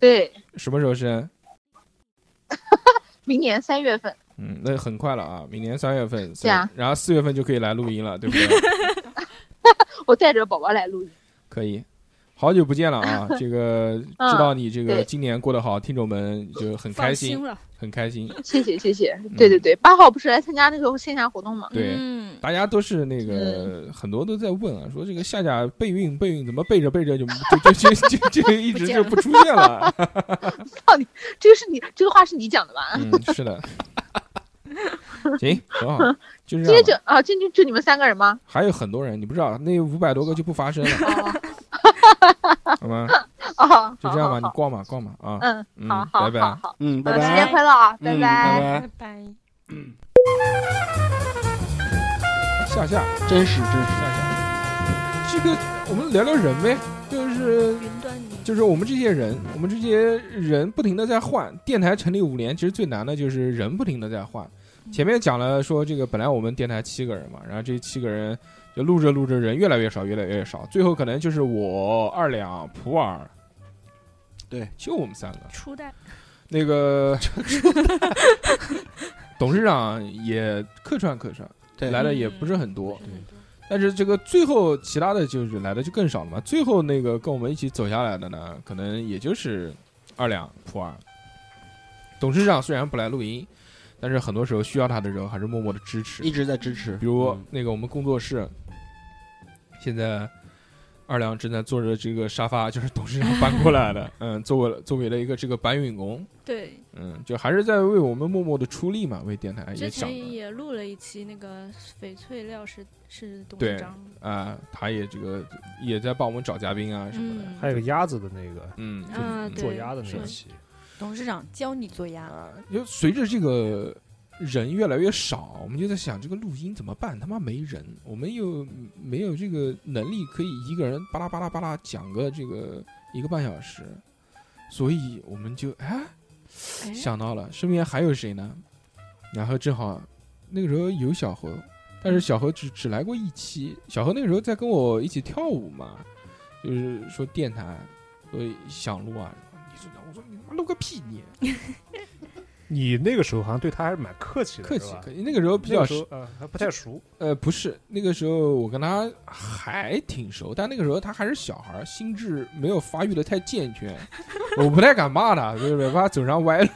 [SPEAKER 8] 对，
[SPEAKER 1] 什么时候生？
[SPEAKER 8] 明年三月份。
[SPEAKER 1] 嗯，那很快了啊，明年三月份，
[SPEAKER 8] 对啊
[SPEAKER 1] 然后四月份就可以来录音了，对不 对？
[SPEAKER 8] 我带着宝宝来 录音。
[SPEAKER 1] 可以，好久不见了啊！这个
[SPEAKER 8] 嗯
[SPEAKER 1] 知道你这个
[SPEAKER 8] 对
[SPEAKER 1] 今年过得好，听众们就很开
[SPEAKER 4] 放
[SPEAKER 1] 心
[SPEAKER 4] 心，了，
[SPEAKER 1] 很开心。
[SPEAKER 8] 谢谢谢谢，
[SPEAKER 1] 嗯
[SPEAKER 8] 对对对，八号不是来参加那个线下活动吗？
[SPEAKER 1] 对
[SPEAKER 4] 嗯，
[SPEAKER 1] 大家都是那
[SPEAKER 8] 嗯
[SPEAKER 1] 个很多都在问啊，说这个夏夏备孕备孕怎么备着备着就就就就就就就一直就不出现 了？
[SPEAKER 8] 这个是你这个话是你讲的吧？
[SPEAKER 1] 嗯，是 的。行，很好，就是
[SPEAKER 8] 今
[SPEAKER 1] 这样
[SPEAKER 8] 天就
[SPEAKER 1] 吧。
[SPEAKER 8] 啊，今天就你们三个 人吗？
[SPEAKER 1] 还有很多人，你不知道，那五百多个就不发声 了，好吗？
[SPEAKER 8] 哦，
[SPEAKER 1] 就这样吧，
[SPEAKER 8] 好
[SPEAKER 1] 你逛吧，逛吧啊，
[SPEAKER 8] 嗯，
[SPEAKER 1] 嗯
[SPEAKER 8] 好，好
[SPEAKER 1] 拜
[SPEAKER 8] 好
[SPEAKER 1] 拜。
[SPEAKER 8] 好，
[SPEAKER 3] 嗯，
[SPEAKER 8] 嗯
[SPEAKER 3] 拜
[SPEAKER 8] 新年
[SPEAKER 3] 拜，
[SPEAKER 8] 快乐啊，拜
[SPEAKER 3] 嗯，
[SPEAKER 8] 拜。
[SPEAKER 3] 拜拜，
[SPEAKER 7] 拜。
[SPEAKER 1] 夏夏，
[SPEAKER 3] 真实真
[SPEAKER 1] 夏
[SPEAKER 3] 实，
[SPEAKER 1] 夏，这个我们聊聊人呗，就是
[SPEAKER 4] 云端女，
[SPEAKER 1] 就是我们这些人，我们这些人不停的在换。电台成立五年，其实最难的就是人不停的在换。前面讲了说，这个本来我们电台七个人嘛，然后这七个人就录着录着人越来越少，越来越少，最后可能就是我二两普洱，
[SPEAKER 3] 对，
[SPEAKER 1] 就我们三个。
[SPEAKER 4] 初代，
[SPEAKER 1] 那 个董事长也客串客串，
[SPEAKER 3] 对，
[SPEAKER 1] 来的也不是很
[SPEAKER 4] 嗯
[SPEAKER 1] 多。但是这个最后其他的就是来的就更少了嘛。最后那个跟我们一起走下来的呢，可能也就是二两普洱。董事长虽然不来录音，但是很多时候需要他的时候，还是默默的支持
[SPEAKER 3] 一。直在支持，
[SPEAKER 1] 比如
[SPEAKER 3] 嗯
[SPEAKER 1] 那个我们工作室，现在二两正在坐着这个沙发，就是董事长搬过来 的，嗯，作为了作为了一个这个搬运工，
[SPEAKER 4] 对，
[SPEAKER 1] 嗯，就还是在为我们默默的出力嘛，为电台呃也
[SPEAKER 4] 之
[SPEAKER 1] 想
[SPEAKER 4] 前
[SPEAKER 1] 着
[SPEAKER 4] 也录了一期那个翡翠料是是董
[SPEAKER 1] 对
[SPEAKER 4] 事长，
[SPEAKER 1] 啊、他也这个也在帮我们找嘉宾啊什么的，
[SPEAKER 4] 嗯，
[SPEAKER 5] 还有个鸭子的那个
[SPEAKER 1] 嗯，就
[SPEAKER 4] 嗯，
[SPEAKER 5] 做
[SPEAKER 4] 对
[SPEAKER 5] 鸭的
[SPEAKER 4] 是
[SPEAKER 5] 那期，
[SPEAKER 6] 董事长教你做鸭，
[SPEAKER 1] 啊，就随着这个人越来越少，我们就在想这个录音怎么办？他妈没人，我们又没有这个能力可以一个人巴拉巴拉巴拉讲个这个一个半小时，所以我们就哎
[SPEAKER 4] 哎
[SPEAKER 1] 想到了身边还有谁呢？然后正好那个时候有小何，但是小何只只来过一期。小何那个时候在跟我一起跳舞嘛，就是说电台，所以想录啊。你说我说你他妈录个屁你！
[SPEAKER 5] 你你那个时候好像对他还是蛮客气的，
[SPEAKER 1] 客
[SPEAKER 5] 是
[SPEAKER 1] 气
[SPEAKER 5] 吧
[SPEAKER 1] 客气。那个时候比
[SPEAKER 5] 那
[SPEAKER 1] 较
[SPEAKER 5] 个时
[SPEAKER 1] 熟，
[SPEAKER 5] 候呃还不太熟，
[SPEAKER 1] 呃，不是那个时候我跟他还挺熟，但那个时候他还是小孩儿，心智没有发育的太健全， 我不太敢骂他，对不对？怕走上歪路，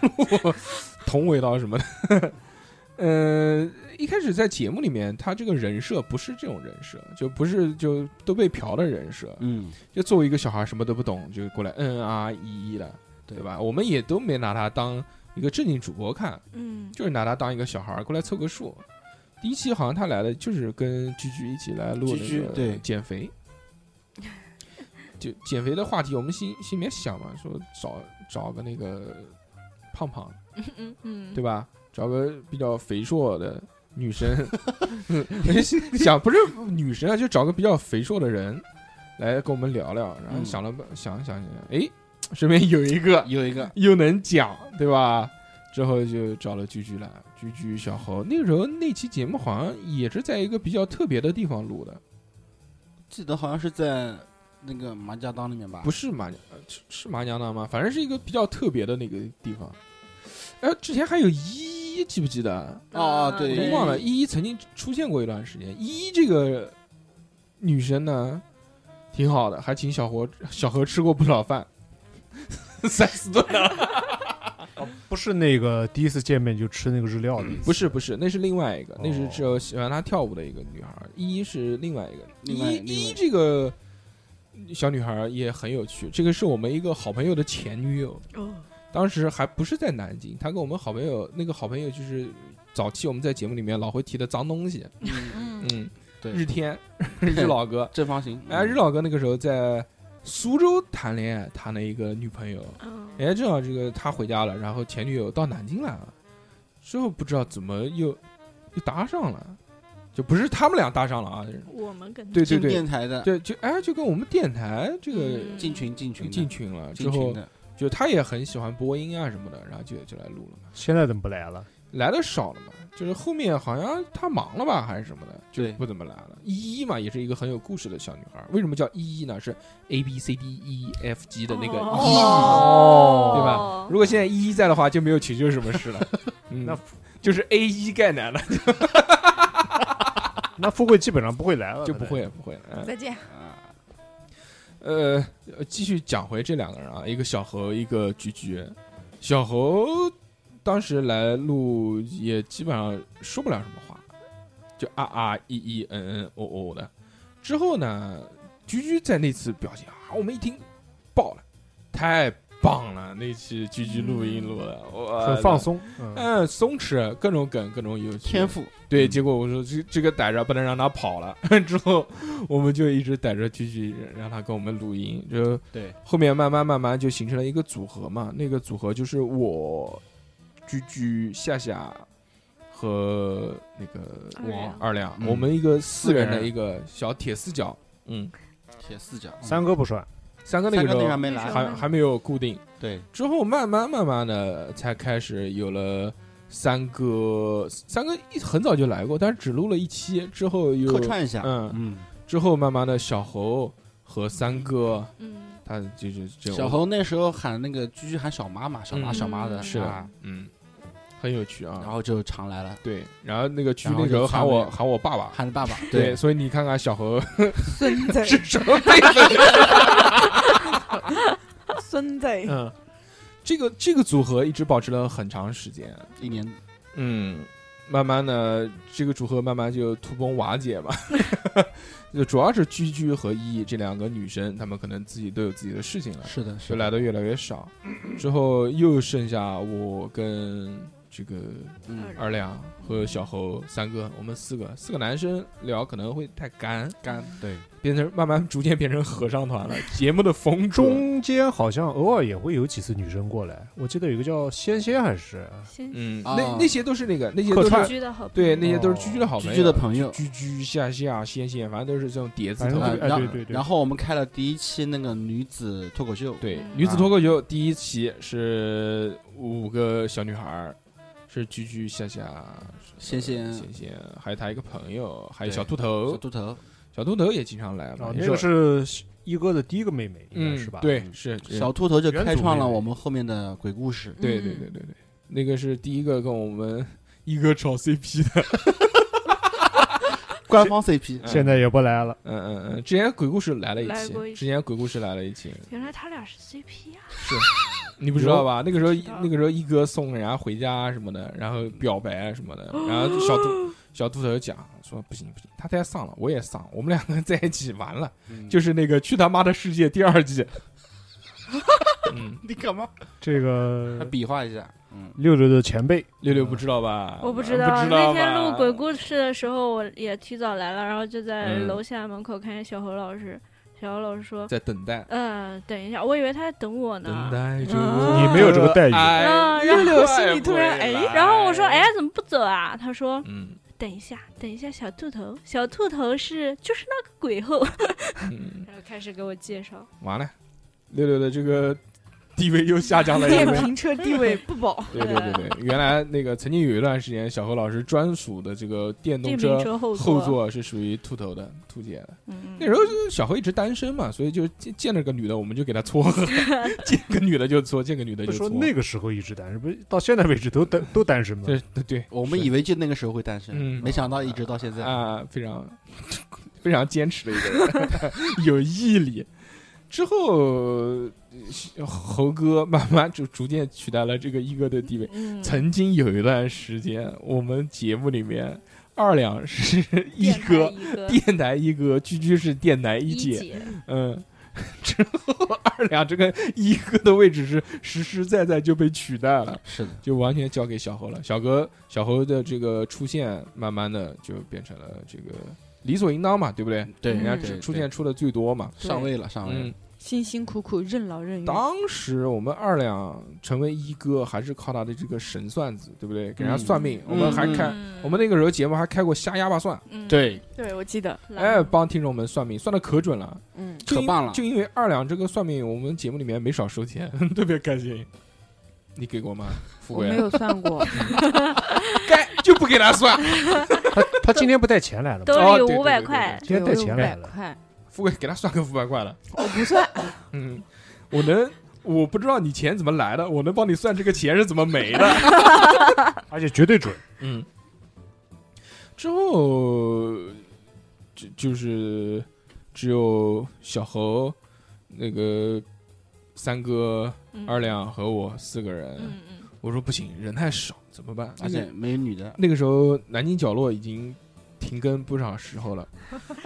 [SPEAKER 1] 捅我一刀什么的。呃，一开始在节目里面，他这个人设不是这种人设，就不是就都被嫖的人设，
[SPEAKER 3] 嗯，
[SPEAKER 1] 就作为一个小孩什么都不懂，就过来嗯啊一一的，对吧？我们也都没拿他当一个正经主播看，
[SPEAKER 4] 嗯，
[SPEAKER 1] 就是拿他当一个小孩儿过来凑个数。第一期好像他来了，就是跟居居一起来录
[SPEAKER 3] 居居
[SPEAKER 1] 那个
[SPEAKER 3] 对
[SPEAKER 1] 减肥，就减肥的话题，我们心心里面想嘛，说找找个那个胖胖的，
[SPEAKER 4] 嗯嗯，
[SPEAKER 1] 对吧？找个比较肥硕的女 生，想不是女生啊，就找个比较肥硕的人来跟我们聊聊。然后
[SPEAKER 3] 嗯
[SPEAKER 1] 想了、想想想，哎，身边有一个
[SPEAKER 3] 有一个
[SPEAKER 1] 又能讲，对吧？之后就找了居居来，居居小猴。那个时候那期节目好像也是在一个比较特别的地方录的，
[SPEAKER 3] 记得好像是在那个麻将档里面吧？
[SPEAKER 1] 不
[SPEAKER 3] 是，
[SPEAKER 1] 是麻呃是是麻娘那吗？反正是一个比较特别的那个地方。哎，之前还有依依，记不记得？
[SPEAKER 3] 哦
[SPEAKER 4] 啊
[SPEAKER 1] 我
[SPEAKER 3] 对
[SPEAKER 1] 都忘了，依依曾经出现过一段时间。依依这个女生呢，挺好的，还请小猴小猴吃过不少饭， 三四顿。
[SPEAKER 5] 不是那个第一次见面就吃那个日料的，
[SPEAKER 1] 嗯不是不是，那是另外一个，那是
[SPEAKER 5] 哦
[SPEAKER 1] 只有喜欢她跳舞的一个女孩儿，依依是另外一个，
[SPEAKER 3] 另外另
[SPEAKER 1] 依依
[SPEAKER 3] 外
[SPEAKER 1] 这个小女孩儿也很有趣，这个是我们一个好朋友的前女友，
[SPEAKER 4] 哦，
[SPEAKER 1] 当时还不是在南京，她跟我们好朋友那个好朋友就是早期我们在节目里面老会提的脏东西，
[SPEAKER 3] 嗯，
[SPEAKER 6] 嗯，
[SPEAKER 1] 嗯，
[SPEAKER 3] 对
[SPEAKER 1] 日天日老哥，
[SPEAKER 3] 正方形。嗯
[SPEAKER 1] 哎，日老哥那个时候在苏州谈恋爱，谈了一个女朋友，
[SPEAKER 4] 嗯，
[SPEAKER 1] 哎，正好这个他回家了，然后前女友到南京来了，之后不知道怎么又又搭上了，就不是他们俩搭上了啊，
[SPEAKER 4] 我们跟
[SPEAKER 1] 对对
[SPEAKER 3] 进
[SPEAKER 1] 对
[SPEAKER 3] 电台的
[SPEAKER 1] 对，就哎就跟我们电台这个
[SPEAKER 4] 嗯
[SPEAKER 3] 进群进群的
[SPEAKER 1] 进群了，之
[SPEAKER 3] 进
[SPEAKER 1] 后
[SPEAKER 3] 群的，
[SPEAKER 1] 就他也很喜欢播音啊什么的，然后就就来录了嘛，
[SPEAKER 5] 现在怎么不来了？
[SPEAKER 1] 来的少了嘛，就是后面好像他忙了吧还是什么的，就
[SPEAKER 3] 对
[SPEAKER 1] 不怎么来了。依依嘛也是一个很有故事的小女孩，为什么叫依依呢？是 A B C D E F G 的那个
[SPEAKER 4] 哦
[SPEAKER 1] 哦依依。
[SPEAKER 5] 哦
[SPEAKER 1] 对吧？如果现在依依在的话，就没有求救什么事了。嗯，
[SPEAKER 5] 那
[SPEAKER 1] 就是 A 一盖难了，
[SPEAKER 5] 那富贵基本上不会来了，
[SPEAKER 1] 就不会不会。嗯
[SPEAKER 6] 再见。
[SPEAKER 3] 啊，
[SPEAKER 1] 呃，呃继续讲回这两个人啊，一个小猴，一个菊菊。小猴当时来录也基本上说不了什么话，就啊啊一一嗯嗯哦哦的。之后呢，菊菊在那次表现啊，我们一听爆了，太棒了！那期菊菊录音录的，我
[SPEAKER 5] 很放，松。嗯，
[SPEAKER 1] 嗯，松弛，各种梗，各种有趣
[SPEAKER 3] 天赋
[SPEAKER 1] 对，
[SPEAKER 5] 嗯
[SPEAKER 1] 结果我说这这个逮着不能让他跑了， 之后我们就一直逮着蛐蛐，让他跟我们录音。就
[SPEAKER 3] 对
[SPEAKER 1] 后面慢慢慢慢就形成了一个组合嘛，那个组合就是我、居居、夏夏和那个
[SPEAKER 4] 二两
[SPEAKER 1] 二两，
[SPEAKER 3] 嗯
[SPEAKER 1] 我们一个四人的
[SPEAKER 3] 四人
[SPEAKER 1] 一个小铁四角。嗯，
[SPEAKER 3] 铁四角，嗯
[SPEAKER 5] 三哥不算，
[SPEAKER 1] 三哥那
[SPEAKER 3] 三
[SPEAKER 1] 个
[SPEAKER 3] 个
[SPEAKER 1] 时
[SPEAKER 3] 那还
[SPEAKER 1] 候
[SPEAKER 3] 没来，
[SPEAKER 4] 还
[SPEAKER 1] 还还没有固定，
[SPEAKER 3] 对，
[SPEAKER 1] 之后慢慢慢慢的才开始有了。三哥，三哥一很早就来过，但是只录了一期，之后又
[SPEAKER 3] 客串一下，
[SPEAKER 1] 嗯
[SPEAKER 3] 嗯，
[SPEAKER 1] 之后慢慢的小猴和三哥，
[SPEAKER 4] 嗯
[SPEAKER 1] 他就是这种
[SPEAKER 3] 小，猴那时候喊那个居居喊小妈嘛，小妈
[SPEAKER 1] 嗯
[SPEAKER 3] 小妈的，
[SPEAKER 1] 是
[SPEAKER 3] 啊，
[SPEAKER 1] 嗯，很有趣
[SPEAKER 3] 然
[SPEAKER 1] 啊。
[SPEAKER 3] 后就常来了，
[SPEAKER 1] 对，然后那个区
[SPEAKER 3] 然后
[SPEAKER 1] 那时候
[SPEAKER 3] 就
[SPEAKER 1] 喊
[SPEAKER 3] 唱
[SPEAKER 1] 我
[SPEAKER 3] 那个
[SPEAKER 1] 喊我爸爸，
[SPEAKER 3] 喊着爸爸，
[SPEAKER 1] 对，，所以你看看小猴
[SPEAKER 6] 孙子，
[SPEAKER 1] 是什么辈分？
[SPEAKER 6] 孙子，
[SPEAKER 1] 嗯，这个这个组合一直保持了很长时间，啊
[SPEAKER 3] 一年
[SPEAKER 1] 嗯，慢慢的这个组合慢慢就土崩瓦解嘛，就主要是居居和依依这两个女生，她们可能自己都有自己的事情了。
[SPEAKER 3] 是的，
[SPEAKER 1] 就是来
[SPEAKER 3] 的，
[SPEAKER 1] 的越来越少，之后又剩下我跟这个
[SPEAKER 3] 嗯，
[SPEAKER 1] 二两和小猴三哥，我们四个四个男生聊可能会太干，
[SPEAKER 3] 干对，
[SPEAKER 1] 变成慢慢逐渐变成合唱团了。节目的风中，
[SPEAKER 5] 中间好像偶尔也会有几次女生过来，我记得有一个叫仙仙还是
[SPEAKER 4] 先
[SPEAKER 1] 嗯，
[SPEAKER 3] 啊
[SPEAKER 1] 那那些都是那个那些
[SPEAKER 5] 客
[SPEAKER 1] 都
[SPEAKER 5] 串
[SPEAKER 1] 是
[SPEAKER 4] 居的好朋
[SPEAKER 1] 对
[SPEAKER 4] 友，
[SPEAKER 1] 那些都是居居的好
[SPEAKER 3] 居
[SPEAKER 1] 朋
[SPEAKER 3] 居
[SPEAKER 1] 友
[SPEAKER 3] 的，朋友，
[SPEAKER 1] 居居夏夏仙仙，反正都是这种叠字
[SPEAKER 5] 反
[SPEAKER 1] 头
[SPEAKER 5] 正
[SPEAKER 1] 的
[SPEAKER 5] 这
[SPEAKER 3] 嗯
[SPEAKER 5] 个哎
[SPEAKER 3] 然
[SPEAKER 5] 对对对，
[SPEAKER 3] 然后我们开了第一期那个女子脱口秀，
[SPEAKER 1] 对，
[SPEAKER 4] 嗯
[SPEAKER 1] 女子脱口秀第一期是五个小女孩儿，是居居、夏夏、呃
[SPEAKER 3] 仙仙
[SPEAKER 1] 仙仙，还有她一个朋友，还有
[SPEAKER 3] 对
[SPEAKER 1] 小秃
[SPEAKER 3] 小
[SPEAKER 1] 头，
[SPEAKER 3] 秃头，
[SPEAKER 1] 小秃头也经常来嘛
[SPEAKER 5] 哦，
[SPEAKER 1] 也
[SPEAKER 5] 那个是一哥的第一个妹妹，应该
[SPEAKER 1] 嗯
[SPEAKER 5] 是吧？，
[SPEAKER 1] 对，是
[SPEAKER 3] 小秃头就
[SPEAKER 5] 原
[SPEAKER 3] 开
[SPEAKER 5] 祖
[SPEAKER 3] 创
[SPEAKER 5] 妹
[SPEAKER 3] 了
[SPEAKER 5] 妹
[SPEAKER 3] 我们后面的鬼故事，
[SPEAKER 1] 对对对对对，那个是第一个跟我们 一哥炒 CP 的，
[SPEAKER 3] 官方 CP
[SPEAKER 5] 现在也不来了。
[SPEAKER 1] 嗯嗯嗯，之前鬼故事来了一
[SPEAKER 4] 来
[SPEAKER 1] 期
[SPEAKER 4] 过一，期
[SPEAKER 1] 之前鬼故事来了一期，
[SPEAKER 4] 原来他俩是 CP 啊！
[SPEAKER 1] 你不知道吧？那个时候
[SPEAKER 4] 知道
[SPEAKER 1] 那个时候一哥送人家回家什么的，然后表白什么的，
[SPEAKER 4] 哦
[SPEAKER 1] 然后小兔小兔头讲说不行不行，他太丧了，我也丧，我们两个在一起完了，
[SPEAKER 4] 嗯
[SPEAKER 1] 就是那个去他妈的世界第二 季。嗯，
[SPEAKER 3] 你干嘛？
[SPEAKER 5] 这
[SPEAKER 3] 来
[SPEAKER 5] 个
[SPEAKER 3] 比划一下，嗯，
[SPEAKER 5] 六六的前辈，
[SPEAKER 1] 六六不知道吧？
[SPEAKER 4] 我不
[SPEAKER 1] 知
[SPEAKER 4] 知道，那天
[SPEAKER 1] 吧
[SPEAKER 4] 录鬼故事的时候，我也提早来了，然后就在
[SPEAKER 1] 嗯
[SPEAKER 4] 楼下门口看见小侯老师，小侯老师说
[SPEAKER 1] 在等待，：“
[SPEAKER 4] 嗯，等一下，我以为他在等我
[SPEAKER 1] 等
[SPEAKER 4] 呢。
[SPEAKER 1] 待着哎
[SPEAKER 6] 啊
[SPEAKER 1] 我
[SPEAKER 5] 你没有这个待遇
[SPEAKER 1] 爱
[SPEAKER 4] 嗯然后
[SPEAKER 6] 六六心里突然哎
[SPEAKER 1] 快回”来
[SPEAKER 4] 然后我说：“哎，怎么不走啊？”他说
[SPEAKER 1] 嗯，：“
[SPEAKER 4] 等一下，等一下，小兔头，小兔头是就是那个鬼后。
[SPEAKER 1] 嗯”
[SPEAKER 4] 然后开始给我介绍，
[SPEAKER 1] 完了，六六的这个地位又下降了 一
[SPEAKER 6] 电
[SPEAKER 1] 位。
[SPEAKER 6] 瓶车地 位不保，
[SPEAKER 1] 对对对对，原来那个曾经有一段时间，小何老师专属的这个电动
[SPEAKER 4] 电
[SPEAKER 1] 车
[SPEAKER 4] 瓶车后
[SPEAKER 1] 后，座是属于秃头的兔姐的。
[SPEAKER 4] 嗯
[SPEAKER 1] 那时候就是小何一直单身嘛，所以就见见了个女的，我们就给她撮 合，见个女的就撮，见个女的
[SPEAKER 5] 不
[SPEAKER 1] 就
[SPEAKER 5] 说
[SPEAKER 1] 撮。
[SPEAKER 5] 那个时候一直单身，不是到现在为止都单都单身吗？
[SPEAKER 1] 对对对，
[SPEAKER 3] 我们
[SPEAKER 1] 是
[SPEAKER 3] 以为就那个时候会单身，
[SPEAKER 1] 嗯
[SPEAKER 3] 没想到一直到现在。
[SPEAKER 1] 啊，非常非常坚持的一个人， 有毅力。之后，呃猴哥慢慢就逐渐取代了这个一哥的地位。
[SPEAKER 4] 嗯，
[SPEAKER 1] 曾经有一段时间，我们节目里面二两是一
[SPEAKER 4] 电台
[SPEAKER 1] 哥，
[SPEAKER 4] 一哥
[SPEAKER 1] 电台一哥，居居是电台一姐，
[SPEAKER 4] 姐，
[SPEAKER 1] 嗯。之后，二两这个一哥的位置是实实在在就被取代了，
[SPEAKER 3] 是的，
[SPEAKER 1] 就完全交给小猴了。小哥，小猴的这个出现，慢慢的就变成了这个理所应当嘛，对不对？
[SPEAKER 3] 对，
[SPEAKER 1] 人家
[SPEAKER 3] 嗯对
[SPEAKER 1] 只
[SPEAKER 3] 对
[SPEAKER 1] 嗯出现出的最多嘛。
[SPEAKER 3] 上位了，上位
[SPEAKER 1] 嗯
[SPEAKER 3] 了，，
[SPEAKER 6] 辛辛苦苦任劳
[SPEAKER 7] 嗯
[SPEAKER 6] 任怨，
[SPEAKER 1] 当时我们二两成为一哥，还是靠他的这个神算子，对不对？给人家
[SPEAKER 3] 嗯
[SPEAKER 1] 算命，我们
[SPEAKER 3] 嗯
[SPEAKER 1] 还哦开，
[SPEAKER 4] 嗯
[SPEAKER 1] 我们那个时候节目还开过瞎哑巴算，
[SPEAKER 4] 嗯，
[SPEAKER 3] 对，
[SPEAKER 6] 对我记得，
[SPEAKER 7] 嗯
[SPEAKER 1] 哎，帮听众们算命，算的可准了。
[SPEAKER 6] 嗯，
[SPEAKER 1] 就因
[SPEAKER 3] 可棒了
[SPEAKER 1] 就因为二两这个算命，我们节目里面没少收钱， 特别开心。你给过吗？富
[SPEAKER 7] 我
[SPEAKER 1] 贵啊
[SPEAKER 7] 没有算过，
[SPEAKER 1] 该就不给他算。
[SPEAKER 5] 他他今天不带钱来了吗？
[SPEAKER 4] 兜
[SPEAKER 1] 哦
[SPEAKER 4] 里
[SPEAKER 1] 对
[SPEAKER 4] 有五百
[SPEAKER 1] 对对对
[SPEAKER 4] 块，
[SPEAKER 5] 今天带
[SPEAKER 6] 有五
[SPEAKER 5] 钱来
[SPEAKER 6] 百
[SPEAKER 5] 了，
[SPEAKER 6] 块，
[SPEAKER 1] 富贵给他算个五百块了。
[SPEAKER 6] 我不算，
[SPEAKER 1] 嗯，我能，我不知道你钱怎么来的，我能帮你算这个钱是怎么没的。
[SPEAKER 5] 而且绝对准。
[SPEAKER 1] 嗯，之后就就是只有小猴、那个三哥、
[SPEAKER 4] 嗯
[SPEAKER 1] 二，两和我四个人。
[SPEAKER 4] 嗯嗯，
[SPEAKER 1] 我说不行，人太少，怎么办？
[SPEAKER 3] 而且没有女的，
[SPEAKER 1] 那个时候南京角落已经停更不少时候了。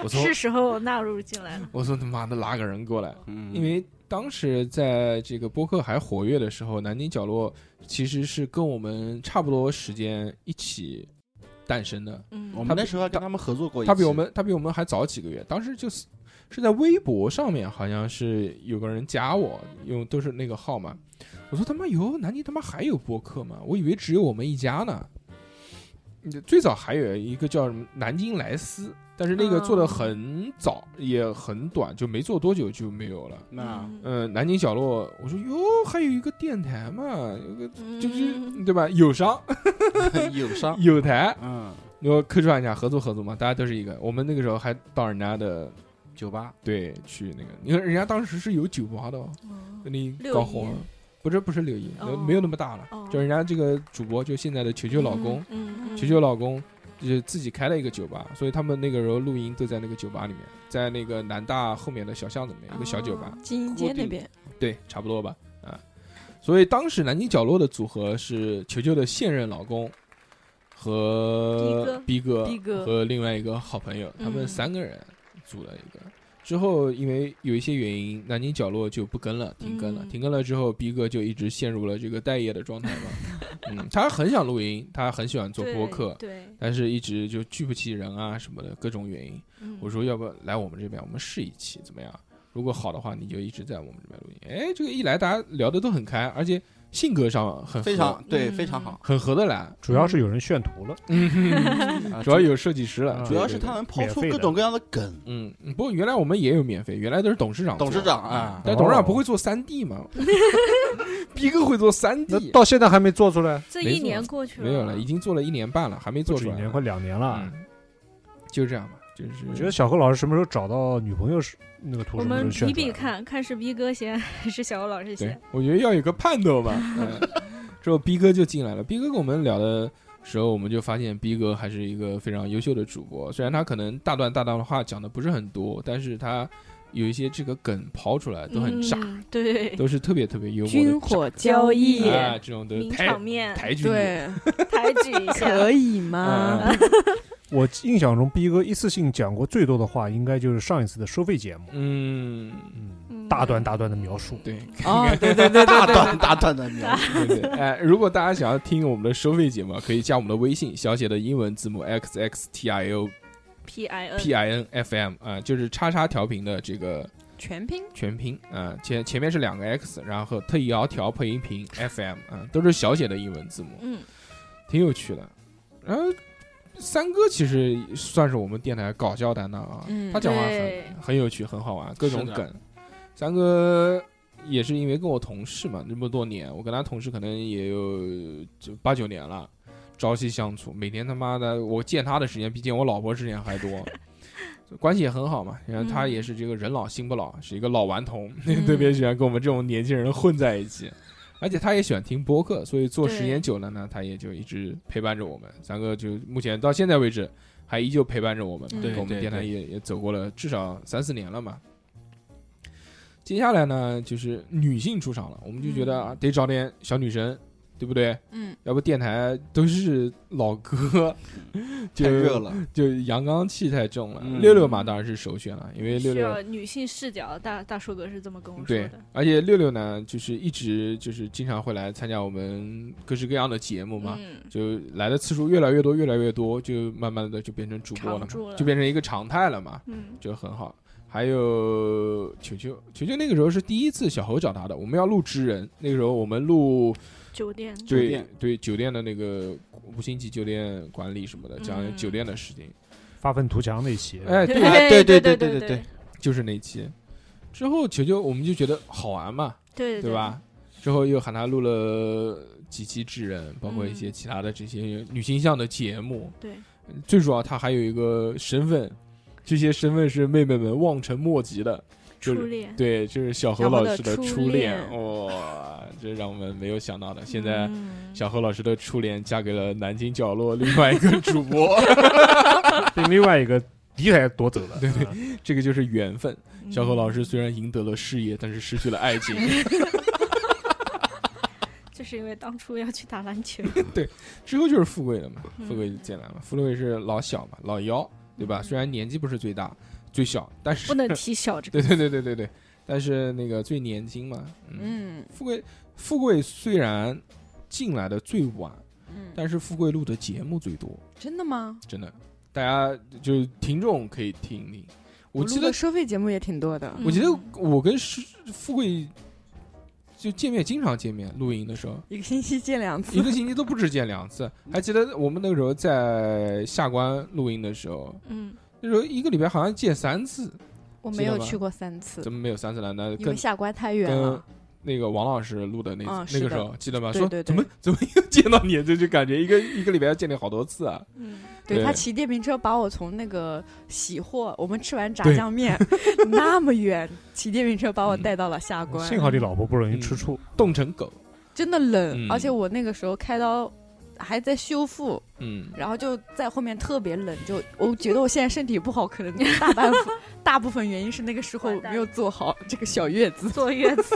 [SPEAKER 1] 我说
[SPEAKER 4] 是时候纳入进来了。
[SPEAKER 1] 我说他妈的拉个人过来，
[SPEAKER 3] 嗯，
[SPEAKER 1] 因为当时在这个播客还活跃的时候，南京角落其实是跟我们差不多时间一起诞生的。
[SPEAKER 4] 嗯，
[SPEAKER 3] 我们那时候还跟他们合作过一次，
[SPEAKER 1] 他比我们他比我们还早几个月，当时就是是在微博上面，好像是有个人加我，用都是那个号嘛。我说他妈哟，南京他妈还有播客吗？我以为只有我们一家呢。最早还有一个叫什么南京莱斯，但是那个做的很早，也很短，就没做多久就没有了。
[SPEAKER 3] 那
[SPEAKER 1] 嗯，南京角落，我说哟，还有一个电台嘛，有个
[SPEAKER 4] 嗯
[SPEAKER 1] 就是对吧？友商
[SPEAKER 3] 友 商，
[SPEAKER 1] 有台，
[SPEAKER 3] 嗯，
[SPEAKER 1] 你说客串一下，合作合作嘛，大家都是一个。我们那个时候还到人家的
[SPEAKER 3] 酒吧
[SPEAKER 1] 对去那个，你看人家当时是有酒吧的哦，那你
[SPEAKER 4] 六
[SPEAKER 1] 搞
[SPEAKER 4] 一
[SPEAKER 1] 红了，不是不是六一，
[SPEAKER 4] 哦
[SPEAKER 1] 没有那么大了，
[SPEAKER 4] 哦
[SPEAKER 1] 就人家这个主播就现在的球球老公，
[SPEAKER 4] 嗯，嗯
[SPEAKER 1] 球球老公就是自己开了一个酒吧，所以他们那个时候录音都在那个酒吧里面，在那个南大后面的小巷子里面一个小酒吧，
[SPEAKER 4] 哦
[SPEAKER 6] 金银街那边，
[SPEAKER 1] 对，差不多吧，啊，所以当时南京角落的组合是球球的现任老公和逼哥
[SPEAKER 6] 逼哥
[SPEAKER 1] 和另外一个好朋友，他们
[SPEAKER 4] 嗯
[SPEAKER 1] 三个人组了一个。之后因为有一些原因，南京角落就不跟了，停更了。
[SPEAKER 4] 嗯
[SPEAKER 1] 停更了之后，逼哥就一直陷入了这个待业的状态嘛。嗯，他很想录音，他很喜欢做播客。
[SPEAKER 4] 对，对
[SPEAKER 1] 但是一直就聚不齐人啊什么的各种原因，
[SPEAKER 4] 嗯
[SPEAKER 1] 我说要不来我们这边，我们试一期怎么样？如果好的话，你就一直在我们这边录音。哎，这个一来大家聊的都很开，而且性格上很合
[SPEAKER 3] 非常对，
[SPEAKER 4] 嗯
[SPEAKER 3] 非常好，
[SPEAKER 1] 很合得来，
[SPEAKER 5] 主要是有人炫图了，嗯
[SPEAKER 4] 嗯
[SPEAKER 3] 啊
[SPEAKER 1] 主要有设计师了，
[SPEAKER 5] 啊
[SPEAKER 1] 对
[SPEAKER 3] 主要是
[SPEAKER 1] 对对
[SPEAKER 3] 他能抛出
[SPEAKER 5] 免费的
[SPEAKER 3] 各种各样的梗，
[SPEAKER 1] 嗯，不过原来我们也有免费，原来都是董事长做
[SPEAKER 3] 董事长，啊，
[SPEAKER 1] 但董事
[SPEAKER 5] 哦
[SPEAKER 1] 长不会做三 D 嘛，逼哥会做三
[SPEAKER 5] 那
[SPEAKER 1] D，
[SPEAKER 5] 到现在还没做出来，
[SPEAKER 4] 这
[SPEAKER 1] 没
[SPEAKER 4] 一
[SPEAKER 1] 做
[SPEAKER 4] 年过去了，啊
[SPEAKER 1] 没有了，已经做了一年半了，还没
[SPEAKER 5] 不
[SPEAKER 1] 做
[SPEAKER 5] 止
[SPEAKER 1] 出
[SPEAKER 5] 一
[SPEAKER 1] 来，
[SPEAKER 5] 年快两年了。
[SPEAKER 1] 嗯，就这样吧，就是
[SPEAKER 5] 我觉得小何老师什么时候找到女朋友是那个图
[SPEAKER 4] 我
[SPEAKER 5] 什么时候
[SPEAKER 4] 们
[SPEAKER 5] 炫
[SPEAKER 4] 比
[SPEAKER 5] 出来的？
[SPEAKER 4] 比 看看是逼哥先还是小欧老师
[SPEAKER 1] 对
[SPEAKER 4] 先。，
[SPEAKER 1] 我觉得要有个盼头吧。嗯之后逼哥就进来了。逼哥跟我们聊的时候，我们就发现逼哥还是一个非常优秀的主播。虽然他可能大段大段的话讲的不是很多，但是他有一些这个梗刨出来都很炸，
[SPEAKER 4] 嗯对，
[SPEAKER 1] 都是特别特别幽默的
[SPEAKER 7] 军火交易
[SPEAKER 1] 炸，啊，这种的
[SPEAKER 4] 名
[SPEAKER 1] 抬
[SPEAKER 4] 场面，
[SPEAKER 1] 抬举你，
[SPEAKER 7] 对，
[SPEAKER 4] 抬举 一下，
[SPEAKER 7] 可以吗？
[SPEAKER 5] 我印象中逼哥一次性讲过最多的话，应该就是上一次的收费节目，
[SPEAKER 1] 嗯，
[SPEAKER 5] 嗯，
[SPEAKER 4] 嗯
[SPEAKER 5] 大段大段的描述。
[SPEAKER 1] 啊对，
[SPEAKER 7] 哦，对对对
[SPEAKER 3] 大
[SPEAKER 7] 对对
[SPEAKER 3] 段大段的描述，
[SPEAKER 1] 对对，哎，如果大家想要听我们的收费节目，可以加我们的微信，小写的英文字母 x x t i o
[SPEAKER 4] P I N，
[SPEAKER 1] p i n f m 啊、就是叉叉调频的这个
[SPEAKER 7] 全拼
[SPEAKER 1] 全拼啊、前前面是两个 x，然后特意摇调配音频 f m 啊、都是小写的英文字母，
[SPEAKER 4] 嗯，
[SPEAKER 1] 挺有趣的。然后三哥其实算是我们电台搞笑担当啊，
[SPEAKER 7] 嗯
[SPEAKER 1] 他讲话很
[SPEAKER 4] 对
[SPEAKER 1] 很有趣，很好玩，各种
[SPEAKER 3] 是的
[SPEAKER 1] 梗。三哥也是因为跟我同事嘛，那么多年，我跟他同事可能也有就八九年了，朝夕相处，每天他妈的我见他的时间比见我老婆时间还多。关系也很好嘛，然后他
[SPEAKER 4] 嗯
[SPEAKER 1] 也是这个人老心不老，是一个老顽童， 特别喜欢跟我们这种年轻人混在一起。而且他也喜欢听播客，所以做
[SPEAKER 4] 对
[SPEAKER 1] 时间久了呢，他也就一直陪伴着我们。三哥就目前到现在为止，还依旧陪伴着我们嘛，
[SPEAKER 7] 嗯
[SPEAKER 1] 跟我们
[SPEAKER 3] 对对
[SPEAKER 1] 电台
[SPEAKER 3] 对
[SPEAKER 1] 也也走过了至少三四年了嘛。接下来呢，就是女性出场了，我们就觉得、啊得找点小女生，对不对？
[SPEAKER 7] 嗯，
[SPEAKER 1] 要不电台都是老哥，就
[SPEAKER 3] 太热了，
[SPEAKER 1] 就阳刚气太重了。
[SPEAKER 3] 嗯
[SPEAKER 1] 六六嘛，当然是首选了，因为六
[SPEAKER 4] 需
[SPEAKER 1] 六
[SPEAKER 4] 要女性视角，大大硕哥是这么跟我说
[SPEAKER 1] 对
[SPEAKER 4] 的，，
[SPEAKER 1] 而且六六呢，就是一直就是经常会来参加我们各式各样的节目嘛，
[SPEAKER 4] 嗯，
[SPEAKER 1] 就来的次数越来越多，越来越多，就慢慢的就变成主播了
[SPEAKER 4] 常驻
[SPEAKER 1] 嘛，
[SPEAKER 4] 了
[SPEAKER 1] 就变成一个常态了嘛，
[SPEAKER 4] 嗯，
[SPEAKER 1] 就很好。还有球球，球球那个时候是第一次小猴找他的，我们要录知人，那个时候我们录
[SPEAKER 4] 酒店，
[SPEAKER 1] 对
[SPEAKER 3] 店
[SPEAKER 1] 对酒店的那个五星级酒店管理什么的，讲
[SPEAKER 4] 嗯
[SPEAKER 1] 酒店的事情。
[SPEAKER 5] 发愤图强那期，
[SPEAKER 1] 哎，
[SPEAKER 4] 对
[SPEAKER 1] 对，
[SPEAKER 3] 哎
[SPEAKER 4] 对
[SPEAKER 3] 对
[SPEAKER 4] 对
[SPEAKER 3] 对对
[SPEAKER 4] 对
[SPEAKER 3] 对
[SPEAKER 1] 就是那期。之后球球我们就觉得好玩嘛，
[SPEAKER 4] 对
[SPEAKER 1] 对？吧？之后又喊她录了几期智人，包括一些
[SPEAKER 4] 嗯
[SPEAKER 1] 其他的这些女性向的节目。
[SPEAKER 4] 对，
[SPEAKER 1] 最主要她还有一个身份，这些身份是妹妹们望尘莫及的，就
[SPEAKER 4] 初
[SPEAKER 1] 是
[SPEAKER 4] 恋，
[SPEAKER 1] 对，就是小何
[SPEAKER 7] 小何
[SPEAKER 1] 老
[SPEAKER 7] 的
[SPEAKER 1] 师的
[SPEAKER 7] 初
[SPEAKER 1] 初
[SPEAKER 7] 恋
[SPEAKER 1] 恋，哇、这让我们没有想到的。现在
[SPEAKER 4] 嗯
[SPEAKER 1] 小何老师的初恋嫁给了南京角落另外一个主播，
[SPEAKER 5] 被另外一个敌台夺走了。对啊对，
[SPEAKER 1] 这个就是缘分。小何老师
[SPEAKER 4] 嗯
[SPEAKER 1] 虽然赢得了事业，但是失去了爱情。
[SPEAKER 4] 就是因为当初要去打篮 球，
[SPEAKER 1] 之后就是富贵了嘛，
[SPEAKER 4] 嗯
[SPEAKER 1] 富贵就进来了。富贵是老小嘛，老幺，对吧？
[SPEAKER 4] 嗯
[SPEAKER 1] 虽然年纪不是最大，最小，但是
[SPEAKER 4] 不能提小这个
[SPEAKER 1] 对对对对对对，但是那个最年轻嘛。嗯，
[SPEAKER 7] 嗯
[SPEAKER 1] 富贵富贵虽然进来的最晚，
[SPEAKER 7] 嗯，
[SPEAKER 1] 但是富贵录的节目最多，
[SPEAKER 7] 真的吗？
[SPEAKER 1] 真的，大家就是听众可以听一听。我记
[SPEAKER 7] 录
[SPEAKER 1] 得
[SPEAKER 7] 的收费节目也挺多的，
[SPEAKER 1] 我记得
[SPEAKER 4] 嗯
[SPEAKER 1] 我跟是富贵就见面，经常见面录音的时候，
[SPEAKER 7] 一个星期见两次
[SPEAKER 1] 一。个星期都不止见两次。还记得我们那个时候在下关录音的时候，
[SPEAKER 4] 嗯，
[SPEAKER 1] 那时候一个礼拜好像见三次，
[SPEAKER 7] 我
[SPEAKER 1] 没
[SPEAKER 7] 没
[SPEAKER 1] 有
[SPEAKER 7] 有
[SPEAKER 1] 去
[SPEAKER 7] 去过三次，
[SPEAKER 1] 怎么没有三次了？那
[SPEAKER 7] 因为
[SPEAKER 1] 跟
[SPEAKER 7] 下关太远
[SPEAKER 1] 跟
[SPEAKER 7] 了。
[SPEAKER 1] 那个王老师录的那、
[SPEAKER 7] 嗯
[SPEAKER 1] 那
[SPEAKER 7] 是
[SPEAKER 1] 个
[SPEAKER 7] 的
[SPEAKER 1] 时候记得吗？
[SPEAKER 7] 对
[SPEAKER 1] 说
[SPEAKER 7] 对对
[SPEAKER 1] 怎么 怎么又见到你，就就感觉一个一个礼拜要见你好多次啊！
[SPEAKER 4] 嗯，
[SPEAKER 1] 对
[SPEAKER 7] 对
[SPEAKER 1] 对
[SPEAKER 7] 他骑电瓶车把我从那个喜货，我们吃完炸
[SPEAKER 1] 对
[SPEAKER 7] 酱面那么远，骑电瓶车把我带到了下关，
[SPEAKER 5] 幸好你老婆不容易吃醋，
[SPEAKER 1] 冻成狗，
[SPEAKER 7] 真的冷
[SPEAKER 1] 嗯，
[SPEAKER 7] 而且我那个时候开刀还在修复，
[SPEAKER 1] 嗯，
[SPEAKER 7] 然后就在后面特别冷，就我觉得我现在身体不好，可能大半 部大部分原因是那个时候
[SPEAKER 4] 完蛋
[SPEAKER 7] 没有做好这个小月子。
[SPEAKER 4] 坐月子，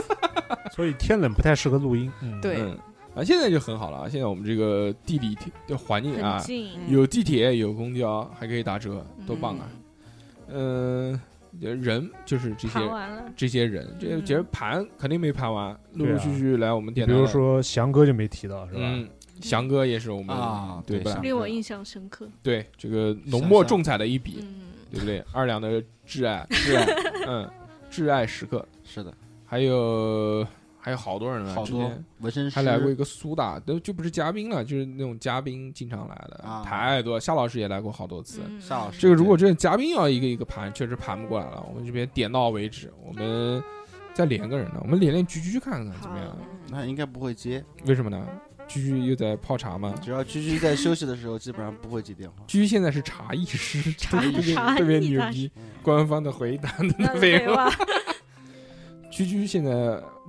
[SPEAKER 5] 所以天冷不太适合录音。嗯，
[SPEAKER 7] 对，
[SPEAKER 1] 嗯啊，现在就很好了啊！现在我们这个地理条就环境啊
[SPEAKER 4] 很，近，
[SPEAKER 1] 有地铁，有公交，还可以打折，多棒啊！
[SPEAKER 4] 嗯！
[SPEAKER 1] 嗯、人就是这些
[SPEAKER 7] 啊
[SPEAKER 4] 盘完了，
[SPEAKER 1] 这些人，这
[SPEAKER 4] 嗯
[SPEAKER 1] 其实盘肯定没盘完，陆
[SPEAKER 5] 对
[SPEAKER 1] 陆
[SPEAKER 5] 啊
[SPEAKER 1] 续续来我们
[SPEAKER 5] 比
[SPEAKER 1] 电台的。
[SPEAKER 5] 如说翔哥就没提到，是吧？
[SPEAKER 1] 嗯，翔哥也是我们
[SPEAKER 3] 啊
[SPEAKER 1] 嗯对
[SPEAKER 3] 对
[SPEAKER 1] 吧
[SPEAKER 3] 翔？
[SPEAKER 4] 令我印象深刻。
[SPEAKER 1] 对，这个浓墨重彩的一笔，
[SPEAKER 4] 嗯，
[SPEAKER 1] 对不对？二两的挚爱，挚 爱，嗯，挚爱时刻，
[SPEAKER 3] 啊是的，
[SPEAKER 1] 还有还有好多人呢，
[SPEAKER 3] 好
[SPEAKER 1] 之
[SPEAKER 3] 多
[SPEAKER 1] 前
[SPEAKER 3] 纹身师
[SPEAKER 1] 还来过一个苏打，都就不是嘉宾了，就是那种嘉宾经常来的，
[SPEAKER 3] 啊
[SPEAKER 1] 太多。夏老师也来过好多次。
[SPEAKER 4] 嗯
[SPEAKER 3] 夏老师
[SPEAKER 1] 这个如果真的嘉宾要一个一个盘，确实盘不过来了。我们这边点到为止，我们再连个人呢，我们连连居居看看怎么样
[SPEAKER 4] 好？
[SPEAKER 3] 那应该不会接，
[SPEAKER 1] 为什么呢？居居又在泡茶嘛。
[SPEAKER 3] 只要居居在休息的时候，基本上不会接电话。
[SPEAKER 1] 居居现在是茶艺师，
[SPEAKER 4] 茶
[SPEAKER 1] 特别
[SPEAKER 4] 茶艺
[SPEAKER 1] 特别
[SPEAKER 4] 大
[SPEAKER 1] 牛
[SPEAKER 4] 师
[SPEAKER 1] 逼。
[SPEAKER 3] 嗯
[SPEAKER 1] 官方的回答的
[SPEAKER 4] 那
[SPEAKER 1] 废
[SPEAKER 4] 废
[SPEAKER 1] 话，
[SPEAKER 4] 话，
[SPEAKER 1] 居居现在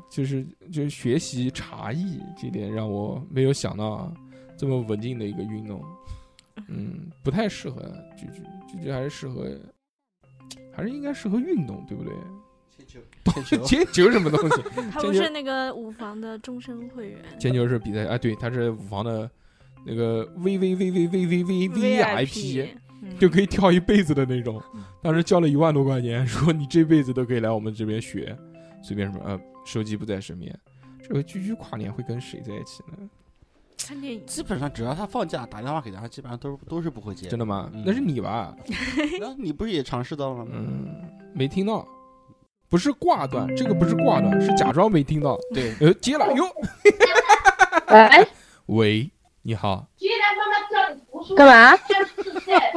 [SPEAKER 1] 就是就是学习茶艺这点让我没有想到啊，这么文静的一个运动，嗯，不太适合居居，居居还是适合，还是应该适合运动，对不对？
[SPEAKER 3] 铅球，铅球，
[SPEAKER 1] 铅球是什么东西？
[SPEAKER 4] 他不是那个五房的终身会员
[SPEAKER 1] 铅球是比赛啊，对，他是五房的那个 V V V V V V V V I P。
[SPEAKER 4] 嗯
[SPEAKER 1] 就可以跳一辈子的那种。当时交了一万多块钱， 说你这辈子都可以来我们这边学，随便什么呃，手机不在身边。这回居居跨年会跟谁在一起呢？
[SPEAKER 4] 看电影，
[SPEAKER 3] 基本上只要他放假打电话给他，基本上都是都是不会接。
[SPEAKER 1] 真的吗
[SPEAKER 3] 嗯？
[SPEAKER 1] 那是你吧？
[SPEAKER 3] 那你不是也尝试到了吗？
[SPEAKER 1] 嗯，没听到，不是挂断，这个不是挂断，是假装没听到。
[SPEAKER 3] 对，
[SPEAKER 1] 呃，接了哟，
[SPEAKER 8] 哎，
[SPEAKER 1] 喂，你好，
[SPEAKER 8] 干嘛？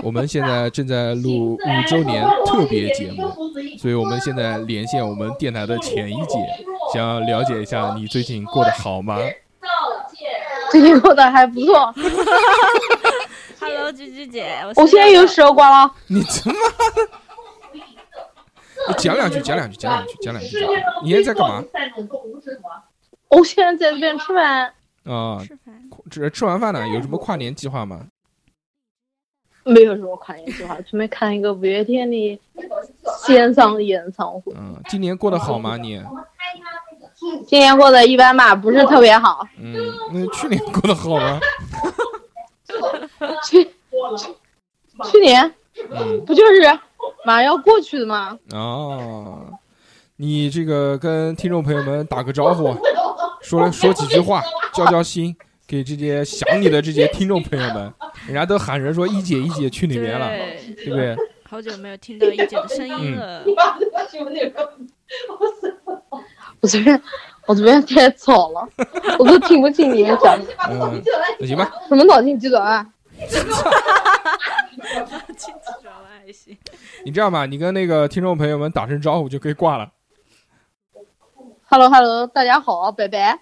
[SPEAKER 1] 我们现在正在录五周年特别节目，所以我们现在连线我们电台的前一姐，想要了解一下你最近过得好吗？
[SPEAKER 8] 最近过得还不错，
[SPEAKER 4] Hello，菊菊姐，
[SPEAKER 8] 我现在有
[SPEAKER 4] 手，
[SPEAKER 8] 时候挂了。
[SPEAKER 1] 你他妈的！讲两句，讲两句，讲两句，讲两句。讲两句你现在在干嘛？
[SPEAKER 8] 我现在在这边吃饭，
[SPEAKER 1] 啊、
[SPEAKER 4] 吃饭，
[SPEAKER 1] 吃吃完饭呢，有什么跨年计划吗？
[SPEAKER 8] 没有什么跨年计划，准备看一个五月天的线上演唱会。
[SPEAKER 1] 嗯，今年过得好吗？你？
[SPEAKER 8] 今年过得一般吧，不是特别好。
[SPEAKER 1] 嗯，那去年过得好吗？
[SPEAKER 8] 去去年
[SPEAKER 1] 嗯，
[SPEAKER 8] 不就是马上要过去的吗？
[SPEAKER 1] 哦，你这个跟听众朋友们打个招呼，说说几句话，交交心，给这些想你的这些听众朋友们，人家都喊人说一姐一姐去哪边嗯了，
[SPEAKER 4] 对，
[SPEAKER 1] 对不对？
[SPEAKER 4] 好久没有听到一姐的声音了，
[SPEAKER 8] 我这边我这边太吵了， 我都听不清你们讲
[SPEAKER 1] 嗯，那行吧，
[SPEAKER 8] 什么脑筋急转弯。
[SPEAKER 4] 亲自转弯还行。
[SPEAKER 1] 你这样吧，你跟那个听众朋友们打声招呼就可以挂了。
[SPEAKER 8] Hello Hello，大家好，拜拜。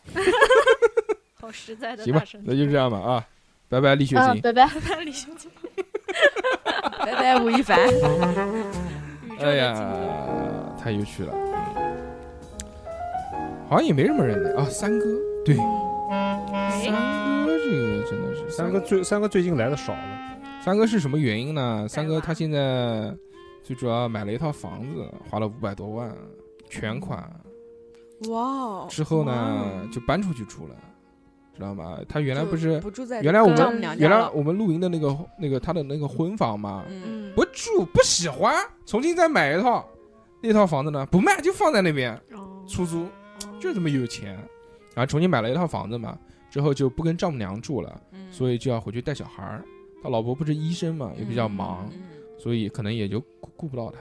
[SPEAKER 4] 好实在的
[SPEAKER 1] 行
[SPEAKER 4] 大
[SPEAKER 1] 吧
[SPEAKER 4] 声，，
[SPEAKER 1] 那就这样吧啊，拜拜，李雪
[SPEAKER 8] 啊，
[SPEAKER 1] 琴。
[SPEAKER 8] 拜拜。
[SPEAKER 4] 李兄弟，
[SPEAKER 7] 拜拜，吴亦凡。
[SPEAKER 4] 宇
[SPEAKER 7] 嗯
[SPEAKER 5] 嗯
[SPEAKER 4] 宙
[SPEAKER 1] 哎
[SPEAKER 4] 的尽头。
[SPEAKER 1] 呀，太有趣了，嗯，好像也没什么人呢啊，三哥，对，
[SPEAKER 7] 哎
[SPEAKER 1] 三哥这个真的是
[SPEAKER 5] 三哥，最三哥最近来的少了，
[SPEAKER 1] 三哥是什么原因呢？三哥他现在最主要买了一套房子，花了五百多万，全款，
[SPEAKER 7] 哇哦！
[SPEAKER 1] 之后呢就搬出去住了，知道吗？他原来不是
[SPEAKER 7] 不住在
[SPEAKER 1] 原来我们
[SPEAKER 7] 丈母娘家
[SPEAKER 1] 原来
[SPEAKER 7] 了
[SPEAKER 1] 我们露营的那个那个他的那个婚房嘛，
[SPEAKER 7] 嗯，
[SPEAKER 4] 嗯，
[SPEAKER 1] 不住不喜欢，重新再买一套。那套房子呢，不卖就放在那边
[SPEAKER 4] 哦
[SPEAKER 1] 出租，就这么有钱。然后重新买了一套房子嘛，之后就不跟丈母娘住了，
[SPEAKER 7] 嗯
[SPEAKER 1] 所以就要回去带小孩儿。他老婆不是医生嘛，也比较忙，
[SPEAKER 7] 嗯嗯
[SPEAKER 1] 所以可能也就顾顾不到他。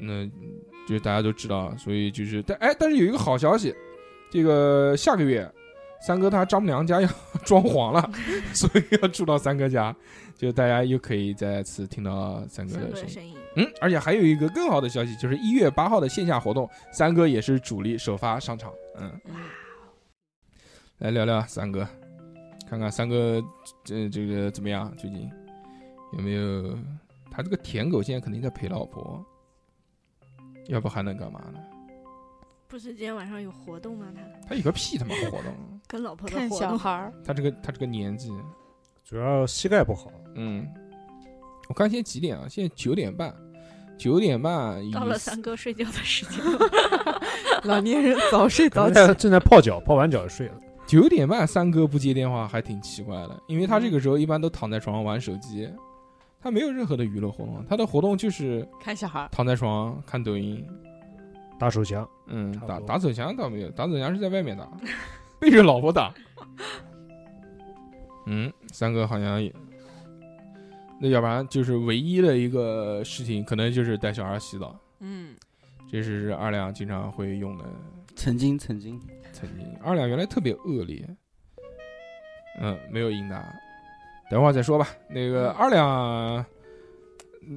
[SPEAKER 1] 那就是大家都知道，啊所以就是但哎，但是有一个好消息，这个下个月三哥他丈母娘家要 装潢了，所以要住到三哥家，就大家又可以再次听到三哥
[SPEAKER 4] 三
[SPEAKER 1] 的
[SPEAKER 4] 个
[SPEAKER 1] 声音。
[SPEAKER 4] 声音，
[SPEAKER 1] 嗯，而且还有一个更好的消息，就是一月八号的线下活动，三哥也是主力首发上场。嗯，来聊聊三哥，看看三哥这这个怎么样？最近有没有？他这个舔狗现在肯定在陪老婆，要不还能干嘛呢？
[SPEAKER 4] 不是今天晚上有活动吗？他
[SPEAKER 1] 他有个屁他妈活动！
[SPEAKER 4] 跟老婆的
[SPEAKER 7] 看
[SPEAKER 4] 活
[SPEAKER 7] 小
[SPEAKER 4] 动，
[SPEAKER 7] 孩儿，
[SPEAKER 1] 他这个他这个年纪，
[SPEAKER 5] 主要膝盖不好。
[SPEAKER 1] 嗯，我看现在几点啊？现在九点半，九点半已
[SPEAKER 4] 到了
[SPEAKER 1] 经
[SPEAKER 4] 三哥睡觉的时间，
[SPEAKER 7] 老年人早睡
[SPEAKER 5] 可
[SPEAKER 7] 早
[SPEAKER 5] 能
[SPEAKER 7] 起
[SPEAKER 5] 在。正在泡脚，泡完脚就睡了。
[SPEAKER 1] 九点半三哥不接电话还挺奇怪的，因为他这个时候一般都躺在床上玩手机，他没有任何的娱乐活动，他的活动就是
[SPEAKER 7] 看小孩儿，
[SPEAKER 1] 躺在床上看抖音，
[SPEAKER 5] 打手枪，
[SPEAKER 1] 嗯
[SPEAKER 5] 差，不
[SPEAKER 1] 打
[SPEAKER 5] 多
[SPEAKER 1] 打手枪倒没有，打手枪是在外面打，背着老婆打。嗯，三哥好像也，那要不然就是唯一的一个事情，可能就是带小孩洗澡，
[SPEAKER 7] 嗯，
[SPEAKER 1] 这是二两经常会用的
[SPEAKER 3] 曾经曾 经，
[SPEAKER 1] 曾经，二两原来特别恶劣，嗯，没有赢他，等会儿再说吧。那
[SPEAKER 7] 嗯
[SPEAKER 1] 个二两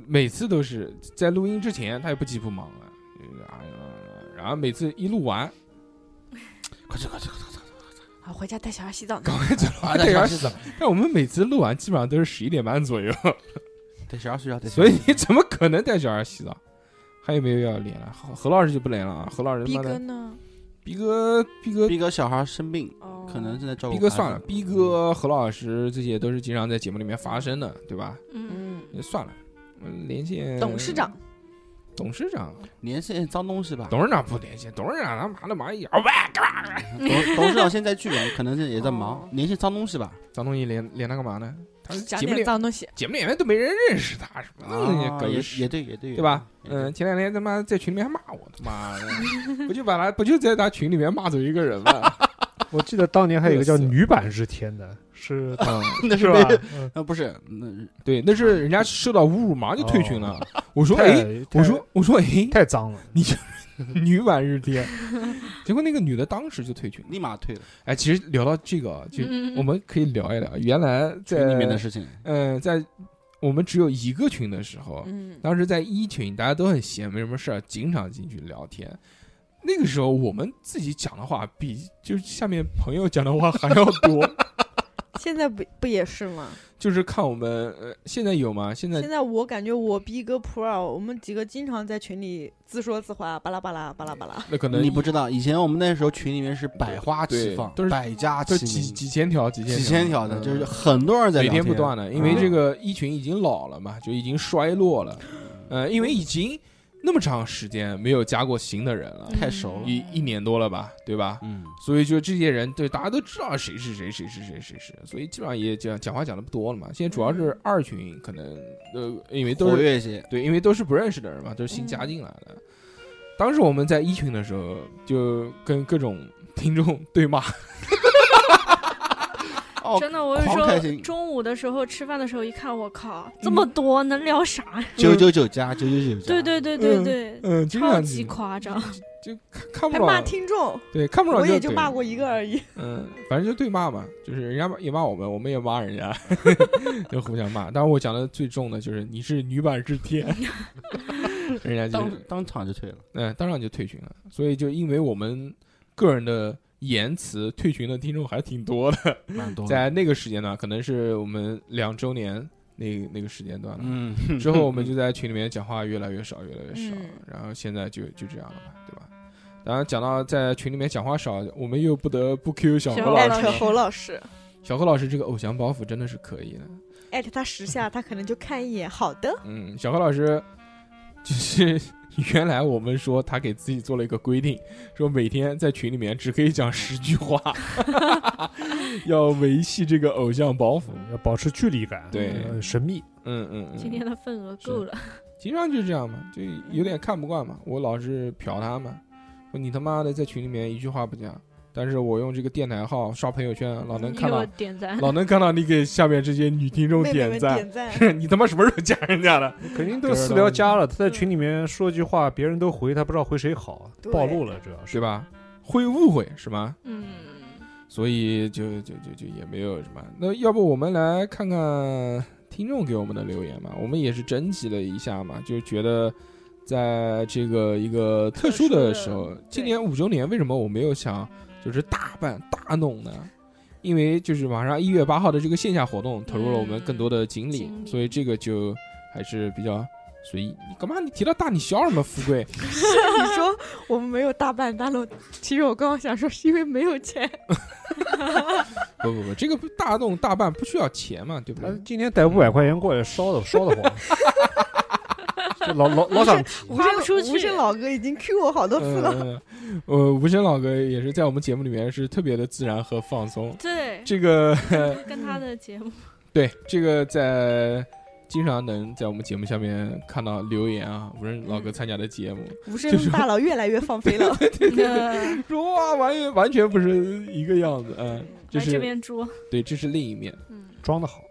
[SPEAKER 1] 每次都是在录音之前，他也不急不忙啊，就是啊然后每次一录完，
[SPEAKER 3] 快去快去快去！
[SPEAKER 7] 好，回家带小孩洗澡呢
[SPEAKER 1] 赶。快走
[SPEAKER 3] 啊，
[SPEAKER 1] 了，
[SPEAKER 3] 带
[SPEAKER 1] 带
[SPEAKER 3] 小
[SPEAKER 1] 小
[SPEAKER 3] 孩
[SPEAKER 1] 孩
[SPEAKER 3] 洗
[SPEAKER 1] 洗
[SPEAKER 3] 澡
[SPEAKER 1] 澡。， 但我们每次录完基本上都是十一点半左右，
[SPEAKER 3] 带小孩睡觉，带小
[SPEAKER 1] 所
[SPEAKER 3] 孩
[SPEAKER 1] 以你怎么可能带小孩洗澡？还有没有要连了？何何老师就不连了啊！何老师
[SPEAKER 6] 逼
[SPEAKER 1] 妈
[SPEAKER 6] 哥
[SPEAKER 1] 的，
[SPEAKER 6] 呢？
[SPEAKER 1] 逼哥，逼哥，
[SPEAKER 3] 逼哥小孩生病，
[SPEAKER 6] 哦，
[SPEAKER 3] 可能正在照顾
[SPEAKER 1] 逼哥
[SPEAKER 3] 孩子。
[SPEAKER 1] 算了，逼哥、何老师这些都是经常在节目里面发生的，对吧？
[SPEAKER 4] 嗯，
[SPEAKER 6] 嗯，
[SPEAKER 1] 算了，嗯连线
[SPEAKER 6] 董事长，
[SPEAKER 1] 董事长，
[SPEAKER 3] 连线嗯脏东西吧。
[SPEAKER 1] 董事长不连线，董事长他妈的忙一摇喂，干嘛？
[SPEAKER 3] 董董事长现在巨人，可能是也在忙
[SPEAKER 6] 哦，
[SPEAKER 3] 联系脏东西吧。
[SPEAKER 1] 张东一连连他干嘛呢？他是
[SPEAKER 6] 讲
[SPEAKER 1] 节目
[SPEAKER 6] 点
[SPEAKER 1] 里
[SPEAKER 6] 脏东西，
[SPEAKER 1] 节目里面都没人认识他，什么东西
[SPEAKER 3] 啊
[SPEAKER 1] 狗
[SPEAKER 3] 也
[SPEAKER 1] 屎
[SPEAKER 3] 也对，也对，也
[SPEAKER 1] 对吧？
[SPEAKER 3] 也
[SPEAKER 1] 嗯，前两天他妈在群里面还骂我，他妈 的，不就把他不就在他群里面骂走一个人吗？
[SPEAKER 5] 我记得当年还有一个 叫女版日天的，是
[SPEAKER 1] 嗯，
[SPEAKER 3] 那
[SPEAKER 5] 是
[SPEAKER 3] 是
[SPEAKER 5] 吧
[SPEAKER 3] 被？
[SPEAKER 5] 嗯
[SPEAKER 3] 啊，不是，那
[SPEAKER 1] 对，那
[SPEAKER 3] 啊
[SPEAKER 1] 是人家受到侮辱，马上就退群了。
[SPEAKER 3] 哦
[SPEAKER 1] 我说，哎，
[SPEAKER 5] 太
[SPEAKER 1] 我说，我说，哎，
[SPEAKER 5] 太太脏了，
[SPEAKER 1] 女版日 天，结果那个女的当时就退群了。
[SPEAKER 3] 立马退了
[SPEAKER 1] 哎，其实聊到这个，啊就
[SPEAKER 4] 嗯嗯嗯
[SPEAKER 1] 我们可以聊一聊，原来在
[SPEAKER 3] 群里面的事情。
[SPEAKER 1] 嗯、在我们只有一个群的时候，
[SPEAKER 6] 嗯，
[SPEAKER 1] 当时在一群，大家都很闲，没什么事儿，经常进去聊天。那个时候，我们自己讲的话比就是下面朋友讲的话还要多，
[SPEAKER 6] 现在不不也是吗？
[SPEAKER 1] 就是看我们呃，现在有吗？现在
[SPEAKER 6] 现在我感觉我逼哥普洱，我们几个经常在群里自说自话，巴拉巴拉巴拉巴拉。
[SPEAKER 1] 那可能
[SPEAKER 3] 你不知道，以前我们那时候群里面是百花齐
[SPEAKER 1] 对
[SPEAKER 3] 放
[SPEAKER 1] 都是，
[SPEAKER 3] 百家
[SPEAKER 1] 都
[SPEAKER 3] 齐
[SPEAKER 1] 几
[SPEAKER 3] 鸣，
[SPEAKER 1] 几千条，几千
[SPEAKER 3] 啊几千条的，
[SPEAKER 1] 嗯
[SPEAKER 3] 就是很多人在
[SPEAKER 1] 每
[SPEAKER 3] 聊
[SPEAKER 1] 天
[SPEAKER 3] 天嗯
[SPEAKER 1] 不断的，因为这个一群已经老了嘛，就已经衰落了，呃，因为已经那么长时间没有加过新的人了，
[SPEAKER 3] 太熟了
[SPEAKER 4] 嗯
[SPEAKER 1] 一一年多了吧，对吧？
[SPEAKER 3] 嗯，
[SPEAKER 1] 所以就这些人，对大家都知道谁是谁，谁是谁，谁是，谁，所以基本上也讲讲话讲的不多了嘛。现在主要
[SPEAKER 4] 嗯
[SPEAKER 1] 是二群，可能呃，因为都
[SPEAKER 3] 活
[SPEAKER 1] 是嗯
[SPEAKER 3] 跃一些。
[SPEAKER 1] 对，因为都是不认识的人嘛，都是新加
[SPEAKER 4] 嗯
[SPEAKER 1] 进来的。当时我们在一群的时候，就跟各种听众对骂，
[SPEAKER 3] 哦，
[SPEAKER 4] 真的，我有时
[SPEAKER 3] 狂开心
[SPEAKER 4] 候中午的时候吃饭的时候一看，我
[SPEAKER 1] 嗯
[SPEAKER 4] 靠，这么多能聊啥呀？
[SPEAKER 3] 九九九加，九九九加，
[SPEAKER 4] 对对对对对，
[SPEAKER 1] 啊嗯，经
[SPEAKER 4] 超
[SPEAKER 1] 常
[SPEAKER 4] 级夸张。
[SPEAKER 1] 就看看不
[SPEAKER 6] 还骂
[SPEAKER 1] 爽，
[SPEAKER 6] 听众，
[SPEAKER 1] 对，看不爽
[SPEAKER 6] 我也就
[SPEAKER 1] 就
[SPEAKER 6] 骂
[SPEAKER 1] 怼
[SPEAKER 6] 过一个而已。
[SPEAKER 1] 嗯，反正就对骂嘛，就是人家骂也骂我们，我们也骂人家， 就互相骂。但是我讲的最重的就是你是女版之天， 人家就
[SPEAKER 3] 当
[SPEAKER 1] 是
[SPEAKER 3] 当场就退了。
[SPEAKER 1] 嗯，当然就退群了。所以就因为我们个人的言辞，退群的听众还挺多的。
[SPEAKER 3] 蛮多的
[SPEAKER 1] 在那个时间段，可能是我们两周年那那个时间段了。
[SPEAKER 3] 嗯，
[SPEAKER 1] 之后我们就在群里面讲话越来越少，越来越少，
[SPEAKER 6] 嗯
[SPEAKER 1] 然后现在就就这样了嘛，对吧？当然讲到在群里面讲话少，我们又不得不 Q 小何
[SPEAKER 4] 小何
[SPEAKER 1] 老
[SPEAKER 6] 艾
[SPEAKER 1] 师。
[SPEAKER 6] 特侯老师，
[SPEAKER 1] 小何老师这个偶像包袱真的是可以的，
[SPEAKER 6] 艾特他十下，他可能就看一眼。好的，
[SPEAKER 1] 嗯，小何老师就是 原来我们说他给自己做了一个规定，说每天在群里面只可以讲十句 话，要维系这个偶像包袱。
[SPEAKER 5] 要保持距离感，
[SPEAKER 1] 对
[SPEAKER 5] 呃神秘。
[SPEAKER 1] 嗯嗯
[SPEAKER 4] 今
[SPEAKER 1] 嗯，
[SPEAKER 4] 天的份额够了，
[SPEAKER 1] 经常就这样嘛，就有点看不惯嘛，我老是瞟他嘛，说你他妈的在群里面一句话不讲，但是我用这个电台号刷朋友圈，老能
[SPEAKER 4] 你
[SPEAKER 1] 看
[SPEAKER 4] 给我
[SPEAKER 1] 到。
[SPEAKER 4] 点赞。
[SPEAKER 1] 老能看到你给下面这些女听众
[SPEAKER 6] 哎妹妹
[SPEAKER 1] 点
[SPEAKER 6] 们
[SPEAKER 1] 赞，
[SPEAKER 6] 点 赞，
[SPEAKER 1] 你他妈什么时候加人家的？
[SPEAKER 5] 肯定都私聊加了，他在群里面说句话，别人都回，他不知道回谁好，
[SPEAKER 6] 对
[SPEAKER 5] 暴露了，主要
[SPEAKER 1] 对
[SPEAKER 5] 是
[SPEAKER 1] 吧？会误会是吗？
[SPEAKER 4] 嗯，
[SPEAKER 1] 所以就就就就也没有什么。那要不我们来看看听众给我们的留言嘛？我们也是征集了一下嘛，就觉得在这个一个特殊的时候
[SPEAKER 4] 特殊的，
[SPEAKER 1] 今年五周年为什么我没有想就是大办大弄呢？因为就是马上一月八号的这个线下活动，投入了我们更多的嗯精力，
[SPEAKER 4] 精力
[SPEAKER 1] 所以这个就还是比较随意。你干嘛？你提到大，你笑什么？富贵，
[SPEAKER 6] 你说我们没有大办大弄，其实我刚刚想说是因为没有钱。
[SPEAKER 1] 不不不，这个不大动大办不需要钱嘛，对不
[SPEAKER 5] 他
[SPEAKER 1] 对？
[SPEAKER 5] 今天带五百块钱过来，烧的烧的慌，就老老老想提。
[SPEAKER 6] 无
[SPEAKER 4] 花不
[SPEAKER 6] 声
[SPEAKER 4] 出去
[SPEAKER 6] 无声老哥已经 Q 我好多次了，
[SPEAKER 1] 嗯，嗯呃，无声老哥也是在我们节目里面是特别的自然和放松。
[SPEAKER 4] 对，
[SPEAKER 1] 这个
[SPEAKER 4] 跟他的节目，
[SPEAKER 1] 对，这个在经常能在我们节目下面看到留言啊，无声老哥参加的节目，
[SPEAKER 6] 无声大佬越来越放 飞了。
[SPEAKER 4] 嗯
[SPEAKER 1] 说哇，完全完全不是一个样子，嗯，这
[SPEAKER 4] 来这
[SPEAKER 1] 是
[SPEAKER 4] 边捉。
[SPEAKER 1] 对，这是另一面。
[SPEAKER 4] 嗯，
[SPEAKER 5] 装的好，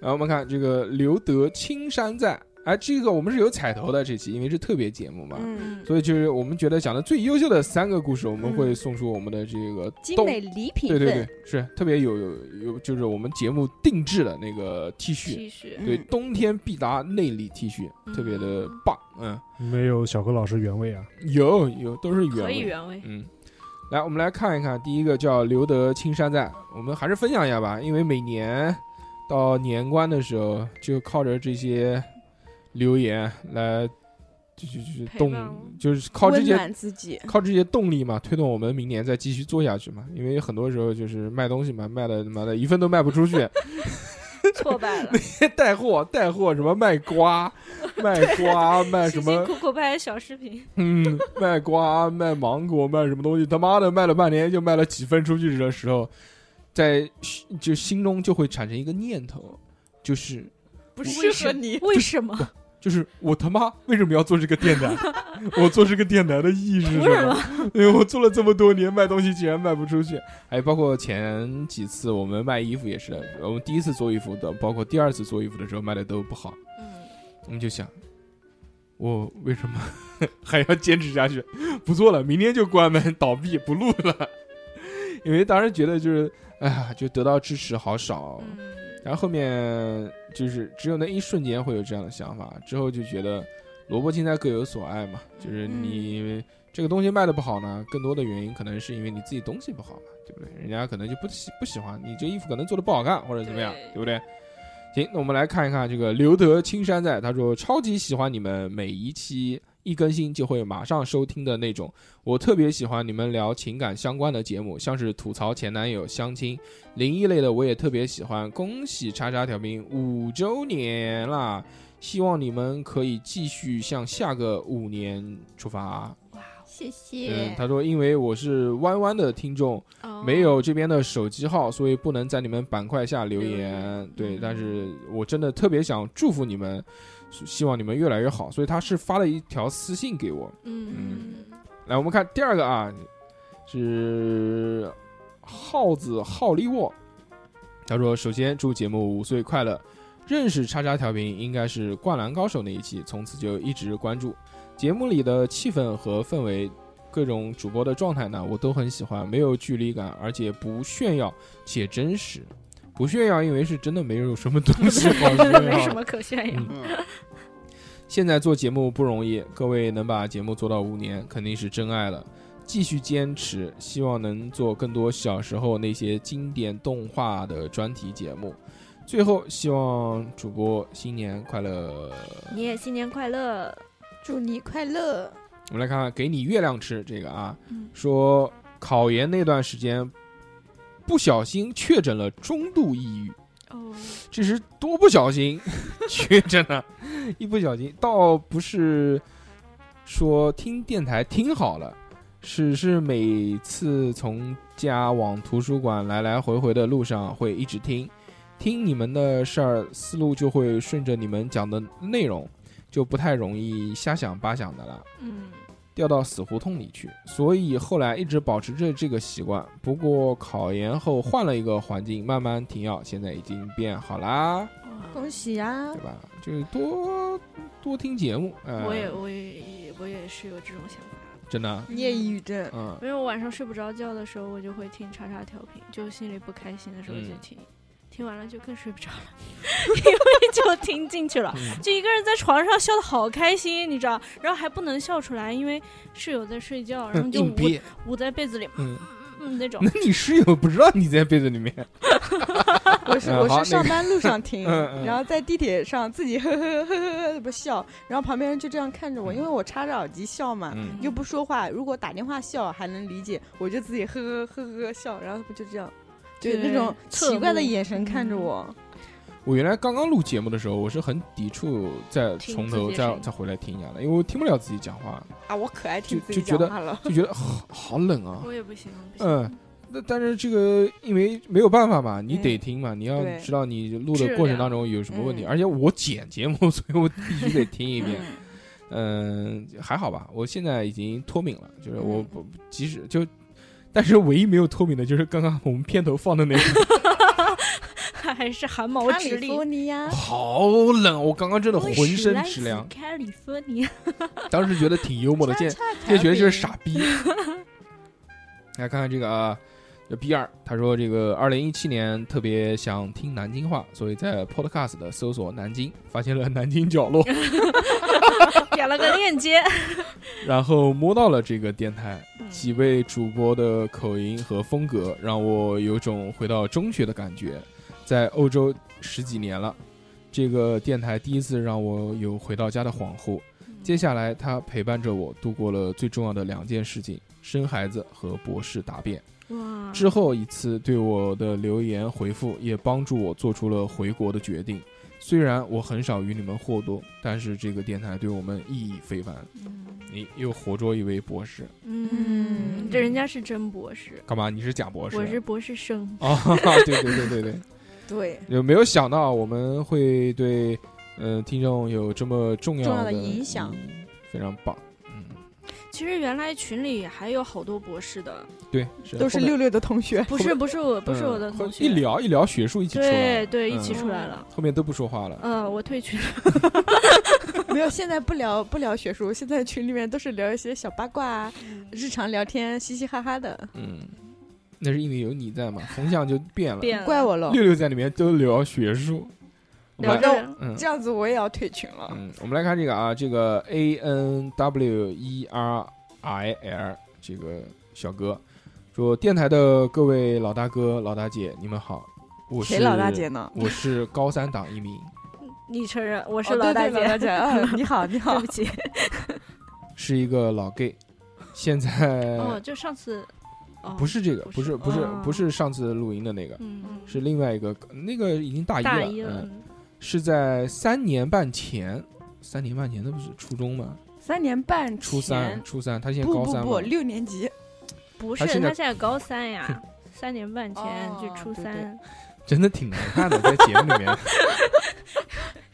[SPEAKER 1] 然后我们看这个刘德青山在，哎，这个我们是有彩头的这期，因为是特别节目嘛。
[SPEAKER 6] 嗯，
[SPEAKER 4] 嗯
[SPEAKER 1] 所以就是我们觉得讲的最优秀的三个故事，我们会送出我们的这个
[SPEAKER 7] 精
[SPEAKER 1] 动
[SPEAKER 7] 美礼品
[SPEAKER 1] 对
[SPEAKER 7] 份，
[SPEAKER 1] 对对，是特别有有有，就是我们节目定制的那个 T 恤，
[SPEAKER 4] 继续。
[SPEAKER 1] 对，
[SPEAKER 6] 嗯
[SPEAKER 1] 冬天必达内里 T 恤，特别的棒，嗯，
[SPEAKER 5] 没有小何老师原味啊，
[SPEAKER 1] 有有都是原
[SPEAKER 4] 可
[SPEAKER 1] 味，
[SPEAKER 4] 以原味，
[SPEAKER 1] 嗯。来，我们来看一看，第一个叫刘德青山在，我们还是分享一下吧，因为每年到年关的时候，就靠着这些留言来就就就是
[SPEAKER 4] 陪伴我
[SPEAKER 1] 动，就是靠这
[SPEAKER 6] 温
[SPEAKER 1] 些
[SPEAKER 6] 暖自己。
[SPEAKER 1] 靠这些动力嘛，推动我们明年再继续做下去嘛。因为很多时候就是卖东西嘛，卖的他妈的一份都卖不出去，
[SPEAKER 4] 挫败了，
[SPEAKER 1] 带货带货什么卖瓜，卖瓜卖什
[SPEAKER 4] 辛
[SPEAKER 1] 么
[SPEAKER 4] 辛苦苦拍小视频，
[SPEAKER 1] 嗯，卖瓜、卖芒果、卖什么东西，他妈的卖了半天就卖了几份出去的时候，在心就心中就会产生一个念头，就是
[SPEAKER 6] 不
[SPEAKER 4] 适合
[SPEAKER 6] 你，
[SPEAKER 4] 为什么？
[SPEAKER 1] 就是我他妈为什么要做这个电台？ 我做这个电台的意义是什
[SPEAKER 4] 图什
[SPEAKER 1] 么？
[SPEAKER 4] 么？
[SPEAKER 1] 因为我做了这么多年，卖东西竟然卖不出去。哎，包括前几次我们卖衣服也是的，我们第一次做衣服的，包括第二次做衣服的时候卖的都不好，
[SPEAKER 4] 嗯，
[SPEAKER 1] 我们就想，我为什么 还要坚持下去？不做了，明天就关门倒闭不录了。因为当时觉得就是，哎呀，就得到支持好少。哦
[SPEAKER 4] 嗯
[SPEAKER 1] 然后后面就是只有那一瞬间会有这样的想法，之后就觉得萝卜青菜各有所爱嘛，就是
[SPEAKER 4] 嗯
[SPEAKER 1] 你这个东西卖的不好呢，更多的原因可能是因为你自己东西不好嘛，对不对？人家可能就不喜不喜欢你这衣服，可能做的不好看或者怎么样，
[SPEAKER 4] 对
[SPEAKER 1] 对不对？行，那我们来看一看这个刘德青山在，他说超级喜欢你们每一期一更新就会马上收听的那种，我特别喜欢你们聊情感相关的节目，像是吐槽前男友、相亲、灵异类的我也特别喜欢。恭喜叉叉调频五周年啦！希望你们可以继续向下个五年出发。
[SPEAKER 7] 谢
[SPEAKER 1] 嗯
[SPEAKER 7] 谢，。
[SPEAKER 1] 他说，因为我是弯弯的听众，
[SPEAKER 4] 哦
[SPEAKER 1] 没有这边的手机号，所以不能在你们板块下留言。对，
[SPEAKER 4] 嗯
[SPEAKER 1] 但是我真的特别想祝福你们，希望你们越来越好。所以他是发了一条私信给我，
[SPEAKER 4] 嗯，
[SPEAKER 1] 来，我们看第二个啊，是耗子耗利沃，他说：“首先祝节目五岁快乐，认识叉叉调频应该是《灌篮高手》那一期，从此就一直关注节目里的气氛和氛围。”各种主播的状态呢，我都很喜欢，没有距离感，而且不炫耀且真实。不炫耀，因为是真的没有什么东 西好炫耀，
[SPEAKER 4] 没什么可炫耀
[SPEAKER 1] 嗯。
[SPEAKER 3] 嗯，
[SPEAKER 1] 现在做节目不容易，各位能把节目做到五年，肯定是真爱了。继续坚持，希望能做更多小时候那些经典动画的专题节目。最后，希望主播新年快乐。
[SPEAKER 4] 你也新年快乐，
[SPEAKER 6] 祝你快乐。
[SPEAKER 1] 我们来看看给你月亮吃这个啊
[SPEAKER 4] 嗯，
[SPEAKER 1] 说考研那段时间不小心确诊了中度抑郁，
[SPEAKER 4] 哦，
[SPEAKER 1] 这是多不小心 确诊了，一不小心倒不是说听电台听好了，只是每次从家往图书馆来来回回的路上会一直听，听你们的事儿，思路就会顺着你们讲的内容，就不太容易瞎想八想的了。
[SPEAKER 4] 嗯，
[SPEAKER 1] 掉到死胡同里去，所以后来一直保持着这个习惯。不过考研后换了一个环境，慢慢停药，现在已经变好啦，
[SPEAKER 4] 哇
[SPEAKER 6] 恭喜呀
[SPEAKER 1] 对！吧？就是多多听节目，呃、
[SPEAKER 4] 我也我也我也是有这种想法。
[SPEAKER 1] 真的，啊
[SPEAKER 6] 你也抑郁症，
[SPEAKER 1] 嗯，
[SPEAKER 4] 因为我晚上睡不着觉的时候，我就会听叉叉调频，就心里不开心的时候就
[SPEAKER 1] 嗯
[SPEAKER 4] 听，听完了就更睡不着了， 因为就听进去了。
[SPEAKER 1] 嗯
[SPEAKER 4] 就一个人在床上笑的好开心，你知道，然后还不能笑出来，因为室友在睡觉，然后就
[SPEAKER 1] 嗯硬
[SPEAKER 4] 捂
[SPEAKER 1] 憋，
[SPEAKER 4] 捂在被子里，
[SPEAKER 1] 嗯，
[SPEAKER 4] 嗯那种
[SPEAKER 1] 那。你室友不知道你在被子里面，
[SPEAKER 6] 我是
[SPEAKER 1] 嗯
[SPEAKER 6] 我
[SPEAKER 1] 好那
[SPEAKER 6] 是上
[SPEAKER 1] 个
[SPEAKER 6] 班路上听
[SPEAKER 1] 嗯嗯，
[SPEAKER 6] 然后在地铁上自己呵呵呵呵呵不笑，然后旁边人就这样看着我，因为我插着耳机笑
[SPEAKER 4] 啊
[SPEAKER 6] 嘛，
[SPEAKER 1] 嗯，
[SPEAKER 6] 又不说话。如果打电话笑还能理解，我就自己呵呵呵呵呵笑，然后不就这样，就
[SPEAKER 4] 对
[SPEAKER 6] 那种
[SPEAKER 4] 侧
[SPEAKER 6] 奇怪的
[SPEAKER 4] 目
[SPEAKER 6] 眼神看着我。
[SPEAKER 1] 我原来刚刚录节目的时候，我是很抵触再
[SPEAKER 4] 听
[SPEAKER 1] 从
[SPEAKER 4] 自己
[SPEAKER 1] 头
[SPEAKER 4] 的
[SPEAKER 1] 再
[SPEAKER 4] 声音
[SPEAKER 1] 再回来听一下的，因为我听不了自己讲话，
[SPEAKER 6] 啊，我可爱听
[SPEAKER 1] 就
[SPEAKER 6] 自己
[SPEAKER 1] 就觉
[SPEAKER 6] 讲
[SPEAKER 1] 得
[SPEAKER 6] 话 了。
[SPEAKER 1] 就觉得好好冷啊，
[SPEAKER 4] 我也不行， 我不行。
[SPEAKER 1] 嗯，那但是这个因为没有办法嘛，你得听嘛，你要
[SPEAKER 6] 对
[SPEAKER 1] 知道你录的
[SPEAKER 4] 质
[SPEAKER 1] 过程
[SPEAKER 4] 量
[SPEAKER 1] 当中有什么问题，
[SPEAKER 6] 嗯
[SPEAKER 1] 而且我剪节目， 所以我必须得听一遍。 嗯，还好吧，我现在已经脱敏了，就是我
[SPEAKER 6] 嗯
[SPEAKER 1] 不即使就，但是唯一没有脱敏的就是刚刚我们片头放的那个，
[SPEAKER 4] 还是汗毛
[SPEAKER 6] 卡
[SPEAKER 4] 直
[SPEAKER 6] 利
[SPEAKER 4] 立。
[SPEAKER 6] 福尼亚，
[SPEAKER 1] 好冷，我刚刚真的浑身直凉，
[SPEAKER 4] 开里弗尼 亚，
[SPEAKER 1] 当时觉得挺幽默的，现在现在觉得就是傻逼。 来看看这个啊，这 B 二，他说这个二零一七年特别想听南京话，所以在 Podcast 的搜索南京，发现了南京角落，
[SPEAKER 4] 点了个链接。
[SPEAKER 1] 然后摸到了这个电台，
[SPEAKER 4] 嗯
[SPEAKER 1] 几位主播的口音和风格让我有种回到中学的感觉，在欧洲十几年了，这个电台第一次让我有回到家的恍惚。 接下来，他陪伴着我度过了最重要的两件事情：生孩子和博士答辩。
[SPEAKER 4] 哇，
[SPEAKER 1] 之后一次对我的留言回复，也帮助我做出了回国的决定。虽然我很少与你们互动，但是这个电台对我们意义非凡。你又活捉一位博士，
[SPEAKER 4] 嗯，这人家是真博士，
[SPEAKER 1] 干嘛？你是假博士？
[SPEAKER 4] 我是博士生，
[SPEAKER 1] 啊， 对对对对对，
[SPEAKER 6] 对，
[SPEAKER 1] 有没有想到我们会对呃听众有这么重要
[SPEAKER 6] 重要的影响
[SPEAKER 1] 嗯非常棒，嗯，
[SPEAKER 4] 其实原来群里还有好多博士的，
[SPEAKER 1] 对，是
[SPEAKER 6] 都是
[SPEAKER 1] 后面
[SPEAKER 6] 六六的同 学，
[SPEAKER 4] 不是不是我不是
[SPEAKER 1] 嗯
[SPEAKER 4] 我的
[SPEAKER 1] 后
[SPEAKER 4] 同学，
[SPEAKER 1] 一聊一聊学术一起出来
[SPEAKER 4] 对
[SPEAKER 1] 了，
[SPEAKER 4] 对一起
[SPEAKER 1] 嗯
[SPEAKER 4] 出来了，
[SPEAKER 1] 后面都不说话了。
[SPEAKER 4] 嗯，我退群了，
[SPEAKER 6] 没有。现在不聊不聊学术，现在群里面都是聊一些小八卦啊，日常聊天，嘻嘻哈哈的。
[SPEAKER 1] 嗯，那是因为有你在嘛，风向就变了。
[SPEAKER 4] 变了
[SPEAKER 6] 怪我喽，
[SPEAKER 1] 六六在里面都聊学术，我
[SPEAKER 4] 聊
[SPEAKER 1] 们来
[SPEAKER 4] 这个
[SPEAKER 1] 嗯
[SPEAKER 6] 这样子我也要退群了。
[SPEAKER 1] 嗯，我们来看这个啊，这个 A N W E R I L 这个小哥说，电台的各位老大哥、老大姐，你们好，我是
[SPEAKER 6] 谁老大姐，呢？
[SPEAKER 1] 我是高三党一名，
[SPEAKER 4] 你承认我
[SPEAKER 6] 我
[SPEAKER 4] 是老大姐，
[SPEAKER 6] 哦老大 姐啊！你好，你
[SPEAKER 4] 对
[SPEAKER 6] 好
[SPEAKER 4] 不，起，
[SPEAKER 1] 是一个老 gay，现在、
[SPEAKER 4] 哦，就上次，哦
[SPEAKER 1] 呃不是这个，不
[SPEAKER 4] 不是
[SPEAKER 1] 是不是、
[SPEAKER 6] 哦
[SPEAKER 1] 不是上次录音的那个，
[SPEAKER 4] 嗯，
[SPEAKER 1] 是另外一个，那个已经大一了，
[SPEAKER 4] 大一了
[SPEAKER 1] 嗯，，是在三年半前，三年半前那不是初中吗？
[SPEAKER 6] 三年半
[SPEAKER 1] 初三，初三，他现在
[SPEAKER 6] 不
[SPEAKER 1] 高
[SPEAKER 6] 不
[SPEAKER 1] 三
[SPEAKER 6] 不，
[SPEAKER 1] 嘛，
[SPEAKER 6] 六年级
[SPEAKER 4] 不是
[SPEAKER 1] 他现在
[SPEAKER 4] 他现在高三呀，三年半前
[SPEAKER 6] 哦
[SPEAKER 4] 就初
[SPEAKER 6] 对对
[SPEAKER 4] 三，
[SPEAKER 1] 真的挺难看的，在节目里面。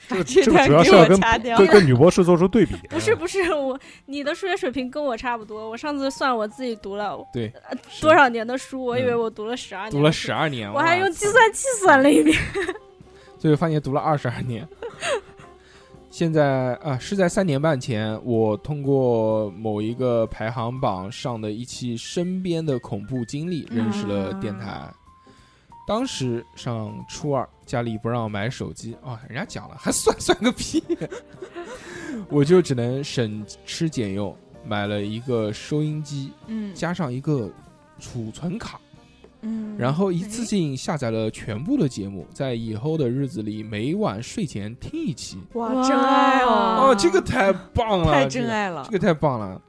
[SPEAKER 5] 这个
[SPEAKER 6] 这
[SPEAKER 5] 这个
[SPEAKER 6] 段
[SPEAKER 5] 主要
[SPEAKER 6] 给
[SPEAKER 5] 是要
[SPEAKER 6] 我
[SPEAKER 5] 跟
[SPEAKER 6] 掐掉
[SPEAKER 5] 跟跟女博士做出对比。
[SPEAKER 4] 不是不是我，你的数学水平跟我差不多。我上次算我自己读了
[SPEAKER 1] 对
[SPEAKER 4] 呃 多少年的书，我以为
[SPEAKER 1] 嗯
[SPEAKER 4] 我读了十二年，
[SPEAKER 1] 读了十，二年，
[SPEAKER 4] 我
[SPEAKER 1] 哇
[SPEAKER 4] 还用计算器算了一遍。
[SPEAKER 1] 最后发现读了二十二年。现在啊，是在三年半前，我通过某一个排行榜上的一期《身边的恐怖经历》认识了电台。当时上初二，家里不让我买手机啊、人家讲了，还算算个屁， 我就只能省吃俭用，买了一个收音机，
[SPEAKER 6] 嗯
[SPEAKER 1] 加上一个储存卡。
[SPEAKER 6] 嗯，
[SPEAKER 1] 然后一次性下载了全部的节目，在以后的日子里每晚睡前听一期。
[SPEAKER 8] 嗯
[SPEAKER 6] 哇，真爱哦，
[SPEAKER 1] 哦，这个太棒了，
[SPEAKER 6] 太
[SPEAKER 1] 这
[SPEAKER 6] 真
[SPEAKER 1] 个
[SPEAKER 6] 爱了
[SPEAKER 1] 这，个太棒了。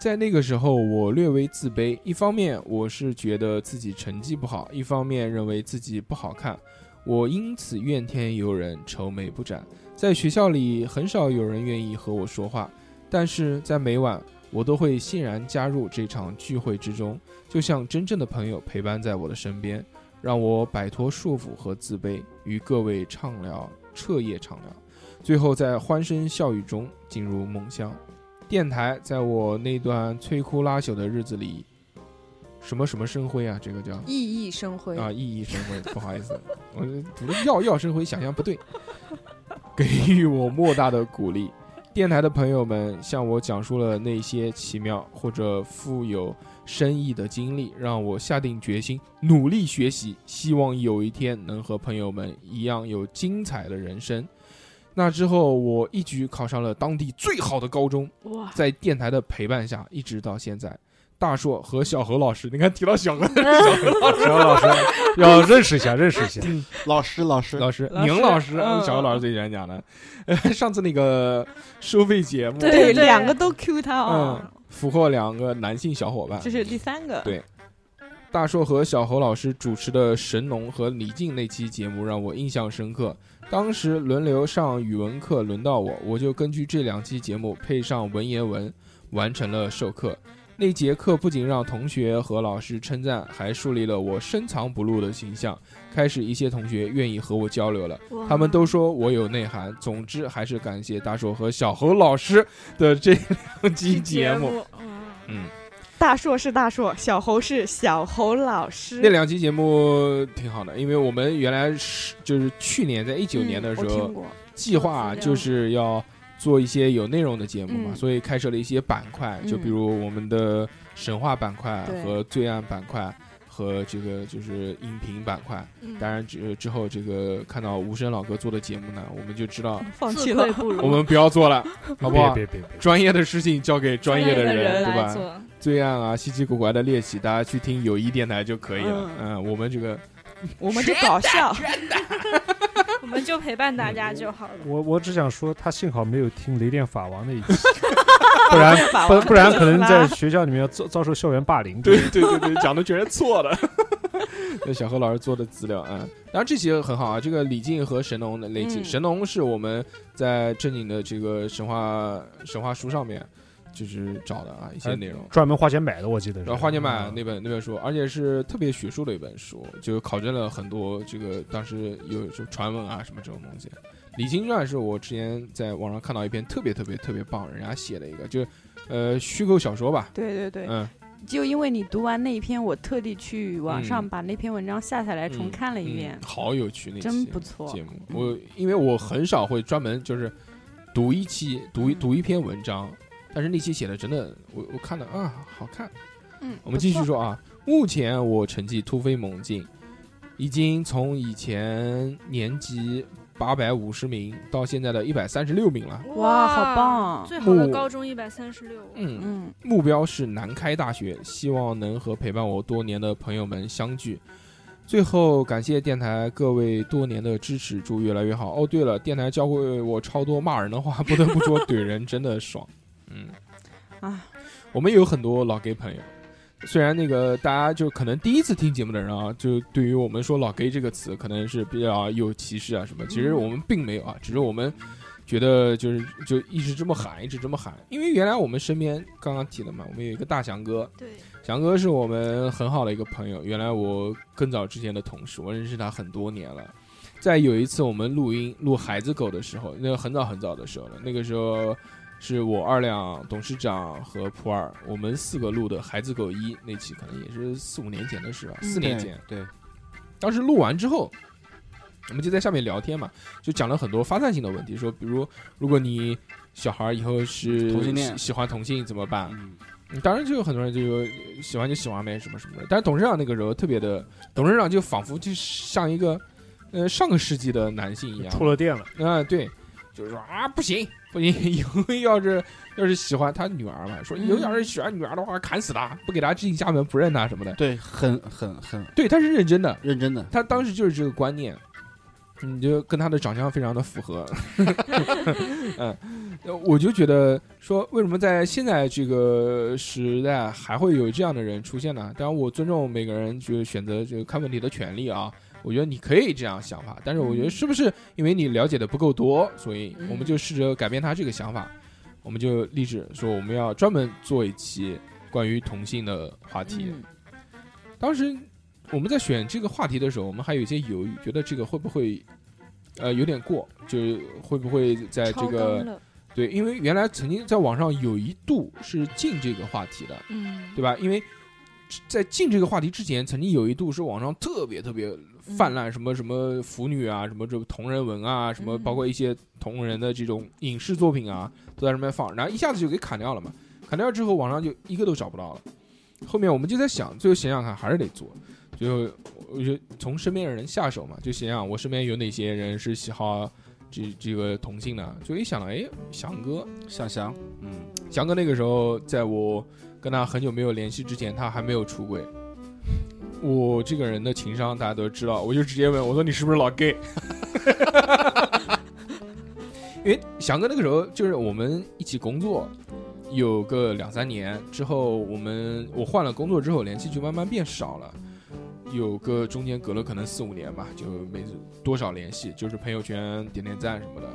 [SPEAKER 1] 在那个时候，我略微自卑，一方面我是觉得自己成绩不好，一方面认为自己不好看，我因此怨天尤人，愁眉不展。在学校里，很少有人愿意和我说话，但是在每晚，我都会欣然加入这场聚会之中，就像真正的朋友陪伴在我的身边，让我摆脱束缚和自卑，与各位畅聊，彻夜畅聊，最后在欢声笑语中进入梦乡。电台在我那段摧枯拉朽的日子里，什么什么生辉啊，这个叫
[SPEAKER 6] 熠熠生辉
[SPEAKER 1] 啊，熠熠生辉。不好意思，我读了耀耀生辉，想象不对， 给予我莫大的鼓励。电台的朋友们向我讲述了那些奇妙或者富有深意的经历，让我下定决心努力学习，希望有一天能和朋友们一样有精彩的人生。那之后，我一举考上了当地最好的高中，
[SPEAKER 4] 哇，
[SPEAKER 1] 在电台的陪伴下，一直到现在。大硕和小何老师，你看提到小何，
[SPEAKER 5] 呃小何老师要认识一下，认识一下。
[SPEAKER 3] 老师老师，
[SPEAKER 1] 老师，
[SPEAKER 6] 老
[SPEAKER 1] 宁
[SPEAKER 6] 师
[SPEAKER 1] 老师，
[SPEAKER 6] 嗯
[SPEAKER 1] 小何老师最喜欢讲的。呃，上次那个收费节目，
[SPEAKER 4] 对对对
[SPEAKER 6] 两个都 Q
[SPEAKER 1] 嗯
[SPEAKER 6] 他哦，，
[SPEAKER 1] 俘获两个男性小伙伴
[SPEAKER 6] 这，是第三个，
[SPEAKER 1] 对大硕和小侯老师主持的《神农》和李静那期节目让我印象深刻。当时轮流上语文课，轮到我，我就根据这两期节目配上文言文，完成了授课。那节课不仅让同学和老师称赞，还树立了我深藏不露的形象。开始一些同学愿意和我交流了。
[SPEAKER 6] 哦
[SPEAKER 4] 哇
[SPEAKER 1] 他们都说我有内涵。总之，还是感谢大硕和小侯老师的这两期节目。，
[SPEAKER 4] 哇
[SPEAKER 1] 嗯，
[SPEAKER 6] 大硕是大硕，小猴是小猴老师。
[SPEAKER 1] 那两期节目挺好的，因为我们原来是就是去年在一九
[SPEAKER 6] 嗯
[SPEAKER 1] 年的时
[SPEAKER 6] 我
[SPEAKER 1] 候
[SPEAKER 6] 听，过，
[SPEAKER 1] 计划就是要做一些有内容的节目嘛，
[SPEAKER 6] 嗯
[SPEAKER 1] 所以开设了一些板块，
[SPEAKER 6] 嗯
[SPEAKER 1] 就比如我们的神话板块
[SPEAKER 6] 对
[SPEAKER 1] 和罪案板块。和这个就是音频板块，
[SPEAKER 4] 嗯
[SPEAKER 1] 当然之之后这个看到无声老哥做的节目呢，我们就知 道
[SPEAKER 6] 放
[SPEAKER 4] 自
[SPEAKER 6] 弃
[SPEAKER 4] 愧
[SPEAKER 6] 了。
[SPEAKER 4] 不如
[SPEAKER 1] 我们不要做了，好不好？
[SPEAKER 5] 别别别别，
[SPEAKER 1] 专业的事情交给专业的
[SPEAKER 4] 专业
[SPEAKER 1] 人，对
[SPEAKER 4] 来
[SPEAKER 1] 吧？
[SPEAKER 4] 做，
[SPEAKER 1] 罪案啊，稀奇古怪的猎奇，大家去听友嗯谊电台就可以了。嗯，我们这个
[SPEAKER 6] 我们就搞笑，
[SPEAKER 4] 我们们就陪伴大家就好 了。
[SPEAKER 5] 我我只想说，他幸好没有听雷电法王那一期，不然不不然可能在学校里面要遭遭受校园霸 凌。
[SPEAKER 1] 对对对对，讲的全是错的。 那小何老师做的资料啊，然后这些很好啊，这个李靖和神农的那期，
[SPEAKER 7] 嗯
[SPEAKER 1] 神农是我们在正经的这个神话神话书上面就是找的啊一些内容。
[SPEAKER 5] 专门花钱买的，我记得是。
[SPEAKER 1] 然后花钱买
[SPEAKER 5] 嗯
[SPEAKER 1] 那本那本书，而且是特别学术的一本书，就考证了很多这个当时有就传闻啊什么这种东西。李清传是我之前在网上看到一篇特别特别特别棒，人家写的一个，就是呃虚构小说吧，
[SPEAKER 7] 对对对，
[SPEAKER 1] 嗯，
[SPEAKER 7] 就因为你读完那一篇，我特地去网上
[SPEAKER 1] 嗯
[SPEAKER 7] 把那篇文章下下来重
[SPEAKER 1] 嗯
[SPEAKER 7] 看了一遍
[SPEAKER 1] 嗯，好有趣那期
[SPEAKER 7] 真不错
[SPEAKER 1] 节。目。我因为我很少会专门就是读一期读一读一篇文章，但是那期写的真的，我我看了啊，好看。
[SPEAKER 6] 嗯，
[SPEAKER 1] 我们继续说啊，目前我成绩突飞猛进，已经从以前年级八百五十名到现在的一百三十六名了。
[SPEAKER 7] 哇好
[SPEAKER 6] 啊
[SPEAKER 7] 棒
[SPEAKER 4] 最好的
[SPEAKER 1] 木
[SPEAKER 4] 高中一百三十六，
[SPEAKER 1] 嗯，
[SPEAKER 7] 嗯，
[SPEAKER 1] 目标是南开大学，希望能和陪伴我多年的朋友们相聚。最后感谢电台各位多年的支持，祝越来越好。哦，对了，电台教会我超多骂人的话，不得不说怼人真的爽。嗯，
[SPEAKER 7] 啊，
[SPEAKER 1] 我们有很多老 gay 朋友，虽然那个大家就可能第一次听节目的人啊，就对于我们说老 gay 这个词，可能是比较有歧视啊什么。其实我们并没有啊，只是我们觉得就是就一直这么喊，一直这么喊，因为原来我们身边刚刚提了嘛，我们有一个大翔哥，
[SPEAKER 4] 对，
[SPEAKER 1] 翔哥是我们很好的一个朋友，原来我更早之前的同事，我认识他很多年了。在有一次我们录音录孩子狗的时候，那个很早很早的时候了，那个时候是我二两董事长和普洱，我们四个录的孩子狗一那期，可能也是四五年前的事吧，
[SPEAKER 3] 嗯
[SPEAKER 1] 四年前。
[SPEAKER 3] 对，对
[SPEAKER 1] 当时录完之后，我们就在下面聊天嘛，就讲了很多发散性的问题，说比如如果你小孩以后是
[SPEAKER 3] 同性恋
[SPEAKER 1] 喜喜欢同性怎么办？
[SPEAKER 3] 嗯，
[SPEAKER 1] 嗯当然就有很多人就有呃喜欢就喜欢呗，什么什么的。但是董事长那个时候特别的，董事长就仿佛就像一个，呃，上个世纪的男性一样
[SPEAKER 5] 触了电了，
[SPEAKER 1] 啊、对，就是说啊，不行不行，以后要是要是喜欢他女儿嘛，
[SPEAKER 3] 嗯
[SPEAKER 1] 说以后要是喜欢女儿的话，砍死他，不给他进家门，不认他什么的。
[SPEAKER 3] 对，很很很
[SPEAKER 1] 对，他是认真的，
[SPEAKER 3] 认真的，
[SPEAKER 1] 他当时就是这个观念，你就跟他的长相非常的符合。嗯，呃我就觉得说，为什么在现在这个时代还会有这样的人出现呢？当然，我尊重每个人就是选择这个看问题的权利啊。我觉得你可以这样想法，但是我觉得是不是因为你了解的不够多，所以我们就试着改变他这个想法。我们就立志说，我们要专门做一期关于同性的话题。
[SPEAKER 7] 嗯
[SPEAKER 1] 当时我们在选这个话题的时候，我们还有一些犹豫，觉得这个会不会呃有点过，就是会不会在哎这
[SPEAKER 6] 超纲
[SPEAKER 1] 个
[SPEAKER 6] 了，
[SPEAKER 1] 对，因为原来曾经在网上有一度是禁这个话题的，
[SPEAKER 4] 嗯，
[SPEAKER 1] 对吧？因为在进这个话题之前，曾经有一度是网上特别特别泛滥，什么什么腐女啊，什么这同人文啊，什么
[SPEAKER 7] 嗯
[SPEAKER 1] 包括一些同人的这种影视作品啊，都在上面放，然后一下子就给砍掉了嘛。砍掉之后，网上就一个都找不到了。后面我们就在想，最后想想看，还是得做。最后我就从身边的人下手嘛，就想想我身边有哪些人是喜好这这个同性的。就一想到，哎，翔哥，
[SPEAKER 3] 想想，嗯，
[SPEAKER 1] 翔哥那个时候，在我跟他很久没有联系之前，他还没有出轨。我这个人的情商大家都知道，我就直接问我说：“你是不是老 gay？” 因为翔哥那个时候就是我们一起工作，有个两三年之后，我们我换了工作之后，联系就慢慢变少了。有个中间隔了可能四五年吧，就没多少联系，就是朋友圈点点赞什么的。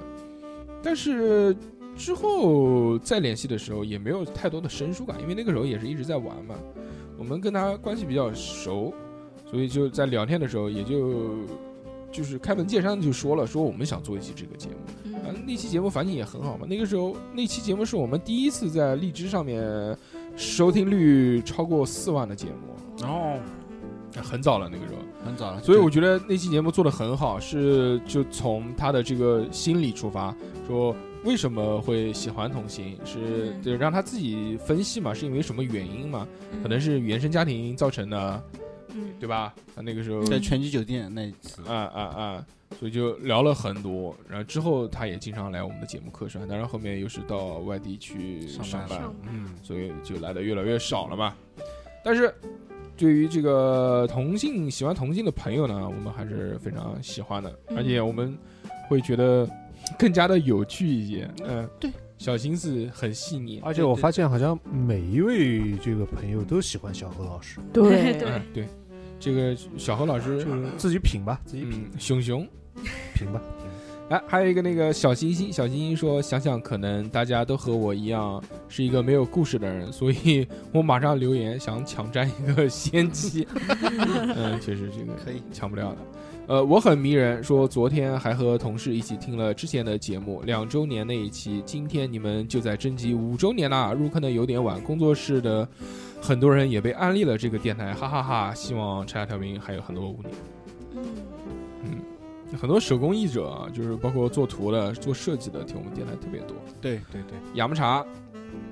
[SPEAKER 1] 但是之后再联系的时候也没有太多的生疏感，因为那个时候也是一直在玩嘛，我们跟他关系比较熟，所以就在聊天的时候也就就是开门见山的就说了，说我们想做一期这个节目。啊，那期节目反响也很好嘛。那个时候，那期节目是我们第一次在荔枝上面收听率超过四万的节目，
[SPEAKER 3] 然后
[SPEAKER 1] 很早了那个时候。
[SPEAKER 3] 很早了，
[SPEAKER 1] 哦所以我觉得那期节目做的很好，是就从他的这个心理出发，说为什么会喜欢同性，是
[SPEAKER 4] 嗯
[SPEAKER 1] 对让他自己分析嘛，是因为什么原因嘛？可能
[SPEAKER 4] 是，
[SPEAKER 1] 是原生家庭造成的，
[SPEAKER 4] 嗯，
[SPEAKER 1] 对吧？他那个时候
[SPEAKER 3] 在拳击酒店那一次，
[SPEAKER 1] 啊啊啊！所以就聊了很多，然后之后他也经常来我们的节目客串，当然后面又是到外地去
[SPEAKER 3] 上班
[SPEAKER 1] 上班
[SPEAKER 4] 上，
[SPEAKER 5] 嗯，
[SPEAKER 1] 所以就来的越来越少了嘛。但是对于这个同性喜欢同性的朋友呢，我们还是非常喜欢的，
[SPEAKER 4] 嗯
[SPEAKER 1] 而且我们会觉得更加的有趣一些。嗯，
[SPEAKER 3] 对，
[SPEAKER 1] 小心思很细腻，
[SPEAKER 5] 而且我发现好像每一位这个朋友都喜欢小何老师，
[SPEAKER 4] 对
[SPEAKER 1] 嗯，对，这个小何老师
[SPEAKER 5] 这，个自己品吧，自己品
[SPEAKER 1] 嗯，熊熊。
[SPEAKER 5] 品吧。
[SPEAKER 1] 哎，还有一个那个小星星，小星星说，想想可能大家都和我一样是一个没有故事的人，所以我马上留言想抢占一个先机。嗯，确实这个
[SPEAKER 3] 可以
[SPEAKER 1] 抢不了的。呃，我很迷人，说昨天还和同事一起听了之前的节目，两周年那一期，今天你们就在征集五周年啦，入坑的有点晚，工作室的很多人也被安利了这个电台，哈哈哈希望柴下调频还有很多五年。嗯，很多手工艺者啊，就是包括做图的、做设计的，听我们电台特别多。
[SPEAKER 3] 对对对，
[SPEAKER 1] 亚木茶，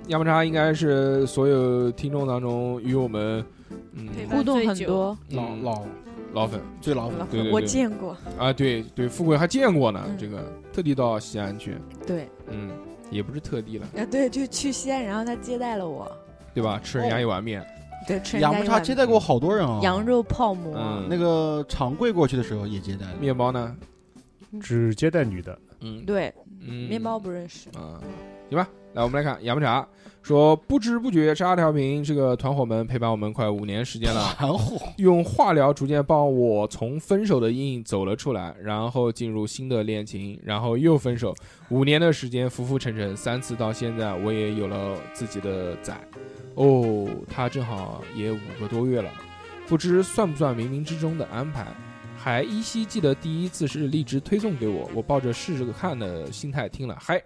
[SPEAKER 1] 亚木茶应该是所有听众当中与我们嗯
[SPEAKER 4] 陪伴
[SPEAKER 7] 互动很 多，
[SPEAKER 3] 老
[SPEAKER 1] 嗯
[SPEAKER 3] 老
[SPEAKER 1] 老粉
[SPEAKER 3] 最老粉，
[SPEAKER 1] 对对对
[SPEAKER 6] 我见过，
[SPEAKER 1] 啊，对对，富贵还见过呢，
[SPEAKER 6] 嗯
[SPEAKER 1] 这个特地到西安去，
[SPEAKER 6] 对，
[SPEAKER 1] 嗯，也不是特地了，
[SPEAKER 6] 啊对，就去西安，然后他接待了我，
[SPEAKER 1] 对吧？吃
[SPEAKER 6] 哦
[SPEAKER 1] 人家一碗面，
[SPEAKER 6] 对，吃人
[SPEAKER 3] 杨
[SPEAKER 6] 家
[SPEAKER 3] 木
[SPEAKER 6] 一
[SPEAKER 3] 叉
[SPEAKER 6] 碗
[SPEAKER 3] 接待过好多人啊，
[SPEAKER 6] 羊肉泡馍，
[SPEAKER 1] 嗯，
[SPEAKER 3] 那个长贵过去的时候也接待了，
[SPEAKER 1] 面包呢？
[SPEAKER 5] 只接待女的，
[SPEAKER 1] 嗯
[SPEAKER 6] 对，
[SPEAKER 1] 嗯，
[SPEAKER 6] 面包不认识，
[SPEAKER 1] 啊、行吧，来我们来看亚木茶说，不知不觉沙调频这个团伙们陪伴我们快五年时间了。
[SPEAKER 3] 含糊，
[SPEAKER 1] 用化疗逐渐帮我从分手的阴影走了出来，然后进入新的恋情，然后又分手，五年的时间浮浮沉沉，三次到现在我也有了自己的崽，哦，他正好也五个多月了，不知算不算冥冥之中的安排。还依稀记得第一次是荔枝推送给我，我抱着试试看的心态听了，嗨，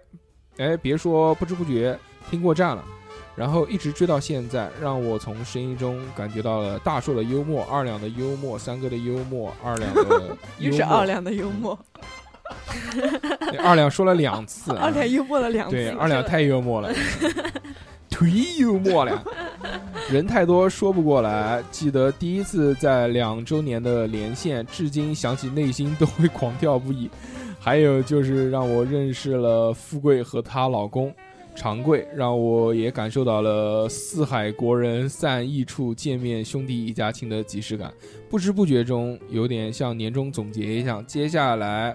[SPEAKER 1] 哎，别说不知不觉听过站了。然后一直追到现在，让我从声音中感觉到了大硕的幽默、二两的幽默、三哥的幽默、二两的幽默。 嗯哎
[SPEAKER 6] 又是二，两的幽默，
[SPEAKER 1] 二两说了两次啊，
[SPEAKER 6] 二两幽默了两
[SPEAKER 1] 对，
[SPEAKER 6] 次，
[SPEAKER 1] 二两太幽 默了，忒幽默了，人太多说不过来。记得第一次在两周年的连线，至今想起内心都会狂跳不已。还有就是让我认识了富贵和她老公长贵，让我也感受到了四海国人散异处见面兄弟一家亲的即视感。不知不觉中，有点像年终总结一样。接下来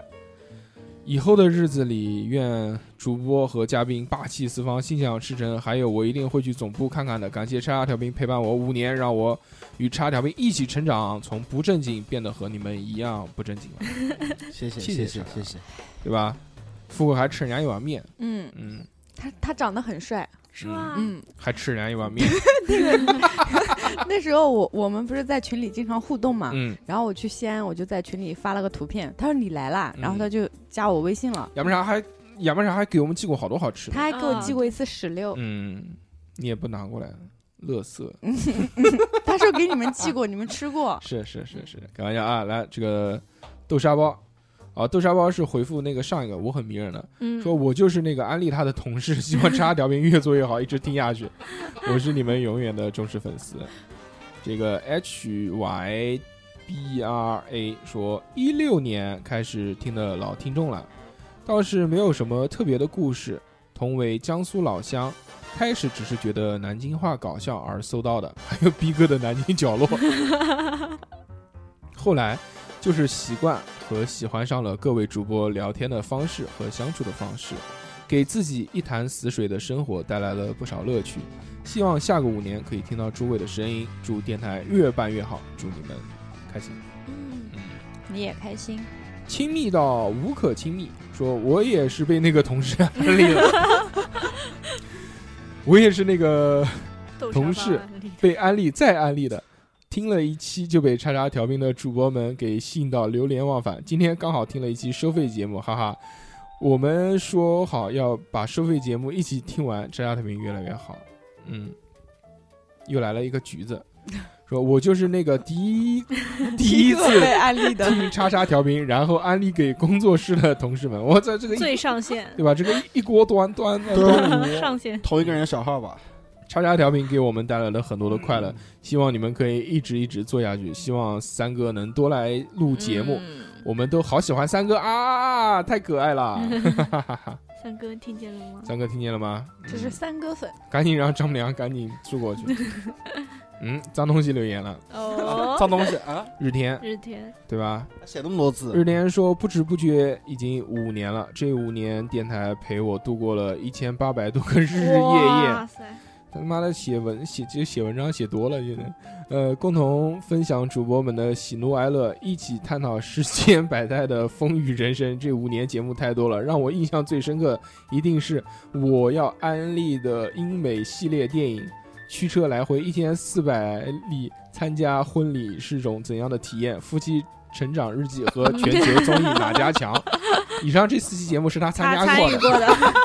[SPEAKER 1] 以后的日子里，愿主播和嘉宾霸气四方，心想事成。还有，我一定会去总部看看的。感谢叉叉调兵陪伴我五年，让我与叉叉调兵一起成长，从不正经变得和你们一样不正经了，
[SPEAKER 3] 谢谢
[SPEAKER 1] 谢谢啊
[SPEAKER 3] 谢谢谢谢，
[SPEAKER 1] 对吧？富贵还吃人家一碗面，
[SPEAKER 6] 嗯，
[SPEAKER 1] 嗯，
[SPEAKER 6] 他他长得很帅，
[SPEAKER 4] 是吧？
[SPEAKER 6] 嗯，
[SPEAKER 1] 还吃人家一碗面，
[SPEAKER 6] 那时候我我们不是在群里经常互动嘛，
[SPEAKER 1] 嗯。
[SPEAKER 6] 然后我去西安，我就在群里发了个图片，他说你来啦，
[SPEAKER 1] 嗯
[SPEAKER 6] 然后他就加我微信了，
[SPEAKER 1] 亚麻茶还亚麻茶还给我们寄过好多好吃的
[SPEAKER 6] 他，还
[SPEAKER 4] 嗯
[SPEAKER 6] 给我寄过一次石榴，
[SPEAKER 1] 嗯，你也不拿过来，乐色。
[SPEAKER 6] 他说给你们寄过，你们吃 过，
[SPEAKER 1] 是是是是，开玩笑啊！来，这个豆沙包，啊，豆沙包是回复那个上一个我很迷人的，
[SPEAKER 4] 嗯，
[SPEAKER 1] 说我就是那个安利他的同事，希望叉调频越做越好，一直听下去，我是你们永远的忠实粉丝。这个 H Y B R A 说，一六年开始听的老听众了，倒是没有什么特别的故事，同为江苏老乡。开始只是觉得南京话搞笑而搜到的，还有逼哥的南京角落。后来就是习惯和喜欢上了各位主播聊天的方式和相处的方式，给自己一潭死水的生活带来了不少乐趣。希望下个五年可以听到诸位的声音，祝电台越办越好，祝你们开心。
[SPEAKER 4] 嗯
[SPEAKER 7] 你也开 心。
[SPEAKER 1] 亲密到无可亲密，说我也是被那个同事安利了， 我也是那个
[SPEAKER 4] 豆沙
[SPEAKER 1] 同
[SPEAKER 4] 包
[SPEAKER 1] 事
[SPEAKER 4] 安利
[SPEAKER 1] 被安利再安利的，听了一期就被叉叉调频的主播们给吸引到流连忘返。今天刚好听了一期收费节目，哈哈。我们说好要把收费节目一起听完，叉叉调频越来越好。嗯，又来了一个橘子，说我就是那个第一第一
[SPEAKER 6] 个被
[SPEAKER 1] 次
[SPEAKER 6] 安利的，
[SPEAKER 1] 听叉叉调频，然后安利给工作室的同事们。我在这个一
[SPEAKER 4] 最上线，
[SPEAKER 1] 对吧？这个一一锅端端的
[SPEAKER 3] 端午
[SPEAKER 4] 上线，嗯
[SPEAKER 3] 同一个人的小号吧，
[SPEAKER 1] 叉叉调频给我们带来了很多的快乐，希望你们可以一直一直做下去。希望三哥能多来录节目，
[SPEAKER 4] 嗯
[SPEAKER 1] 我们都好喜欢三哥啊，太可爱了！
[SPEAKER 4] 三哥听见了吗？
[SPEAKER 1] 三哥听见了吗？
[SPEAKER 6] 这是三哥粉，
[SPEAKER 1] 赶紧让丈母娘赶紧住过去。嗯，脏东西留言了，
[SPEAKER 4] 哦，
[SPEAKER 3] 脏东西 啊，
[SPEAKER 1] 日天
[SPEAKER 4] 日天，
[SPEAKER 1] 对吧？
[SPEAKER 3] 写那么多
[SPEAKER 1] 日
[SPEAKER 3] 字，
[SPEAKER 1] 天说，不知不觉已经五年了，这五年电台陪我度过了一千八百多个日日夜夜
[SPEAKER 4] 哇。塞，
[SPEAKER 1] 他妈的写文写就写文章写多了，现在，呃，共同分享主播们的喜怒哀乐，一起探讨世间百态的风雨人生。这五年节目太多了，让我印象最深刻一定是我要安利的英美系列电影《驱车来回一千四百里》，参加婚礼是种怎样的体验？夫妻成长日记和全球综艺哪家强？ 以上这四期节目是他参
[SPEAKER 4] 他
[SPEAKER 1] 加
[SPEAKER 4] 参
[SPEAKER 1] 过
[SPEAKER 4] 与
[SPEAKER 1] 的。
[SPEAKER 4] 过的，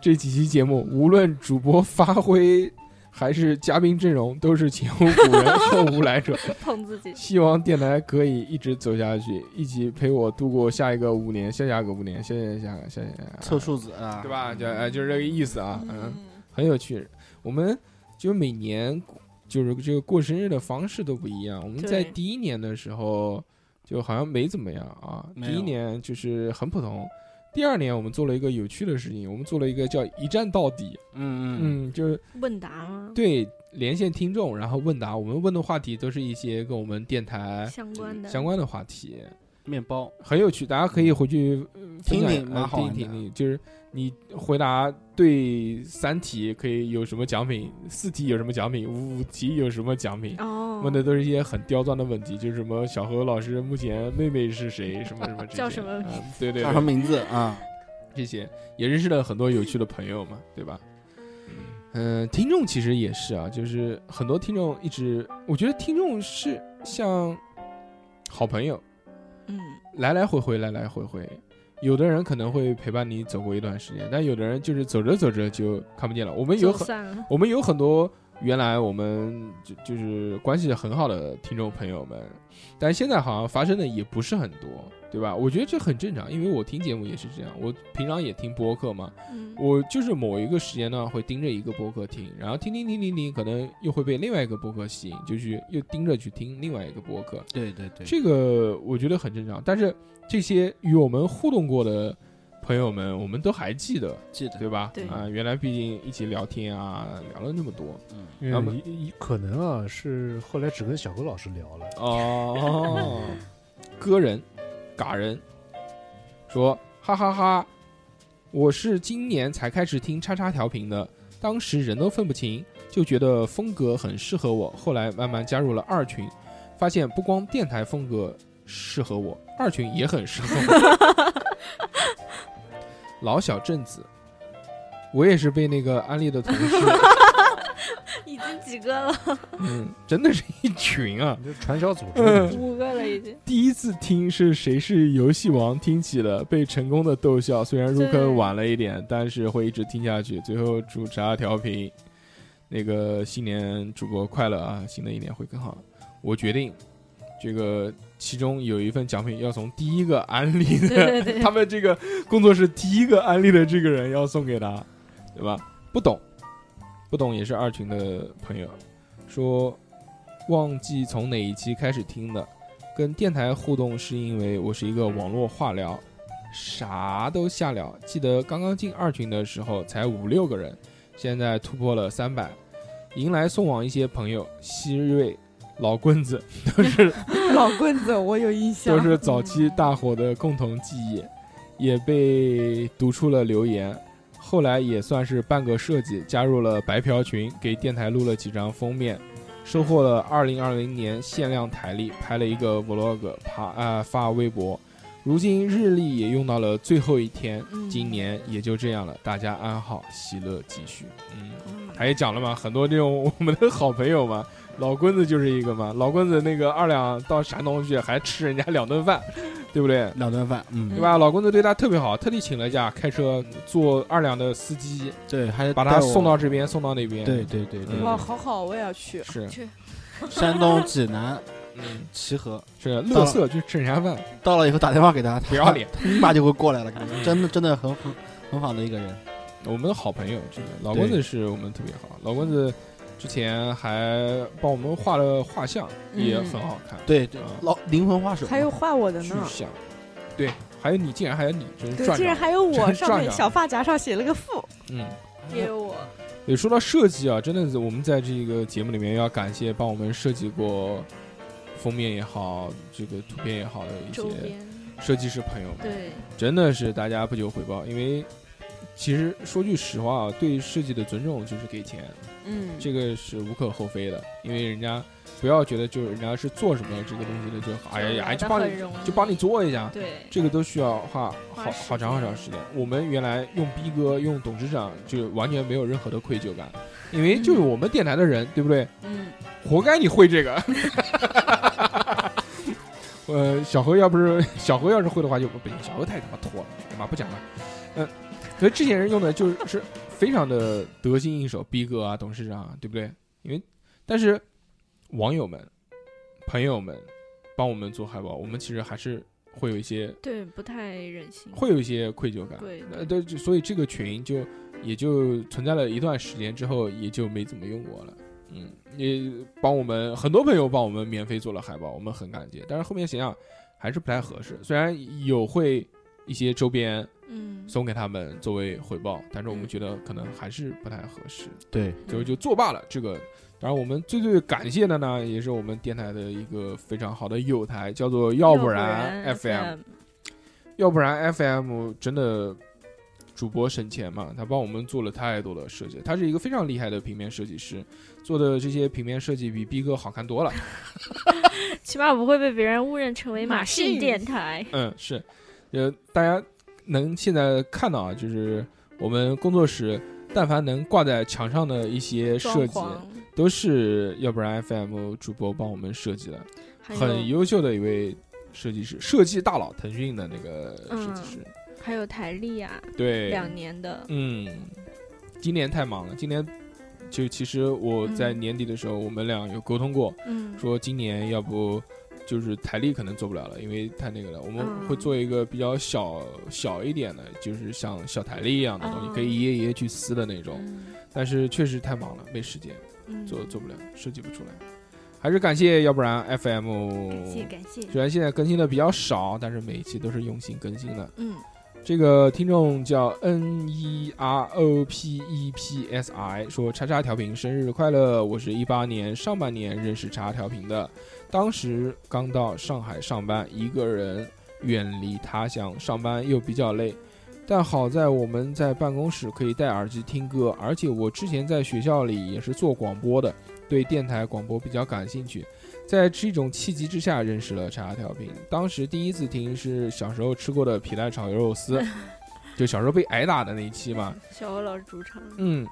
[SPEAKER 1] 这几期节目，无论主播发挥还是嘉宾阵容，都是前无古人后无来 者。
[SPEAKER 4] 捧自己，
[SPEAKER 1] 希望电台可以一直走下去，一起陪我度过下一个五年，下下个五年，下下下下下下
[SPEAKER 3] 凑数字啊，
[SPEAKER 1] 对吧？就哎，就是这个意思啊，嗯，
[SPEAKER 6] 嗯，
[SPEAKER 1] 很有趣。我们就每年就是这个过生日的方式都不一样。我们在
[SPEAKER 4] 对
[SPEAKER 1] 第一年的时候就好像没怎么样啊，
[SPEAKER 3] 没
[SPEAKER 1] 第
[SPEAKER 3] 有
[SPEAKER 1] 一年就是很普通。第二年我们做了一个有趣的事情，我们做了一个叫一站到底，
[SPEAKER 3] 嗯嗯，
[SPEAKER 1] 嗯，就是
[SPEAKER 4] 问答吗？
[SPEAKER 1] 对连线听众，然后问答。我们问的话题都是一些跟我们电台
[SPEAKER 4] 相关的，
[SPEAKER 1] 相关的话题，
[SPEAKER 3] 面包
[SPEAKER 1] 很有趣，大家可以回去呃分
[SPEAKER 3] 听
[SPEAKER 1] 享
[SPEAKER 3] 听
[SPEAKER 1] 呃
[SPEAKER 3] 蛮好
[SPEAKER 1] 听
[SPEAKER 3] 玩
[SPEAKER 1] 听
[SPEAKER 3] 的
[SPEAKER 1] 听。就是你回答对三题可以有什么奖品，四题有什么奖品，五五题有什么奖品。
[SPEAKER 4] 哦，
[SPEAKER 1] 问的都是一些很刁钻的问题，就是什么小何老师目前妹妹是谁，什么什么这些，
[SPEAKER 4] 叫什么
[SPEAKER 1] 嗯对对
[SPEAKER 3] 叫什么
[SPEAKER 1] 对，
[SPEAKER 3] 名字啊？
[SPEAKER 1] 这些也认识了很多有趣的朋友嘛，对吧？嗯，听众其实也是啊，就是很多听众一直，我觉得听众是像好朋友，
[SPEAKER 4] 嗯，
[SPEAKER 1] 来来回回，来来回回。有的人可能会陪伴你走过一段时间，但有的人就是走着走着就看不见了。我们有
[SPEAKER 4] 就
[SPEAKER 1] 很
[SPEAKER 4] 算了，
[SPEAKER 1] 我们有很多原来我们就就是关系很好的听众朋友们，但现在好像发生的也不是很多，对吧？我觉得这很正常，因为我听节目也是这样，我平常也听播客嘛，
[SPEAKER 4] 嗯，
[SPEAKER 1] 我就是某一个时间段会盯着一个播客听，然后听听听听听，可能又会被另外一个播客吸引，就去又盯着去听另外一个播客，
[SPEAKER 3] 对对对，
[SPEAKER 1] 这个我觉得很正常。但是这些与我们互动过的朋友们，我们都还记得，
[SPEAKER 3] 记得
[SPEAKER 1] 对吧？
[SPEAKER 4] 对
[SPEAKER 1] 啊、原来毕竟一起聊天啊，聊了那么多。
[SPEAKER 3] 嗯，
[SPEAKER 1] 然后
[SPEAKER 5] 嗯，一一可能啊是后来只跟小何老师聊了，
[SPEAKER 1] 哦，歌人，嘎人，说哈哈哈我是今年才开始听叉叉调频的，当时人都分不清，就觉得风格很适合我。后来慢慢加入了二群，发现不光电台风格适合我，二群也很适合我。 老小镇子，我也是被那个安利的同事，
[SPEAKER 4] 已经几个了，
[SPEAKER 1] 嗯，真的是一群啊。
[SPEAKER 5] 你就传销组
[SPEAKER 1] 嗯
[SPEAKER 5] 织，
[SPEAKER 4] 五个了已 经，
[SPEAKER 1] 第一次听是谁是游戏王，听起了被成功的逗笑。虽然入
[SPEAKER 4] 对
[SPEAKER 1] 坑晚了一点，但是会一直听下去。最后祝茶调频那个新年主播快乐啊！新的一年会更好。我决定，这个其中有一份奖品要从第一个安利的，
[SPEAKER 4] 对对对
[SPEAKER 1] 他们这个工作室第一个安利的这个人要送给他，对吧？不懂，不懂也是二群的朋友说，忘记从哪一期开始听的，跟电台互动是因为我是一个网络化疗，啥都瞎聊。记得刚刚进二群的时候才五六个人，现在突破了三百，迎来送往一些朋友，希瑞、老棍 子都是
[SPEAKER 6] 老棍子，我有印象，
[SPEAKER 1] 都是早期大伙的共同记忆，也被读出了留言。后来也算是半个设计，加入了白嫖群，给电台录了几张封面，收获了2020年限量台历，拍了一个 vlog，发啊、发微博。如今日历也用到了最后一天，
[SPEAKER 4] 嗯
[SPEAKER 1] 今年也就这样了，大家安好，喜乐继续。嗯，他也讲了嘛，很多这种我们的好朋友嘛， 老棍子就是一个嘛，老棍子那个二两到山东去还吃人家两顿饭，对不对？
[SPEAKER 3] 两顿饭，嗯
[SPEAKER 1] 对，吧？老棍子对他特别好，特地请了假，开车坐二两的司机，
[SPEAKER 3] 对，还
[SPEAKER 1] 把
[SPEAKER 3] 带
[SPEAKER 1] 他
[SPEAKER 3] 我
[SPEAKER 1] 送到这边，嗯送到那边。
[SPEAKER 3] 对，对对对，
[SPEAKER 6] 哇，好好，我也要去。
[SPEAKER 1] 是，
[SPEAKER 3] 山东济南
[SPEAKER 1] 嗯，
[SPEAKER 3] 齐河，
[SPEAKER 1] 是乐色去吃人家饭，
[SPEAKER 3] 到了以后打电话给他，
[SPEAKER 1] 不要脸。
[SPEAKER 3] 他立马就会过来了，感觉真的真的很很很好的一个人，
[SPEAKER 1] 我们的好朋友，真的，老棍子是我们特别好。老棍子之前还帮我们画了画像，
[SPEAKER 6] 嗯
[SPEAKER 1] 也很好看，
[SPEAKER 3] 对对
[SPEAKER 1] 啊，
[SPEAKER 3] 老灵魂画手，
[SPEAKER 6] 还有画我的
[SPEAKER 1] 巨
[SPEAKER 6] 嗯呢，
[SPEAKER 1] 像。对，还有你，竟然还有你，真是
[SPEAKER 6] 对，
[SPEAKER 1] 赚
[SPEAKER 6] 竟
[SPEAKER 1] 着了。
[SPEAKER 6] 然还有
[SPEAKER 1] 真
[SPEAKER 6] 我
[SPEAKER 1] 赚
[SPEAKER 6] 上面
[SPEAKER 1] 着
[SPEAKER 6] 小发夹上写了个负，
[SPEAKER 1] 嗯，
[SPEAKER 4] 也有我，
[SPEAKER 1] 也说到设计啊，真的是我们在这个节目里面要感谢帮我们设计过封面也好，这个图片也好的一
[SPEAKER 4] 周
[SPEAKER 1] 些
[SPEAKER 4] 边，
[SPEAKER 1] 设计师朋友们，
[SPEAKER 4] 对，
[SPEAKER 1] 真的是大家不求回报，因为其实说句实话啊，对设计的尊重就是给钱，
[SPEAKER 6] 嗯，
[SPEAKER 1] 这个是无可厚非的，因为人家不要觉得就是人家是做什么这个东西的就好哎呀呀，就帮你就帮你做一下，
[SPEAKER 4] 对，
[SPEAKER 1] 这个都需要花
[SPEAKER 4] 花
[SPEAKER 1] 好
[SPEAKER 4] 时
[SPEAKER 1] 好长好长时间。我们原来用逼哥、用董事长，就完全没有任何的愧疚感，因为
[SPEAKER 4] 嗯
[SPEAKER 1] 就是我们电台的人，对不对？
[SPEAKER 6] 嗯，
[SPEAKER 1] 活该你会这个。 呃，小何要不是小何要是会的话就，不行，小何太他妈拖了，干嘛不讲了？嗯、可是这些人用的就是是非常的得心应手，逼哥啊，董事长啊，对不对？因为但是网友们、朋友们帮我们做海报，我们其实还是会有一些
[SPEAKER 4] 对不太忍心，
[SPEAKER 1] 会有一些愧疚感。
[SPEAKER 4] 对
[SPEAKER 1] 呃，对，就所以这个群就也就存在了一段时间之后，也就没怎么用过了。嗯，也帮我们很多朋友帮我们免费做了海报，我们很感激。但是后面想想还是不太合适，虽然有会一些周边
[SPEAKER 4] 嗯，
[SPEAKER 1] 送给他们作为回报，但是我们觉得可能还是不太合适，
[SPEAKER 3] 对，
[SPEAKER 4] 嗯
[SPEAKER 1] 就就作罢了。这个，当然我们最最感谢的呢，也是我们电台的一个非常好的友台，叫做要不然 FM。要不然 FM 真的主播省钱嘛，他帮我们做了太多的设计，他是一个非常厉害的平面设计师，做的这些平面设计比逼哥好看 多了。
[SPEAKER 4] 起码不会被别人误认成为
[SPEAKER 6] 马
[SPEAKER 4] 马
[SPEAKER 6] 信
[SPEAKER 4] 信电台。
[SPEAKER 1] 嗯，是，呃，大家能现在看到啊，就是我们工作室但凡能挂在墙上的一些
[SPEAKER 4] 装
[SPEAKER 1] 设计，
[SPEAKER 4] 潢
[SPEAKER 1] 都是要不然 FM 主播帮我们设计的，
[SPEAKER 4] 还
[SPEAKER 1] 很
[SPEAKER 4] 有
[SPEAKER 1] 优秀的一位设计师，设计大佬，腾讯的那个设计
[SPEAKER 4] 嗯
[SPEAKER 1] 师，
[SPEAKER 4] 还有台历啊，
[SPEAKER 1] 对，
[SPEAKER 4] 两年的，
[SPEAKER 1] 嗯，今年太忙了。今年就其实我在年底的时候，我们俩有沟通过，
[SPEAKER 4] 嗯，
[SPEAKER 1] 说今年要不就是台历可能做不了了，因为太那个了。我们
[SPEAKER 4] 嗯
[SPEAKER 1] 会做一个比较小小一点的，就是像小台历一样的东西，
[SPEAKER 4] 嗯
[SPEAKER 1] 可以一页一页去撕的那种。
[SPEAKER 6] 嗯
[SPEAKER 1] 但是确实太忙了，没时间
[SPEAKER 4] 嗯
[SPEAKER 1] 做，做不了，设计不出来。还是感谢，要不然 FM
[SPEAKER 4] 感谢感谢，
[SPEAKER 1] 虽然现在更新的比较少，但是每一期都是用心更新的。
[SPEAKER 4] 嗯，
[SPEAKER 1] 这个听众叫 N E R O P E P S I 说：“叉叉调频生日快乐！我是一八年上半年认识叉叉调频的，当时刚到上海上班，一个人远离他乡上班又比较累，但好在我们在办公室可以戴耳机听歌，而且我之前在学校里也是做广播的，对电台广播比较感兴趣。”在这种契机之下认识了叉叉调频。当时第一次听是小时候吃过的皮蛋炒牛肉丝，就小时候被挨打的那一期嘛。
[SPEAKER 4] 小欧老师主场，
[SPEAKER 1] 啊嗯，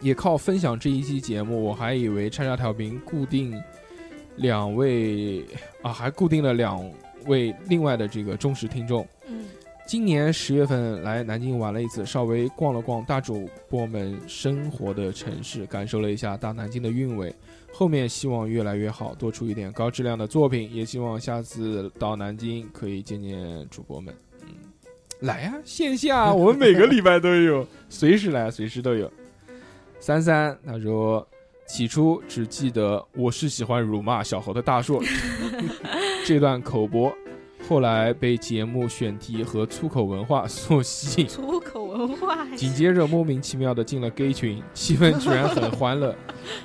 [SPEAKER 1] 也靠分享这一期节目，我还以为叉叉调频固定两位啊，还固定了两位另外的这个忠实听众。
[SPEAKER 4] 嗯，
[SPEAKER 1] 今年十月份来南京玩了一次，稍微逛了逛大主播们生活的城市，感受了一下大南京的韵味。后面希望越来越好，多出一点高质量的作品，也希望下次到南京可以见见主播们。嗯，来呀、线下我们每个礼拜都有，随时来，随时都有。三三他说，起初只记得我是喜欢辱骂小猴的大硕 这段口播，后来被节目选题和粗口文化所吸引，
[SPEAKER 4] 粗口文化，
[SPEAKER 1] 紧接着莫名其妙的进了 gay 群，气氛居然很欢乐，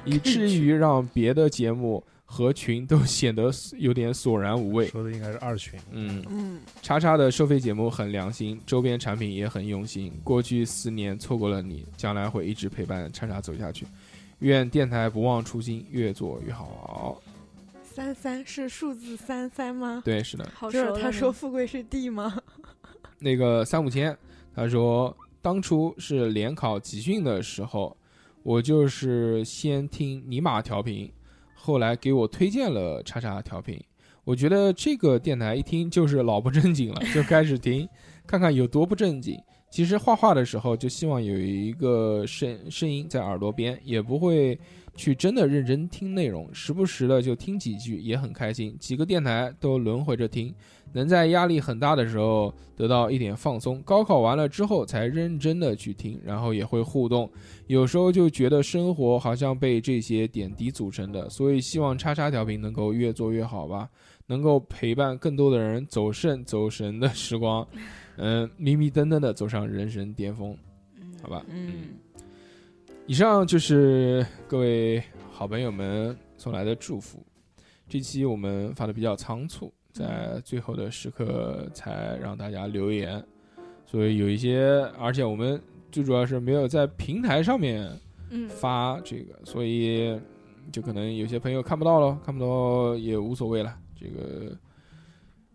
[SPEAKER 1] 以至于让别的节目和群都显得有点索然无味。
[SPEAKER 5] 说的应该是二群，
[SPEAKER 1] 嗯，
[SPEAKER 6] 嗯，
[SPEAKER 1] 叉叉的收费节目很良心，周边产品也很用心。过去四年错过了你，将来会一直陪伴叉叉走下去。愿电台不忘初心，越做越好。
[SPEAKER 6] 三三是数字三三吗？
[SPEAKER 1] 对，是的。
[SPEAKER 4] 好
[SPEAKER 6] 就
[SPEAKER 4] 熟
[SPEAKER 6] 是
[SPEAKER 4] 了
[SPEAKER 6] 他
[SPEAKER 4] 呢
[SPEAKER 6] 说富贵是地吗？
[SPEAKER 1] 那个三五千，他说当初是联考集训的时候，我就是先听尼玛调频，后来给我推荐了叉叉调频，我觉得这个电台一听就是老不正经了，就开始听，看看有多不正经。其实画画的时候就希望有一个声声音在耳朵边，也不会去真的认真听内容，时不时的就听几句也很开心。几个电台都轮回着听，能在压力很大的时候得到一点放松。高考完了之后才认真的去听，然后也会互动，有时候就觉得生活好像被这些点滴组成的，所以希望叉叉调频能够越做越好吧，能够陪伴更多的人走肾走神的时光，嗯嗯，迷迷瞪瞪的走上人生巅峰，好吧，
[SPEAKER 6] 嗯，
[SPEAKER 1] 以上就是各位好朋友们送来的祝福。这期我们发的比较仓促，在最后的时刻才让大家留言，所以有一些，而且我们最主要是没有在平台上面
[SPEAKER 4] 嗯，
[SPEAKER 1] 发这个，所以就可能有些朋友看不到了，看不到也无所谓了。这个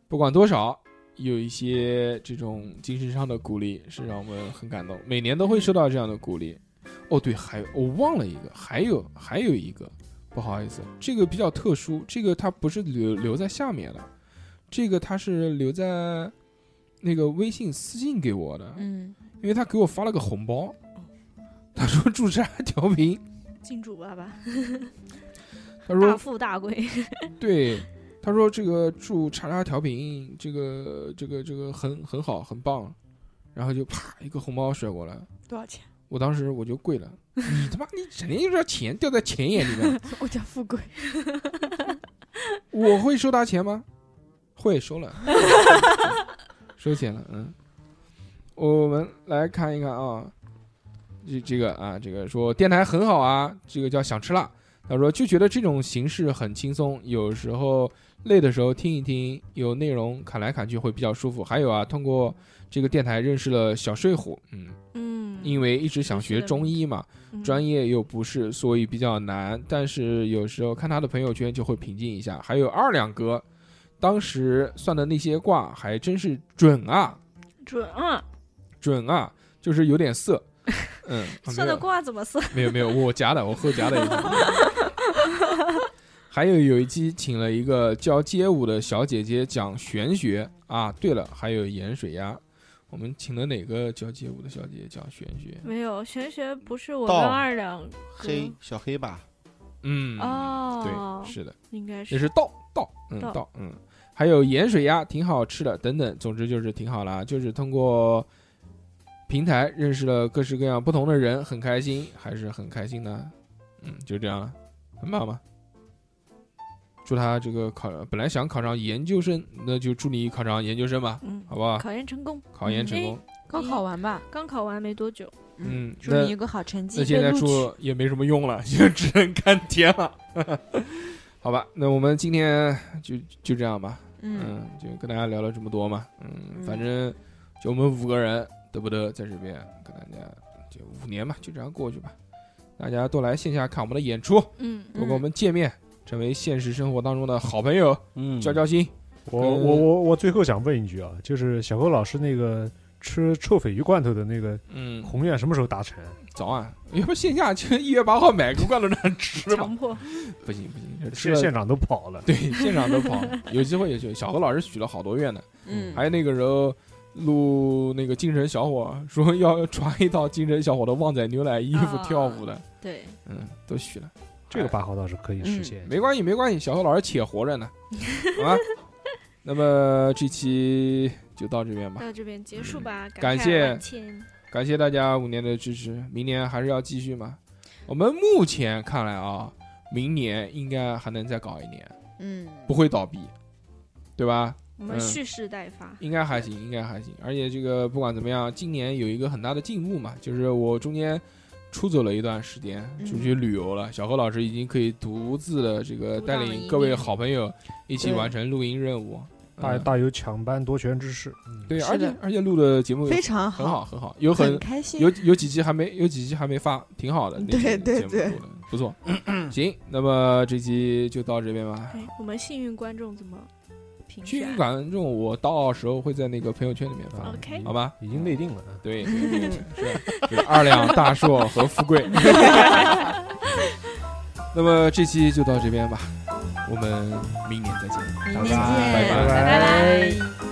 [SPEAKER 1] 不管多少，有一些这种精神上的鼓励是让我们很感动，每年都会收到这样的鼓励。哦，对，还有我忘了一个，还有还有一个，不好意思，这个比较特殊，这个它不是留留在下面的，这个它是留在那个微信私信给我的，
[SPEAKER 6] 嗯，
[SPEAKER 1] 因为他给我发了个红包，他说祝山调频，
[SPEAKER 4] 金主爸爸，
[SPEAKER 1] 他
[SPEAKER 4] 大
[SPEAKER 1] 说
[SPEAKER 4] 富大贵，
[SPEAKER 1] 对，他说这个祝叉叉调频，这个这个这个很很好，很棒，然后就啪一个红包甩过来，
[SPEAKER 6] 多少钱？
[SPEAKER 1] 我当时我就跪了，你他妈你整天就知道钱掉在钱眼里面，
[SPEAKER 6] 我叫富贵，
[SPEAKER 1] 我会收他钱吗？会收了， 收钱了，嗯，我们来看一看啊，这这个啊，这个说电台很好啊，这个叫想吃辣。他说就觉得这种形式很轻松，有时候累的时候听一听，有内容砍来砍去会比较舒服。还有啊，通过这个电台认识了小睡虎，嗯，
[SPEAKER 4] 嗯，
[SPEAKER 1] 因为一直想学中医嘛，专业又不是，所以比较难。但是有时候看他的朋友圈就会平静一下。还有二两哥，当时算的那些卦还真是准啊，
[SPEAKER 4] 嗯准啊，
[SPEAKER 1] 准啊，就是有点色。嗯，
[SPEAKER 4] 算的卦怎么算？
[SPEAKER 1] 没有没有，我加的，我后加的一个。 还有有一期请了一个教街舞的小姐姐讲玄学啊，对了，还有盐水鸭，我们请了哪个教街舞的小姐姐讲玄学？
[SPEAKER 4] 没有，玄学不是我跟
[SPEAKER 3] 道
[SPEAKER 4] 二两
[SPEAKER 3] 黑小黑吧，
[SPEAKER 1] 嗯，
[SPEAKER 4] 哦
[SPEAKER 1] 对，，是的，
[SPEAKER 4] 应该
[SPEAKER 1] 也
[SPEAKER 4] 是
[SPEAKER 1] 是道道，嗯
[SPEAKER 4] 道
[SPEAKER 1] 道，嗯，还有盐水鸭挺好吃的，等等，总之就是挺好啦，就是通过平台认识了各式各样不同的人，很开心，还是很开心的，嗯，就这样了，很棒吧。祝他这个考，本来想考上研究生，那就祝你考上研究生吧，
[SPEAKER 4] 嗯，
[SPEAKER 1] 好不好？
[SPEAKER 4] 考研成功，
[SPEAKER 1] 啊
[SPEAKER 4] 嗯
[SPEAKER 1] 考研成功，
[SPEAKER 6] 高考完吧，
[SPEAKER 4] 刚考完没多久，
[SPEAKER 1] 嗯，
[SPEAKER 6] 嗯哎祝
[SPEAKER 1] 那
[SPEAKER 6] 你有个好成绩
[SPEAKER 1] 那现
[SPEAKER 6] 被
[SPEAKER 1] 在
[SPEAKER 6] 录取。
[SPEAKER 1] 祝也没什么用了， 就只能看天了。 好吧，那我们今天就就这样吧。
[SPEAKER 6] 嗯，
[SPEAKER 1] 嗯，就跟大家聊了这么多嘛，嗯，
[SPEAKER 6] 嗯
[SPEAKER 1] 反正就我们五个人得不得在这边跟大家就五年嘛，就这样过去吧。大家多来线下看我们的演出，
[SPEAKER 4] 嗯，
[SPEAKER 1] 多跟我们见面，成为现实生活当中的好朋友，
[SPEAKER 3] 嗯，
[SPEAKER 1] 交交心。
[SPEAKER 5] 我
[SPEAKER 1] 跟
[SPEAKER 5] 我我我最后想问一句啊，就是小寇老师那个吃臭鲱鱼罐头的那个
[SPEAKER 1] 嗯，
[SPEAKER 5] 宏愿什么时候达成？
[SPEAKER 1] 早晚 要不线下就一月八号买个罐头让 吃吧？
[SPEAKER 4] 强迫，
[SPEAKER 1] 不行不行，吃
[SPEAKER 5] 现
[SPEAKER 1] 了
[SPEAKER 5] 现场都跑了，
[SPEAKER 1] 对现场都跑了，有机会有机会。小何老师许了好多愿呢，
[SPEAKER 6] 嗯，
[SPEAKER 1] 还有那个时候录那个精神小伙说要 传一套精神小伙的旺仔牛奶衣服
[SPEAKER 4] 啊
[SPEAKER 1] 跳舞的，
[SPEAKER 4] 对，
[SPEAKER 1] 嗯，都许了。
[SPEAKER 5] 这个八号倒是可以实现。
[SPEAKER 1] 嗯没关系，没关系，小何老师且活着呢，好吧？ 那么这期就到这边吧，嗯
[SPEAKER 4] 到这边结束吧，
[SPEAKER 1] 感
[SPEAKER 4] 慨
[SPEAKER 1] 谢
[SPEAKER 4] 万千，
[SPEAKER 1] 感谢大家五年的支持，明年还是要继续嘛。我们目前看来啊，明年应该还能再搞一年，
[SPEAKER 6] 嗯，
[SPEAKER 1] 不会倒闭，对吧？
[SPEAKER 4] 我们
[SPEAKER 1] 嗯
[SPEAKER 4] 蓄势待发，
[SPEAKER 1] 应该还行，应该还行。而且这个不管怎么样，今年有一个很大的进步嘛，就是我中间出走了一段时间，
[SPEAKER 6] 嗯
[SPEAKER 1] 出去旅游了。小何老师已经可以独自的这个
[SPEAKER 4] 独
[SPEAKER 1] 带
[SPEAKER 4] 当一
[SPEAKER 1] 领
[SPEAKER 4] 面
[SPEAKER 1] 各位好朋友一起
[SPEAKER 6] 对
[SPEAKER 1] 完成露营任务。
[SPEAKER 5] 大
[SPEAKER 1] 嗯
[SPEAKER 5] 大有抢班夺权之势，嗯，
[SPEAKER 1] 对，
[SPEAKER 6] 是
[SPEAKER 1] 而且
[SPEAKER 6] 的
[SPEAKER 1] 而且录的节目
[SPEAKER 6] 非常
[SPEAKER 1] 很
[SPEAKER 6] 好，
[SPEAKER 1] 好，很好，有
[SPEAKER 6] 很
[SPEAKER 1] 很
[SPEAKER 6] 开心。
[SPEAKER 1] 有有几集还没有几集还没发，挺好的。那
[SPEAKER 6] 对
[SPEAKER 1] 些
[SPEAKER 6] 对
[SPEAKER 1] 节目
[SPEAKER 6] 对
[SPEAKER 1] 录的不错。行，那么这期就到这边吧。
[SPEAKER 4] 哎，我们幸运观众怎么评
[SPEAKER 1] 幸运
[SPEAKER 4] 选？啊
[SPEAKER 1] 观众，我到时候会在那个朋友圈里面发，
[SPEAKER 5] 啊
[SPEAKER 4] OK
[SPEAKER 1] 嗯好吧？
[SPEAKER 5] 已经内定了啊。
[SPEAKER 1] 对，对对对是是二两大硕和富贵。那么这期就到这边吧，我们明年再见，
[SPEAKER 6] 明
[SPEAKER 1] 大家
[SPEAKER 6] 天见，
[SPEAKER 1] 拜
[SPEAKER 5] 拜
[SPEAKER 4] 拜拜。